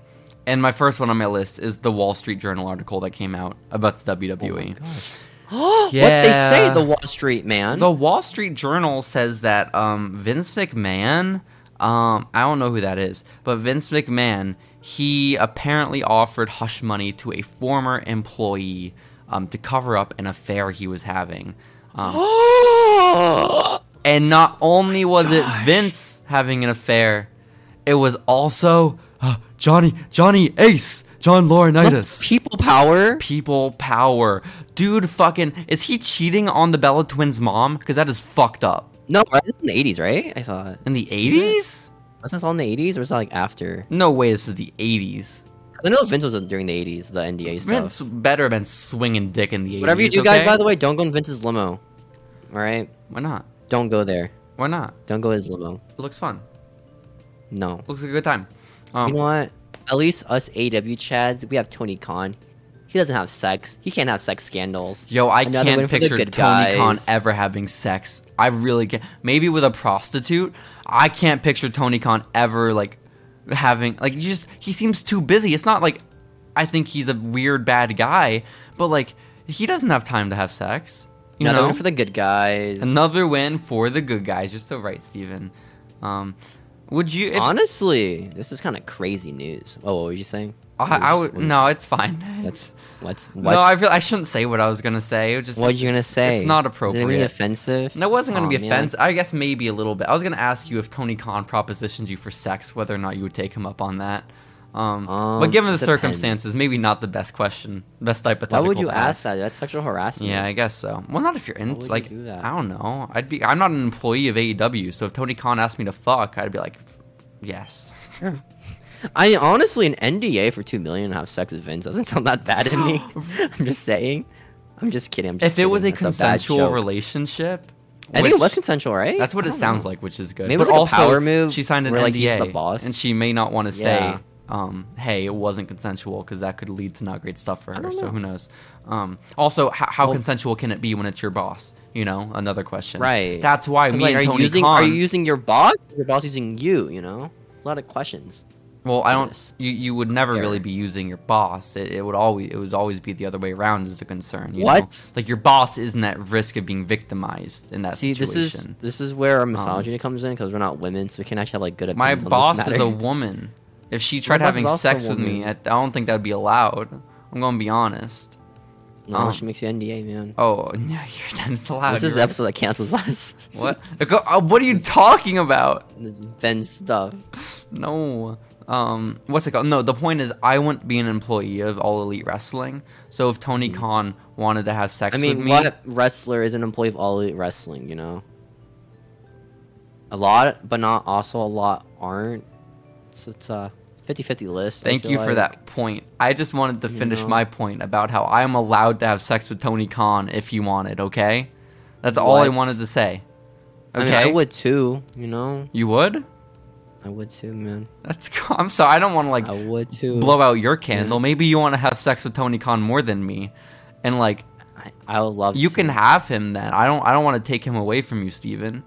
And my first one on my list is the Wall Street Journal article that came out about the E. Oh WWE. what they say, Yeah. the Wall Street man. the Wall Street Journal says that um, Vince McMahon, um, I don't know who that is, but Vince McMahon, he apparently offered hush money to a former employee um, to cover up an affair he was having. Um, And not only was it Vince having an affair, it was also uh, Johnny Johnny Ace John Laurinaitis. people power. People power, dude. Fucking is he cheating on the Bella Twins' mom? Because that is fucked up. No, right? It's in the eighties, right? I thought In the eighties? wasn't this all in the eighties, or was it like after? No way. This was the eighties. 'Cause I know Vince was in- during the eighties, the NDA stuff. Vince better have been swinging dick in the eighties. Whatever you do, guys. By the way, don't go in Vince's limo. All right, why not? don't go there. Why not? Don't go his limo. It looks fun. No. Looks like a good time. Um, You know what? At least us AW chads, we have Tony Khan. He doesn't have sex. He can't have sex scandals. Yo, I Another win can't for the picture Tony good Khan guys. ever having sex. I really can't. Maybe with a prostitute. I can't picture Tony Khan ever like having like you just he seems too busy. It's not like I think he's a weird bad guy, but like he doesn't have time to have sex. You Another know, one for the good guys. another win for the good guys. You're so right, Steven. Um, would you? If, Honestly, this is kind of crazy news. Oh, what were you saying? I, I would. No, it's fine. That's what's what's. no, I feel I shouldn't say what I was gonna say. It was just what are you gonna it's- say? It's not Is it gonna be appropriate. offensive? that wasn't going Aw, to be man. offense. I guess maybe a little bit. I was going to ask you if Tony Khan propositioned you for sex, whether or not you would take him up on that. Um, but Um, given the depends. circumstances, maybe not the best question, best Why hypothetical. would you to ask that? That's sexual harassment. Yeah, I guess so. Well, not if you're in. would you Like, do that? I don't know. I'd be. I'm not an employee of AEW, so if Tony Khan asked me to fuck, I'd be like, yes. I honestly an NDA for two million and have sex with Vince doesn't sound that bad to me. I'm just saying. I'm just kidding. I'm just if it was a kidding. That's bad consensual joke. relationship, I think it which- was consensual, right? That's what I it don't sounds know. like, which is good. Maybe it was but like a also, power move She signed an where, like, he's NDA, the boss. and she may not want to say, Yeah. um, "Hey, it wasn't consensual," because that could lead to not great stuff for her. don't So know. who knows? Um, also, h- how Well- consensual can it be when it's your boss? You know, another question. Right. That's why 'Cause, me like, and are Tony you using Khan. are you using your boss? Or your boss using you? You know, a lot of questions. well, I don't. this? You, you would never Error. really be using your boss. It, it would always it would always be the other way around is a concern. you know? What? Like your boss isn't at risk of being victimized in that See, situation. Uh-huh. this is this is where our misogyny comes in because we're not women, so we can't actually have like good opinions. My on this boss is matter. a woman. If she tried boss is having also a sex with me, woman. I, I don't think that'd be allowed. I'm gonna be honest. no, um, she makes you NDA, man. Oh, no, you're then it's allowed. this is you're the right. episode that cancels us. What? Go- oh, what are you talking about? this Vince stuff. No. Um, what's it called? No, the point is, I wouldn't be an employee of All Elite Wrestling. So if Tony Khan wanted to have Hmm. sex I mean, with me, what wrestler is an employee of All Elite Wrestling? You know, a lot, but not also a lot aren't. So it's a 50-50 list. I Thank feel you for like. that point. I just wanted to You finish know. my point about how I am allowed to have sex with Tony Khan if he wanted. Okay, that's all I What? wanted to say. I mean, Okay, I would too. You know, you would. I would too, man. That's cool. I'm sorry. I don't want to like I would too. blow out your candle. Maybe you want to have sex with Tony Khan more than me, and like I, I would love. you to. can have him then. I don't. I don't want to take him away from you, Steven.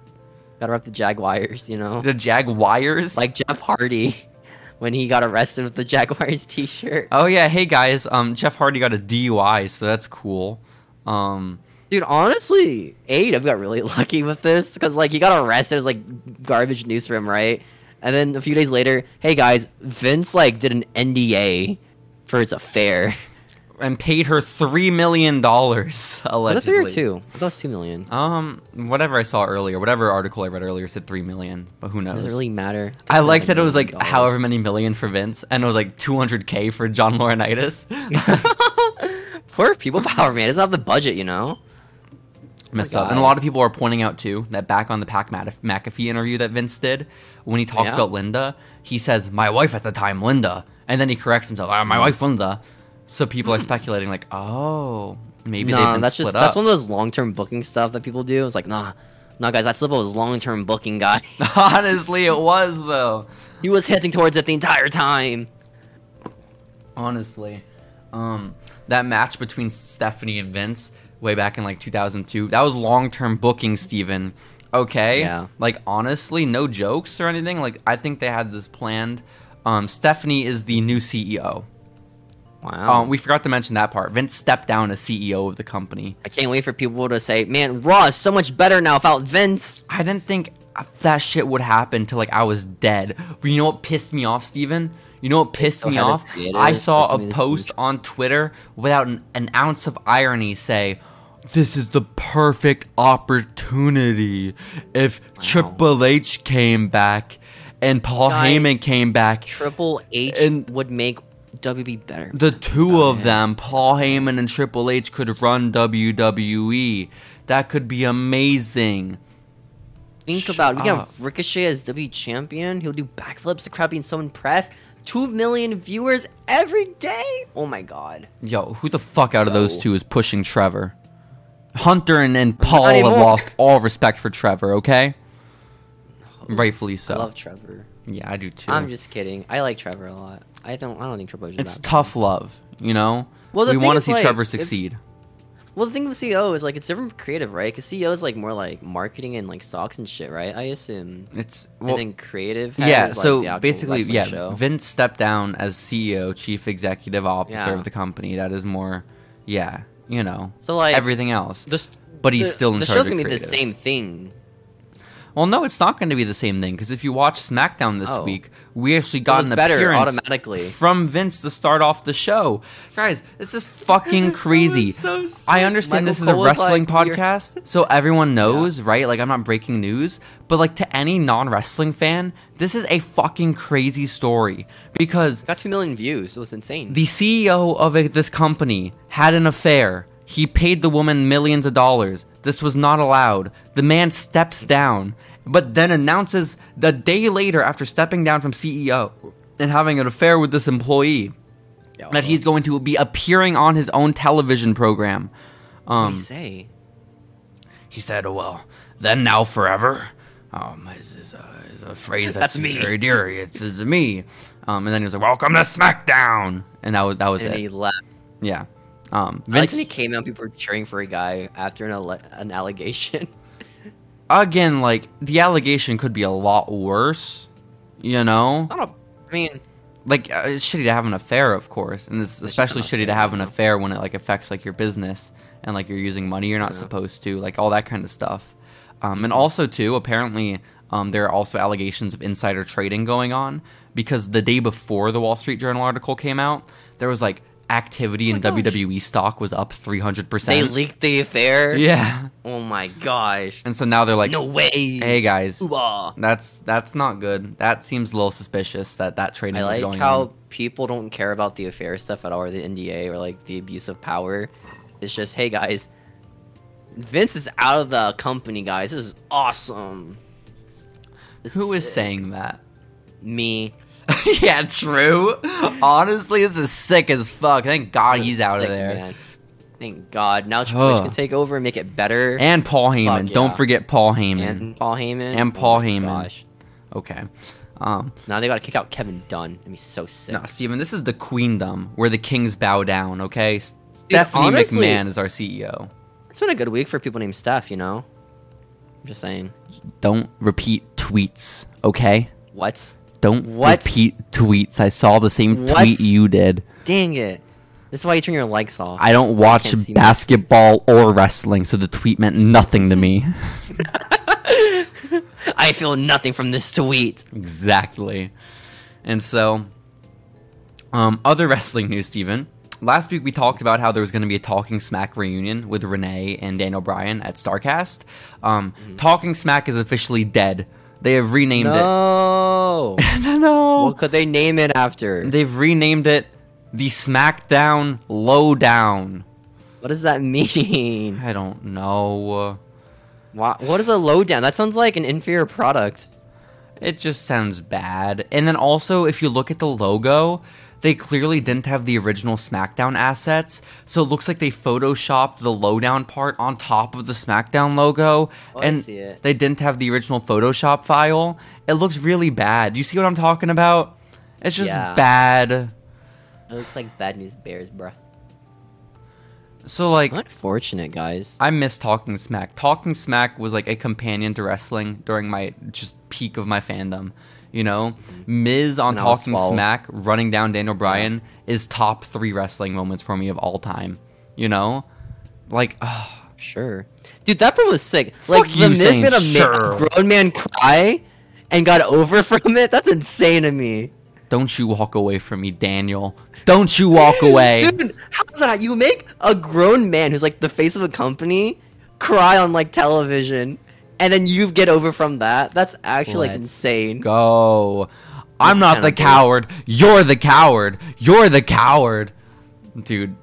gotta rep the Jaguars. You know, The Jaguars. like Jeff Hardy when he got arrested with the Jaguars T-shirt. oh yeah. Hey guys. Um, Jeff Hardy got a DUI, so that's cool. Um, Uh, Dude, honestly, eight. I've got really lucky with this because like he got arrested. It was like garbage news for him, right? And then a few days later, hey guys, Vince like did an NDA for his affair. and paid her three million dollars Was allegedly. it three or two? I thought it was two million. Um, whatever I saw earlier, whatever article I read earlier said three million, but who knows? Does it really matter? I It's like a that it was like million dollars. however many million for Vince, and it was like 200k for John Laurinaitis. Poor people power man. It's not the budget, you know. Messed my up. And a God. lot of people are pointing out too that back on the Pac Mat- McAfee interview that Vince did, when he talks Yeah. about Linda, he says my wife at the time, Linda, and then he corrects himself, ah, Mm-hmm. my wife, Linda. So people are speculating like, oh, maybe they've No, been Mm-hmm. that's split just up. that's one of those long term booking stuff that people do. It's like nah, nah, guys, that slip up was long term booking, guy. Honestly, it was though. he was hinting towards it the entire time. honestly um that match between stephanie and vince way back in like 2002 that was long-term booking steven okay Yeah. like honestly no jokes or anything like i think they had this planned um stephanie is the new ceo Wow. um we forgot to mention that part vince stepped down as ceo of the company I can't wait for people to say, "Man, Raw is so much better now without Vince." i didn't think that shit would happen till like i was dead but you know what pissed me off steven you know what pissed still me haven't off created i it. saw Doesn't a mean it's post huge. on Twitter without an, an ounce of irony say, This is the perfect opportunity. If Triple H came back and Paul Guys, Heyman came back, Triple H And- would make WB better. the two of them, Paul Heyman and Triple H, could run WWE. That could be amazing. Think shut about it. we can up. have Ricochet as W champion. He'll do backflips. The crowd being so impressed. Two million viewers every day. Oh my god. Yo, who the fuck out of those Yo. two is pushing Trevor? Hunter and, and Paul have anymore. lost all respect for Trevor, okay? Rightfully so. I love Trevor. Yeah, I do too. I'm just kidding. I like Trevor a lot. I don't. I don't think Triple H. Is it's that tough love, you know. Well, the we thing want to is, see like, Trevor if- succeed. Well, the thing with CEO is like it's different from creative, right? Because CEO is like more like marketing and like stocks and shit, right? I assume. It's well, and then creative. has, yeah. like, so the actual basically, wrestling yeah. show. Vince stepped down as CEO, chief executive officer Yeah. of the company. That is more, yeah. You know, So, like, everything else. This but he's the- still in the charge show's of gonna be the creative. same thing. Well, no, it's not going to be the same thing because if you watch SmackDown this Oh. week, we actually got was an better appearance automatically. from Vince to start off the show. Guys, this is fucking crazy. I Michael understand this Cole is a was wrestling like, "You're-" podcast, so everyone knows, right? Like I'm not breaking news, but like to any non-wrestling fan, this is a fucking crazy story because Got two million views. It was insane. the CEO of a, this company had an affair. He paid the woman millions of dollars. This was not allowed. The man steps down, but then announces the day later after stepping down from CEO and having an affair with this employee Yo, that he's going to be appearing on his own television program. what do Um, you say? he said, "Well, then, now, forever." Um, is is a, is a phrase that's, That's me. very dear. It's, it's me. Um, and then he was like, "Welcome to SmackDown," and that was that was And it. he left. Yeah. Um, I Like Vince when he came out, people were cheering for a guy after an alle- an allegation. again, like the allegation could be a lot worse. You know, It's not a. I mean, like uh, it's shitty to have an affair, of course, and it's It's just especially an shitty to affair, have an yeah. affair when it like affects like your business and like you're using money you're not Yeah. supposed to, like all that kind of stuff. Um, and also too, apparently, um, there are also allegations of insider trading going on because the day before the Wall Street Journal article came out, there was like activity in Oh my gosh. WWE stock was up three hundred they percent. leaked the affair. Yeah, Oh my gosh. and so now they're like, no way. "Hey guys, Ooh-ah. That's that's not good. That seems a little suspicious that that trading I was like going how on. people don't care about the affair stuff at all, or the NDA, or like the abuse of power. It's just, hey guys, Vince is out of the company, guys. This is awesome. This Who is sick. saying that? me? yeah, true. Honestly, this is sick as fuck. Thank God This he's is out sick, of there. man. Thank God. Now Triple H Ugh. can take over and make it better. And Paul Heyman. yeah. Don't forget Paul Heyman. And Paul Heyman. Oh And Paul my Heyman. Gosh. okay. Um, Now they gotta kick out Kevin Dunn. That'd be so sick. no, Steven, this is the queendom where the kings bow down, okay? Stephanie honestly- McMahon is our E CEO. It's been a good week for people named Steph, you know? I'm just saying. Don't repeat tweets, okay? What? Don't What? repeat tweets. I saw the same What? tweet you did. Dang it. This is why you turn your likes off. I don't watch can't see me. basketball or wrestling, so the tweet meant nothing to me. I feel nothing from this tweet. exactly. And so, um, other wrestling news, Steven. Last week we talked about how there was going to be a Talking Smack reunion with Renee and Daniel Bryan at StarCast. Um, Mm-hmm. Talking Smack is officially dead. They have renamed No. it. no, no. what could they name it after? They've renamed it the SmackDown Lowdown. What does that mean? I don't know. Wha- What is a lowdown? That sounds like an inferior product. It just sounds bad. And then also, if you look at the logo, they clearly didn't have the original SmackDown assets, so it looks like they photoshopped the lowdown part on top of the SmackDown logo, Oh, I and see it. they didn't have the original Photoshop file. It looks really bad. You see what I'm talking about? It's just Yeah. bad. It looks like Bad News Bears, bruh. So like, Unfortunate, guys. I miss Talking Smack. Talking Smack was like a companion to wrestling during my just peak of my fandom. You know, Miz on Mm-hmm. When I was Talking 12. Smack running down Daniel Bryan is top three wrestling moments for me of all time. You know, like ugh, Sure. Dude, that bro was sick. Fuck like, you the Miz saying made a sure. ma- grown man cry and got over from it? That's insane to me. don't you walk away from me, Daniel? Don't you walk away? Dude, how's that? You make a grown man who's like the face of a company cry on like television, and then you get over from that. That's actually like Let's insane. Go. I'm not kinda the based- coward. You're the coward. You're the coward. Dude,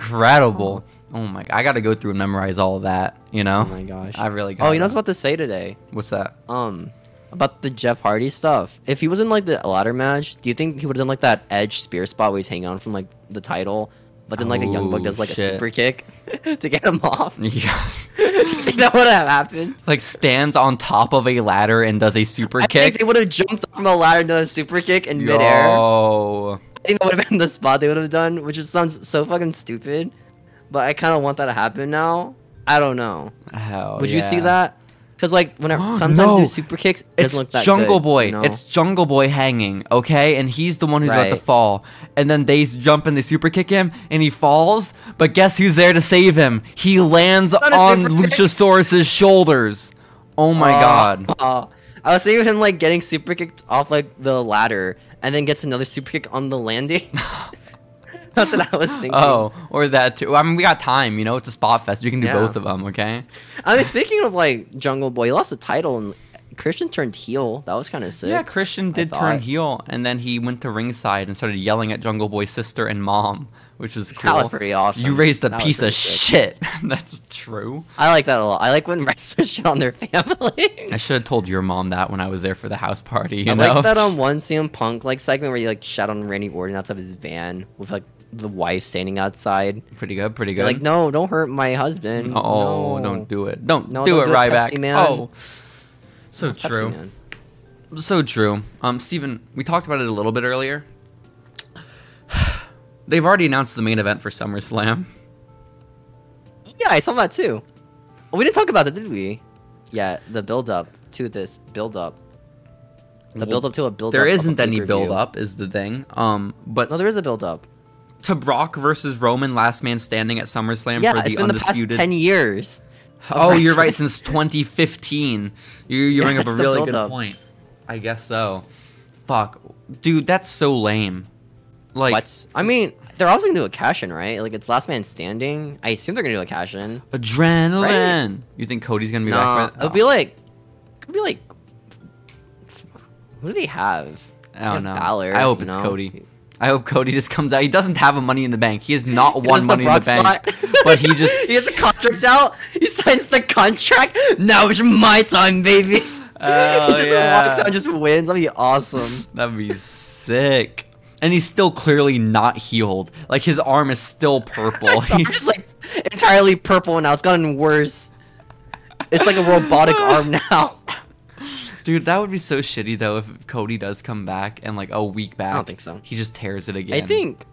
incredible. Oh my I gotta go through and memorize all of that, you know? Oh my gosh. I really got Oh, you know what I was about to say today? What's that? Um, about the Jeff Hardy stuff. If he was in like the ladder match, do you think he would have done like that edge spear spot where he's hanging on from like the title? But then like a young Oh, buck does like shit. a super kick to get him off. Yeah. that would have happened. like stands on top of a ladder and does a super I think kick. they would have jumped off from a ladder and done a super kick in midair. Yo. I think that would have been the spot they would have done, which just sounds so fucking stupid. But I kind of want that to happen now. I don't know. Hell would you see Oh, yeah. that? Because like whenever sometimes No. do super kicks, it It's doesn't look that Jungle good, Boy. you know? It's Jungle Boy hanging, okay? And he's the one who's about to Right. fall. And then they s- jump and they super kick him, and he falls. But guess who's there to save him? He lands not a on super kick. Luchasaurus's shoulders. Oh my Aw, god. aw. I was thinking of him like getting super kicked off like the ladder and then gets another super kick on the landing. That's what I was thinking. Oh, or that too. I mean, we got time, you know? It's a spot fest. We can do Yeah. both of them, okay? I mean, speaking of like Jungle Boy, he lost the title and Christian turned heel. That was kind of sick. Yeah, Christian did turn thought. heel, and then he went to ringside and started yelling at Jungle Boy's sister and mom, which was cool. That was pretty awesome. You raised a That was piece pretty of sick. shit. That's true. I like that a lot. I like when wrestlers shit on their family. I should have told your mom that when I was there for the house party. You I know? like that on one CM Punk like segment where he like shot on Randy Orton outside of his van with like the wife standing outside. pretty good, pretty They're good. like, no, don't hurt my husband. oh, No." don't do it. Don't No, do don't it, do it, Ryback. Pepsi Man. Oh, so Pepsi true. Man. So true. Um, Steven, we talked about it a little bit earlier. They've already announced the main event for SummerSlam. Yeah, I saw that too. We didn't talk about that, did we? Yeah, the build up to this build up. The Well, build up to a build up. There isn't any build up, is the thing. Um, but No, there is a build up. to Brock versus Roman, last man standing at SummerSlam Yeah, for the it's been undisputed. the past 10 years. of oh, you're right. wrestling. Since 2015, you you bring up a that's the really good buildup. point. I guess so. Fuck, dude, that's so lame. Like, what? I mean, they're also gonna do a cash in, right? Like it's last man standing. I assume they're gonna do a cash in. adrenaline? You think Cody's gonna be Nah, back? Oh, for that? it'll be like, it'll be like, who do they have? I don't They know. have Balor, I hope you it's know? Cody. I hope Cody just comes out. He doesn't have a Money in the Bank. He has not He won does Money in the Brock Bank, spot. but he just he gets the contract out. He signs the contract. Now it's my time, baby. Oh, he just yeah. walks out, and just wins. That'd be awesome. That'd be sick. And he's still clearly not healed. Like his arm is still purple. His arm's he's just like entirely purple now. It's gotten worse. It's like a robotic arm now. dude, that would be so shitty though if Cody does come back and like a week back. think so. He just tears it again. I think.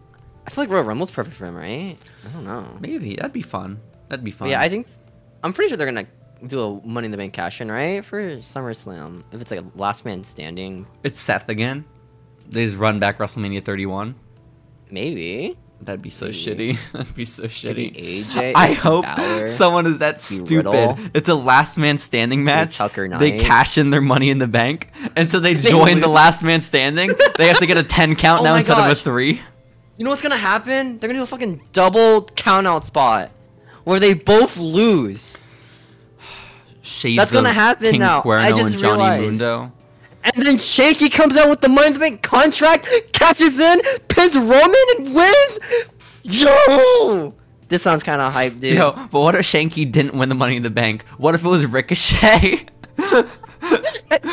I feel like Royal Rumble's perfect for him, right? I don't know. maybe that'd be fun. That'd be But fun. yeah, I think I'm pretty sure they're gonna do a Money in the Bank cash in, right? For SummerSlam, if it's like a Last Man Standing, it's Seth again. They just run back WrestleMania 31. maybe. That'd be so Maybe. shitty. That'd be so Maybe shitty. AJ. I hope Balor. someone is that Maybe stupid. Riddle. It's a last man standing match. Tucker They Knight. cash in their money in the bank, and so they They join the lose. last man standing. They have to get a ten count Oh now my instead of a gosh. three. You know what's gonna happen? They're gonna do a fucking double countout spot where they both lose, Shades That's gonna of happen King now. I Cuerno just and Johnny realized. Mundo. and then Shaky comes out with the Money in the Bank contract, cashes in, pins Roman, and wins. Yo, this sounds kind of hype, dude. Yo, but what if Shanky didn't win the money in the bank? What if it was Ricochet? He just But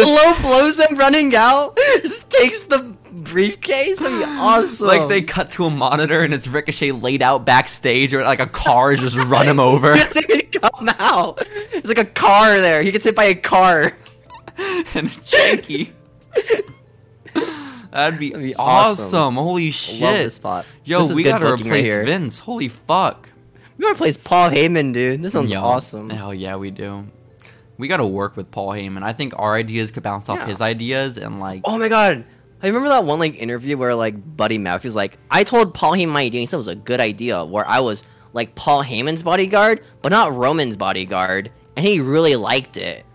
it's- low blows him running out, just takes the briefcase. That'd be awesome. Like they cut to a monitor and it's Ricochet laid out backstage, or like a car has just run him over. He doesn't even come out. It's like a car there. He gets hit by a car. and janky. That'd be, That'd be awesome. awesome. Holy I shit. Love this spot. Yo, This is we good gotta booking right replace here. Vince. Holy fuck. We gotta replace Paul Heyman, dude. This sounds Yo, awesome. Hell yeah, we do. We gotta work with Paul Heyman. I think our ideas could bounce off Yeah. his ideas and like Oh my god. I remember that one like interview where like Buddy Matthews like I told Paul Heyman my idea and he said it was a good idea where I was like Paul Heyman's bodyguard but not Roman's bodyguard and he really liked it.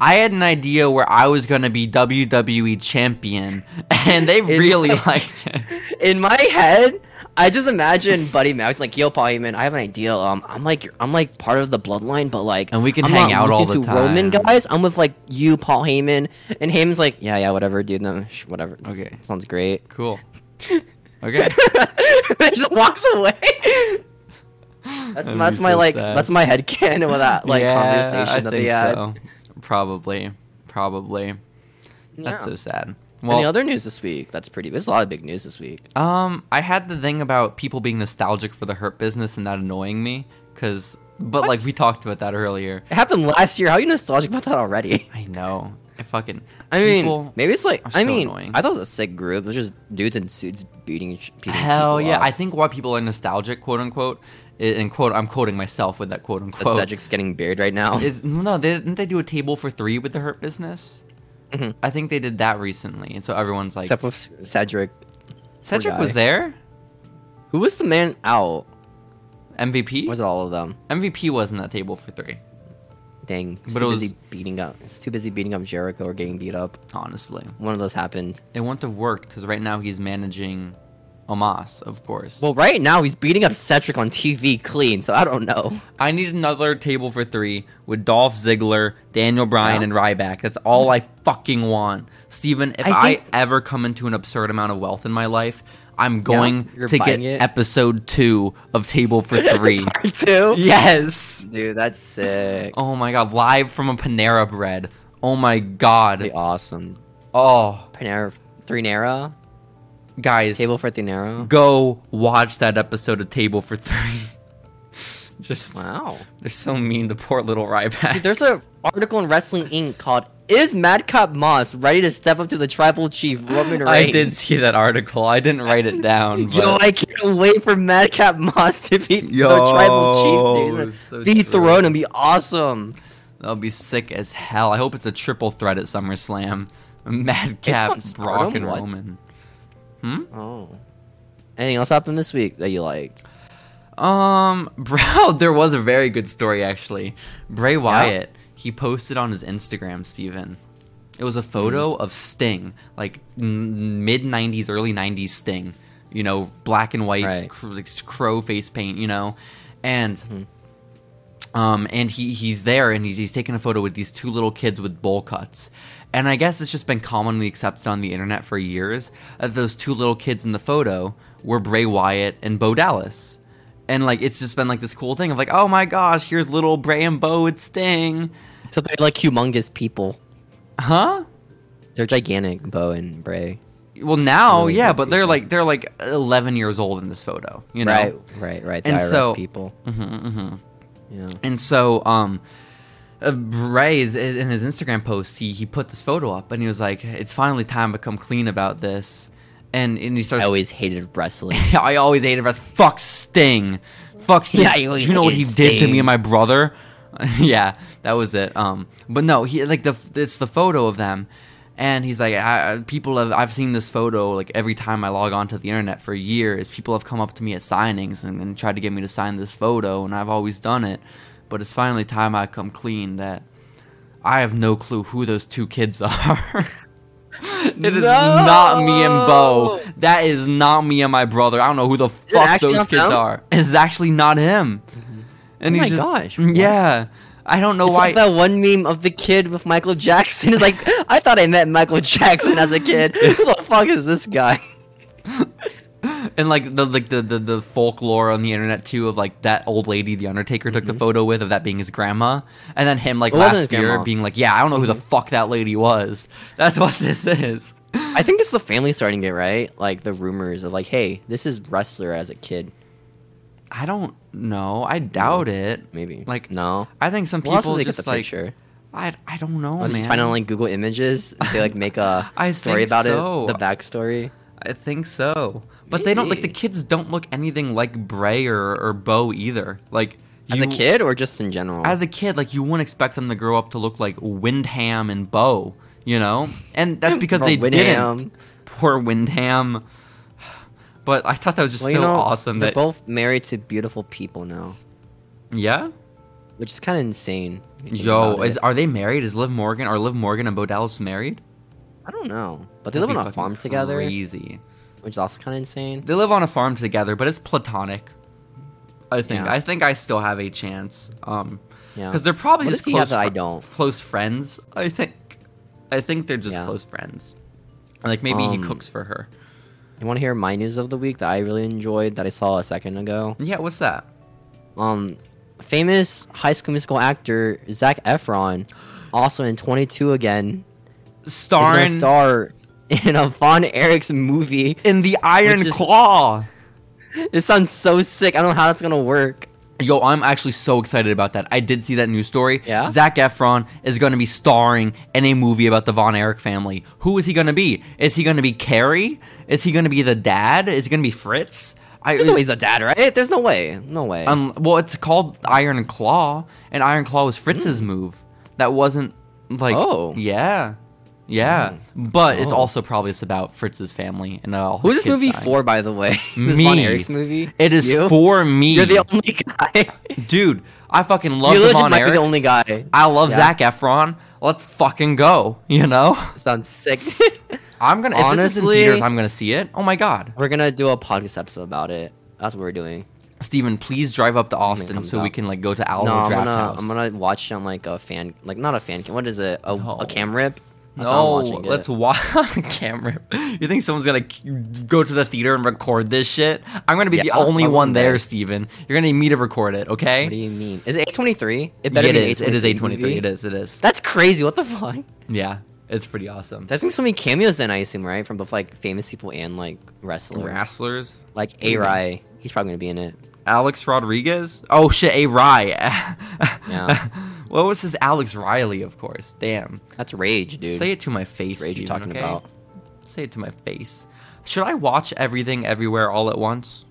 I had an idea where I was gonna be WWE champion and they really my- liked it. In my head, I just imagine Buddy Matthews like yo Paul Heyman I have an idea um I'm like your- I'm like part of the bloodline but like And we can I'm hang not out all listening the to Roman time." guys I'm with like you Paul Heyman and Heyman's like yeah yeah whatever dude no sh- whatever Okay. sounds great Cool. Okay. just walks away. That's That'd that's be my so like sad. that's my head canon with that like Yeah, conversation I that think they had. so. Probably. Probably. That's Yeah. so sad. Any other news this week? That's pretty. There's a lot of big news this week. Um, I had the thing about people being nostalgic for the hurt business and that annoying me because, but What? like we talked about that earlier. It happened last year. How are you nostalgic about that already? I know. I fucking. I mean, people maybe it's like are I so mean, annoying. I thought it was a sick group. It was just dudes in suits beating each beating Hell people yeah! up. I think why people are nostalgic, quote unquote, i- and quote I'm quoting myself with that quote But unquote. Cedric's getting buried right now. Is no, they, didn't they do a table for three with the Hurt Business? Mhm. I think they did that recently, and so everyone's like, Except for C- Cedric, Cedric guy. was there. who was the man out? MVP Was it all of them? MVP wasn't at table for three. Dang, But but it too was- busy beating up. It's too busy beating up Jericho or getting beat up. Honestly, One of those happened. it wouldn't have worked because right now he's managing Omas, of course. Well, right now he's beating up Cedric on TV clean, so I don't know. I need another table for three with Dolph Ziggler, Daniel Bryan, Yeah. and Ryback. That's all I fucking want. Steven, if I, I think- ever come into an absurd amount of wealth in my life, I'm going you're to get buying it? episode two of Table for Three. Part two. yes. Dude, that's sick. Oh my god, live from a Panera Bread. Oh my god. That'd be awesome. Oh, Panera, three Nera, guys, table for three Nera. go watch that episode of Table for Three. Just Wow. they're so mean to poor little Dude, Ryback. there's an article in Wrestling Inc. called "Is Madcap Moss ready to step up to the Tribal Chief Roman I Reigns?" did see that article. I didn't write it down. But Yo, I can't wait for Madcap Moss to be the Yo, Tribal Chief, dude. He's so gonna dethrone true. and be awesome. that'll be sick as hell. I hope it's a triple threat at SummerSlam. Madcap, It's not Brock, and Stardom, what? Roman. Hmm. Oh. Anything else happened this week that you liked? Um, bro, there was a very good story actually. Bray Wyatt, he posted on his Instagram, Steven. It was a photo of Sting, like n- mid 90s, early 90s Sting, you know, black and white, Right. cr- like, crow face paint, you know. And um, and he he's there and he's, he's taking a photo with these two little kids with bowl cuts. And I guess it's just been commonly accepted on the internet for years that those two little kids in the photo were Bray Wyatt and Bo Dallas. And like it's just been like this cool thing of like, oh my gosh, here's little Bray and Bo with Sting. So they're like humongous people. Huh? They're gigantic, Bo and Bray. Well now, Really yeah, good but they're people. like they're like eleven years old in this photo, you know? Right, right, right. The And IRS so- people. Mm-hmm, mm-hmm. Yeah. And so, um, uh, Bray is, is- in his Instagram post, he he put this photo up, and he was like, "It's finally time to come clean about this," and and he starts. I always hated wrestling. I always hated us. Fuck Sting. Fuck Sting. Yeah, I always you know what he hated did to me Sting. and my brother. yeah, that was it. Um, but no, he like the it's the photo of them, and he's like, I, I- people have I've seen this photo like every time I log onto the internet for years. People have come up to me at signings and, and tried to get me to sign this photo, and I've always done it. But it's finally time I come clean that I have no clue who those two kids are. it is not me and Bo. No. That is not me and my brother. I don't know who the it fuck actually those not kids them? are. It's actually not him. And Oh he's my just- gosh, what? Yeah. I don't know It's why. like that one meme of the kid with Michael Jackson. It's like, I thought I met Michael Jackson as a kid. Who the fuck is this guy? and like the like the, the the folklore on the internet too of like that old lady the Undertaker took the photo with of that being his grandma, and then him like Mm-hmm. It wasn't last his year grandma. Mm-hmm. being like, yeah, I don't know who the fuck that lady was. That's what this is. I think it's the family starting it, right? Like the rumors of like, hey, this is wrestler as a kid, I don't know. I doubt it. maybe. Like, no. I think some Mm. Well, people also they get just the like picture. I I don't know, I'll man. just find out on like Google Images. They like make a I story think about so. it, the backstory. I think so. But they don't like the Maybe. kids don't look anything like Bray or, or Bo either. Like As a you- kid or just in general? as a kid, like you wouldn't expect them to grow up to look like Windham and Bo, you know? And that's because Bro, they Windham. didn't. Poor Windham. But I thought that was just well, so you know, awesome They're that both married to beautiful people now, yeah. which is kind of insane. when you think Yo, about is it. are they married? Is Liv Morgan are Liv Morgan and Bo Dallas married? I don't know, but they That'd live be on a fucking farm together, Crazy. which is also kind of insane. They live on a farm together, but it's platonic. I think. Yeah. I think I still have a chance. Um, Yeah. because they're probably What just does he have close. that I fr- don't? Close friends. I think. I think they're just Yeah. close friends. Like maybe he Um, cooks for her. You want to hear my news of the week that I really enjoyed that I saw a second ago? Yeah. What's that? Um, famous High School Musical actor Zach Efron, also in 22 again, is going Starring to star in a Von Erichs movie. in the Iron Which is- Claw. This sounds so sick. I don't know how that's gonna work. Yo, I'm actually so excited about that. I did see that news story. Yeah? Zach Efron is going to be starring in a movie about the Von Erich family. Who is he going to be? Is he going to be Carrie? Is he going to be the dad? Is he going to be Fritz? I, uh, There's no way he's a dad, right? There's no way. No way. Um, well, it's called Iron Claw, and Iron Claw was Fritz's move. That wasn't like Hmm. Oh. yeah, yeah. But it's Oh. also probably just about Fritz's family and uh, all. Who's his this kids movie dying. for, by the way? this Me. Von Erich's movie? It is you? for me. You're the only guy. dude. I fucking love you the legit Von might be the Erichs. only guy. I love Yeah. Zach Efron. Let's fucking go. You know, Sounds sick. I'm gonna. Honestly, if this is in Honestly- theaters, I'm gonna see it. Oh my god, we're gonna do a podcast episode about it. That's what we're doing. Steven, please drive up to Austin comes so we out. can like go to No, Alamo I'm Draft gonna House. I'm gonna watch it on like a fan, like not a fan cam. What is it? A, No. a cam rip? That's how I'm No, watching it. let's watch camera. You think someone's gonna k- go to the theater and record this shit? I'm gonna be the Yeah, only why one wouldn't there, they? Steven. You're gonna need me to record it, okay? What do you mean? Is it A23? It Yeah, better it be an is. It is 823. movie. It is. It is. That's crazy. What the fuck? Yeah, it's pretty awesome. There's gonna be so many cameos in, I assume, right? From both like famous people and like wrestlers. Wrestlers. Like A Rai, he's probably gonna be in it. Alex Rodriguez. Oh shit, a Rye. yeah. Yeah. What was his Alex Riley? Of course. Damn. That's Rage, dude. Say it to my face. Rage you're Steven, talking okay? about. Say it to my face. Should I watch everything, everywhere, all at once?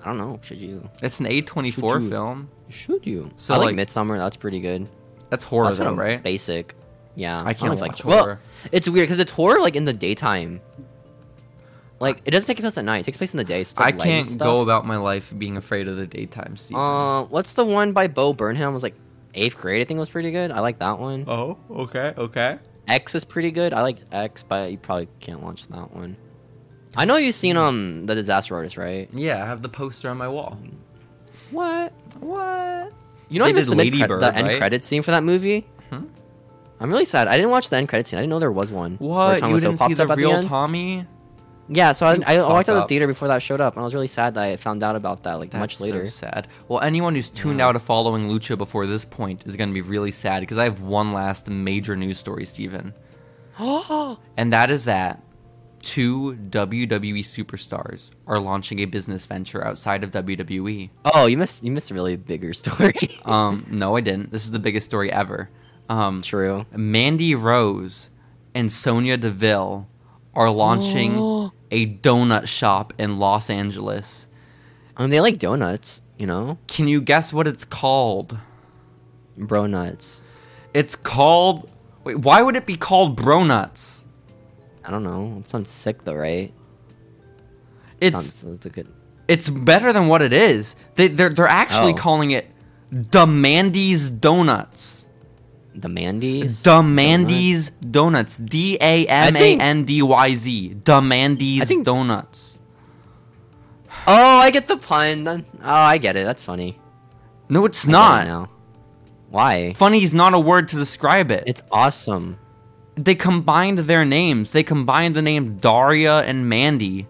I don't know. Should you? It's an A24 Should you- film. Should you? So So, I like, like- Midsummer. That's pretty good. That's horror, that's though, of right? Basic. Yeah. I can't don't know if watch well, horror. it's weird because it's horror like in the daytime. Like it doesn't take place at night. It takes place in the day. So it's, I like, light and can't stuff. go about my life being afraid of the daytime Steven. Uh, what's the one by Bo Burnham? It was like eighth grade. I think was pretty good. I like that one. oh, okay, okay. X is pretty good. I like X, but you probably can't watch that one. I know you've seen um the Disaster Artist, right? Yeah, I have the poster on my wall. Hmm. What? What? You know They I missed did the, mid- Lady cre- Bird, the end right? credit scene for that movie. Hmm? I'm really sad. I didn't watch the end credit scene. I didn't know there was one. where What? Tom You was so didn't see popped the up at real end. Tommy? Yeah, so I, You I, I walked fuck out of the up. theater before that showed up, and I was really sad that I found out about that like That's much so later. sad. Well, anyone who's tuned Yeah. out of following Lucha before this point is going to be really sad because I have one last major news story, Steven. Oh, And that is that two WWE superstars are launching a business venture outside of WWE. oh, you missed you missed a really bigger story. Um, no, I didn't. This is the biggest story ever. Um, True. Mandy Rose and Sonia Deville are launching a donut shop in Los Angeles. I mean, Um, they like donuts, you know, Can you guess what it's called? bro nuts. It's called. Wait, why would it be called Bronuts? I don't know. It sounds sick though, right? It's Sounds, that's a good. it's better than what it is. They they're they're actually Oh. calling it Demandy's Donuts. The Mandy's. Demandy's Donuts. D A M A think- N D Y Z. Demandy's I think- Donuts. Oh, I get the pun. then. Oh, I get it. That's funny. No, it's I get it not. now. Why? Funny is not a word to describe it. It's awesome. they combined their names. They combined the name Daria and Mandy,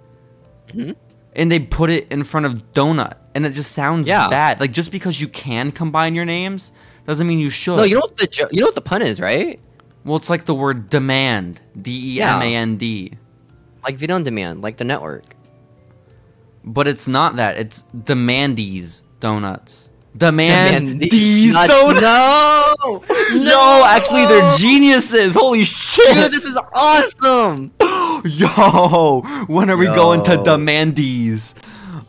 Mhm. and they put it in front of donut, and it just sounds Yeah. bad. Like just because you can combine your names doesn't mean you should. No, you know what the jo- you know what the pun is, right? well, it's like the word demand. D e m a n d. Like video on demand, like the network. But it's not that. It's demandees donuts. Demand Demand these these nuts. donuts. No, Yo, actually, they're G- geniuses. Holy shit! dude. This is awesome. Yo, when are we going to Yo. Demandees?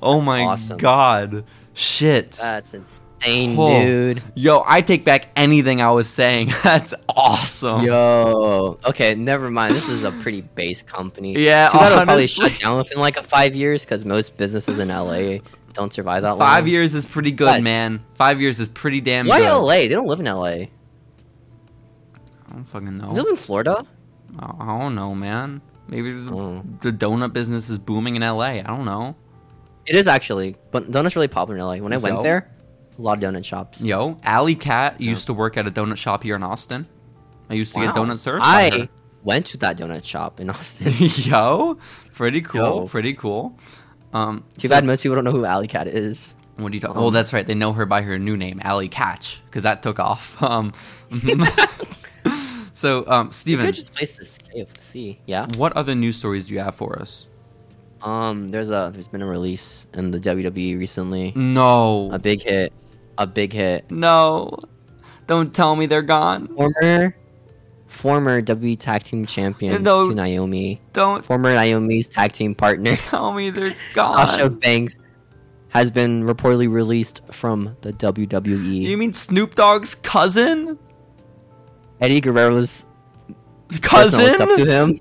Oh my awesome. god. Shit. That's insane, Cool. dude. Yo, I take back anything I was saying. That's awesome. Yo. Okay, never mind. This is a pretty base company. Yeah, Too bad it'll probably honestly. shut down within like a five years because most businesses in LA don't survive that long. Five years is pretty good, What? man. Five years is pretty damn Why good. LA? They don't live in LA. They I don't fucking live know. in Florida. I I don't know, man. Maybe the, Mm. the donut business is booming in LA. I don't know. It is actually, but donuts really popular in LA. When I went Yo. there, a lot of donut shops. Yo, Alley Cat Yeah. used to work at a donut shop here in Austin. I used to get Wow. donut served. by her. I went to that donut shop in Austin. Yo, pretty cool. Yo. Pretty cool. Um, Too so- bad most people don't know who Alley Cat is. What are you talking? Um, oh, that's right. They know her by her new name, Allie Catch, because that took off. Um, so, um, You Steven, could just place this cave to see. Yeah. what other news stories do you have for us? Um, there's a there's been a release in the WWE recently. No. A big hit. A big hit. No. Don't tell me they're gone. Former former WWE tag team champions No. to Naomi. Don't Former Naomi's tag team partner tell me they're gone. Sasha Banks has been reportedly released from the E. WWE. You mean Snoop Dogg's cousin? Eddie Guerrero's Cousin? person looked up to him.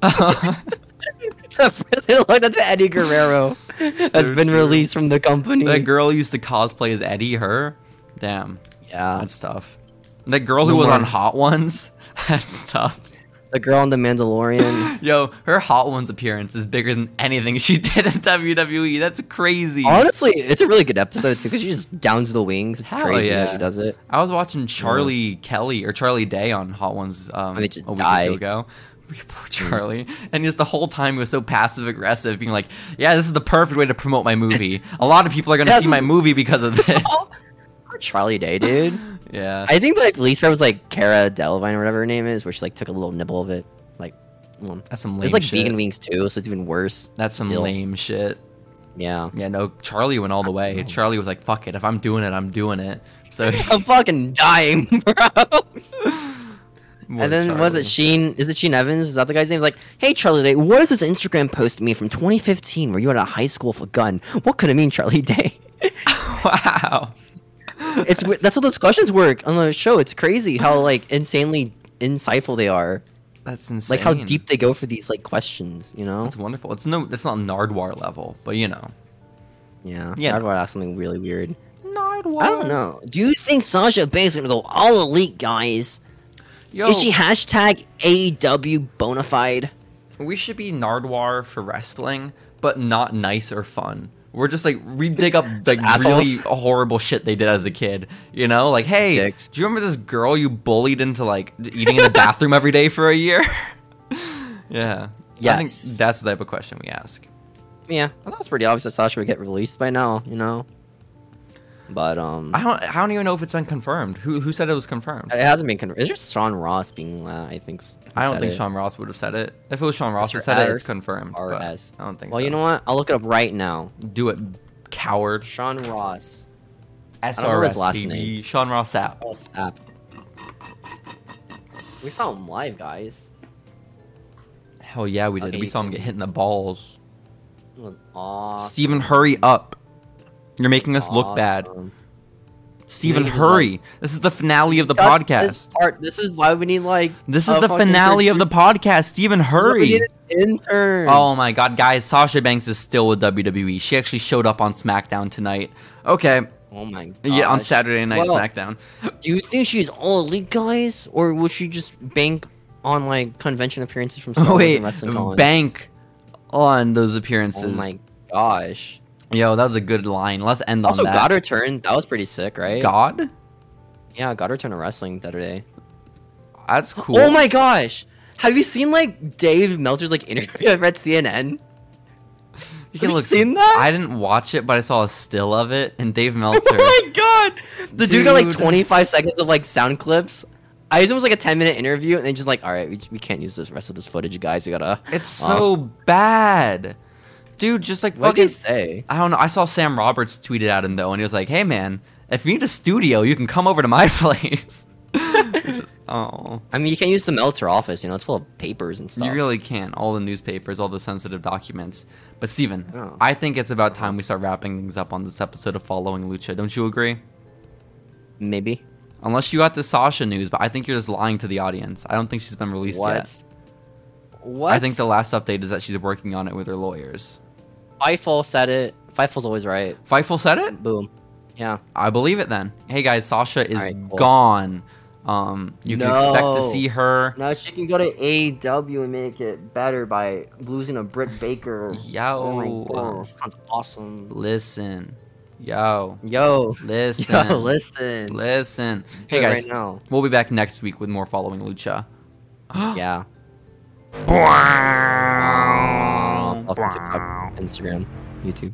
that the person who looked up to Eddie Guerrero has So been true. released from the company. girl used to cosplay as Eddie. Her. Damn, yeah, that's tough. That girl who No was more. on Hot Ones. That's tough. the girl in the Mandalorian. Yo, her Hot Ones appearance is bigger than anything she did in WWE. That's crazy. Honestly, it's a really good episode too because she just downs the wings. It's Hell crazy how yeah. she does it. I was watching Charlie Kelly or Charlie Day on Hot Ones um, And they just Mm. a week die. or two ago. Poor Charlie, and just the whole time he was so passive aggressive, being like, "Yeah, this is the perfect way to promote my movie. A lot of people are gonna Yeah, see my movie because of this." Oh, poor Charlie Day, dude. yeah, I think like least favorite was like Cara Delevingne or whatever her name is, where she like took a little nibble of it. Like, mm. that's some lame it's like shit. vegan wings too, so it's even worse. That's some Ill. lame shit. Yeah, Yeah, no, Charlie went all the way. Charlie was like, "Fuck it, if I'm doing it, I'm doing it." So, I'm fucking dying, bro. More and then was Charlie. it Sheen? Is it Sheen Evans? Is that the guy's name? He's like, hey Charlie Day, what is this Instagram post to me from 2015 where you had a high school with a gun? What could it mean, Charlie Day? wow. it's wi- that's how those questions work on the show. It's crazy how like insanely insightful they are. That's insane. Like how deep they go for these like questions. You know? That's wonderful. It's no, it's not Nardwar level, but you know, Yeah. Yeah. I'd want to ask something really weird. Nardwar. I don't know. Do you think Sasha Banks is gonna go all elite, guys? Yo, Is she hashtag E AEW bonafide? we should be Nardwar for wrestling, but not nice or fun. We're just like we dig up like really assholes. horrible shit they did as a kid. You know, like hey, Dicks. do you remember this girl you bullied into like eating in the bathroom every day for a year? yeah. I think Yes. that's the type of question we ask. Yeah, I thought it's pretty obvious that Sasha would get released by now. You know. But um, I don't. I don't even know if it's been confirmed. Who who said it was confirmed? it hasn't been confirmed. It's just Sean Ross being uh, I think. I don't said think it. Sean Ross would have said it. If it was Sean Ross Mr. who said it, S it's confirmed. R but S. I don't think Well, so. you know what? I'll look it up right now. Do it, coward. Sean Ross. SRS. know his last name. Sean Ross app. Oh, snap. We saw him live, guys. Hell yeah, we did. Okay, we you saw him get hit in the balls. It was awesome. Steven, hurry up. You're making us look bad. Steven, Making us hurry. This is the finale of the This podcast. part. This is why we need like. This a is the uh, fucking finale of the producer. podcast. Steven, This is why We hurry. need an intern. Oh my god, guys, Sasha Banks is still with WWE. She actually showed up on SmackDown tonight. Okay. Oh my. God. Yeah, on Saturday Night Well, SmackDown. Do you think she's all elite, guys, or will she just bank on like convention appearances from Star Oh Wars wait, and wrestling? Con? bank on those appearances. Oh my gosh. Yo, that was a good line. Let's end Also, on that. got her turn. That was pretty sick, right? God? Yeah, got her turn to wrestling the other day. That's cool. Oh my gosh! Have you seen like Dave Meltzer's like interview? I read CNN. You Have you look- seen that? I didn't watch it, but I saw a still of it, and Dave Meltzer. Oh my god! The dude, got like Dude. 25 seconds of like sound clips. I assume it was like a 10 minute interview, and they just like, all right, we, we can't use this rest of this footage, guys. We gotta. it's Uh, so bad, dude. Just like what did he fucking. say? I don't know. I saw Sam Roberts tweeted at him though, and he was like, "Hey man, if you need a studio, you can come over to my place." Which is- oh, I mean, you can't use the Meltzer office. You know, it's full of papers and stuff. you really can't. All the newspapers, all the sensitive documents. But Steven, Oh. I think it's about time we start wrapping things up on this episode of Following Lucha. Don't you agree? Maybe. Unless you got the Sasha news, but I think you're just lying to the audience. I don't think she's been released What? yet. What? I think the last update is that she's working on it with her lawyers. Fightful said it. Fightful's always right. Fightful said it. Boom. Yeah. I believe it. Then, hey guys, Sasha is Alright, cool. gone. Um, you can expect to No. see her. Now she can go to AEW and make it better by losing a Britt Baker. Yo. um, uh, Oh my gosh, sounds awesome. Listen, yo, Yo. listen, Yo, listen. listen. Do Hey it guys, Right now. we'll be back next week with more following Lucha. Yeah. um, Off TikTok, Instagram, YouTube.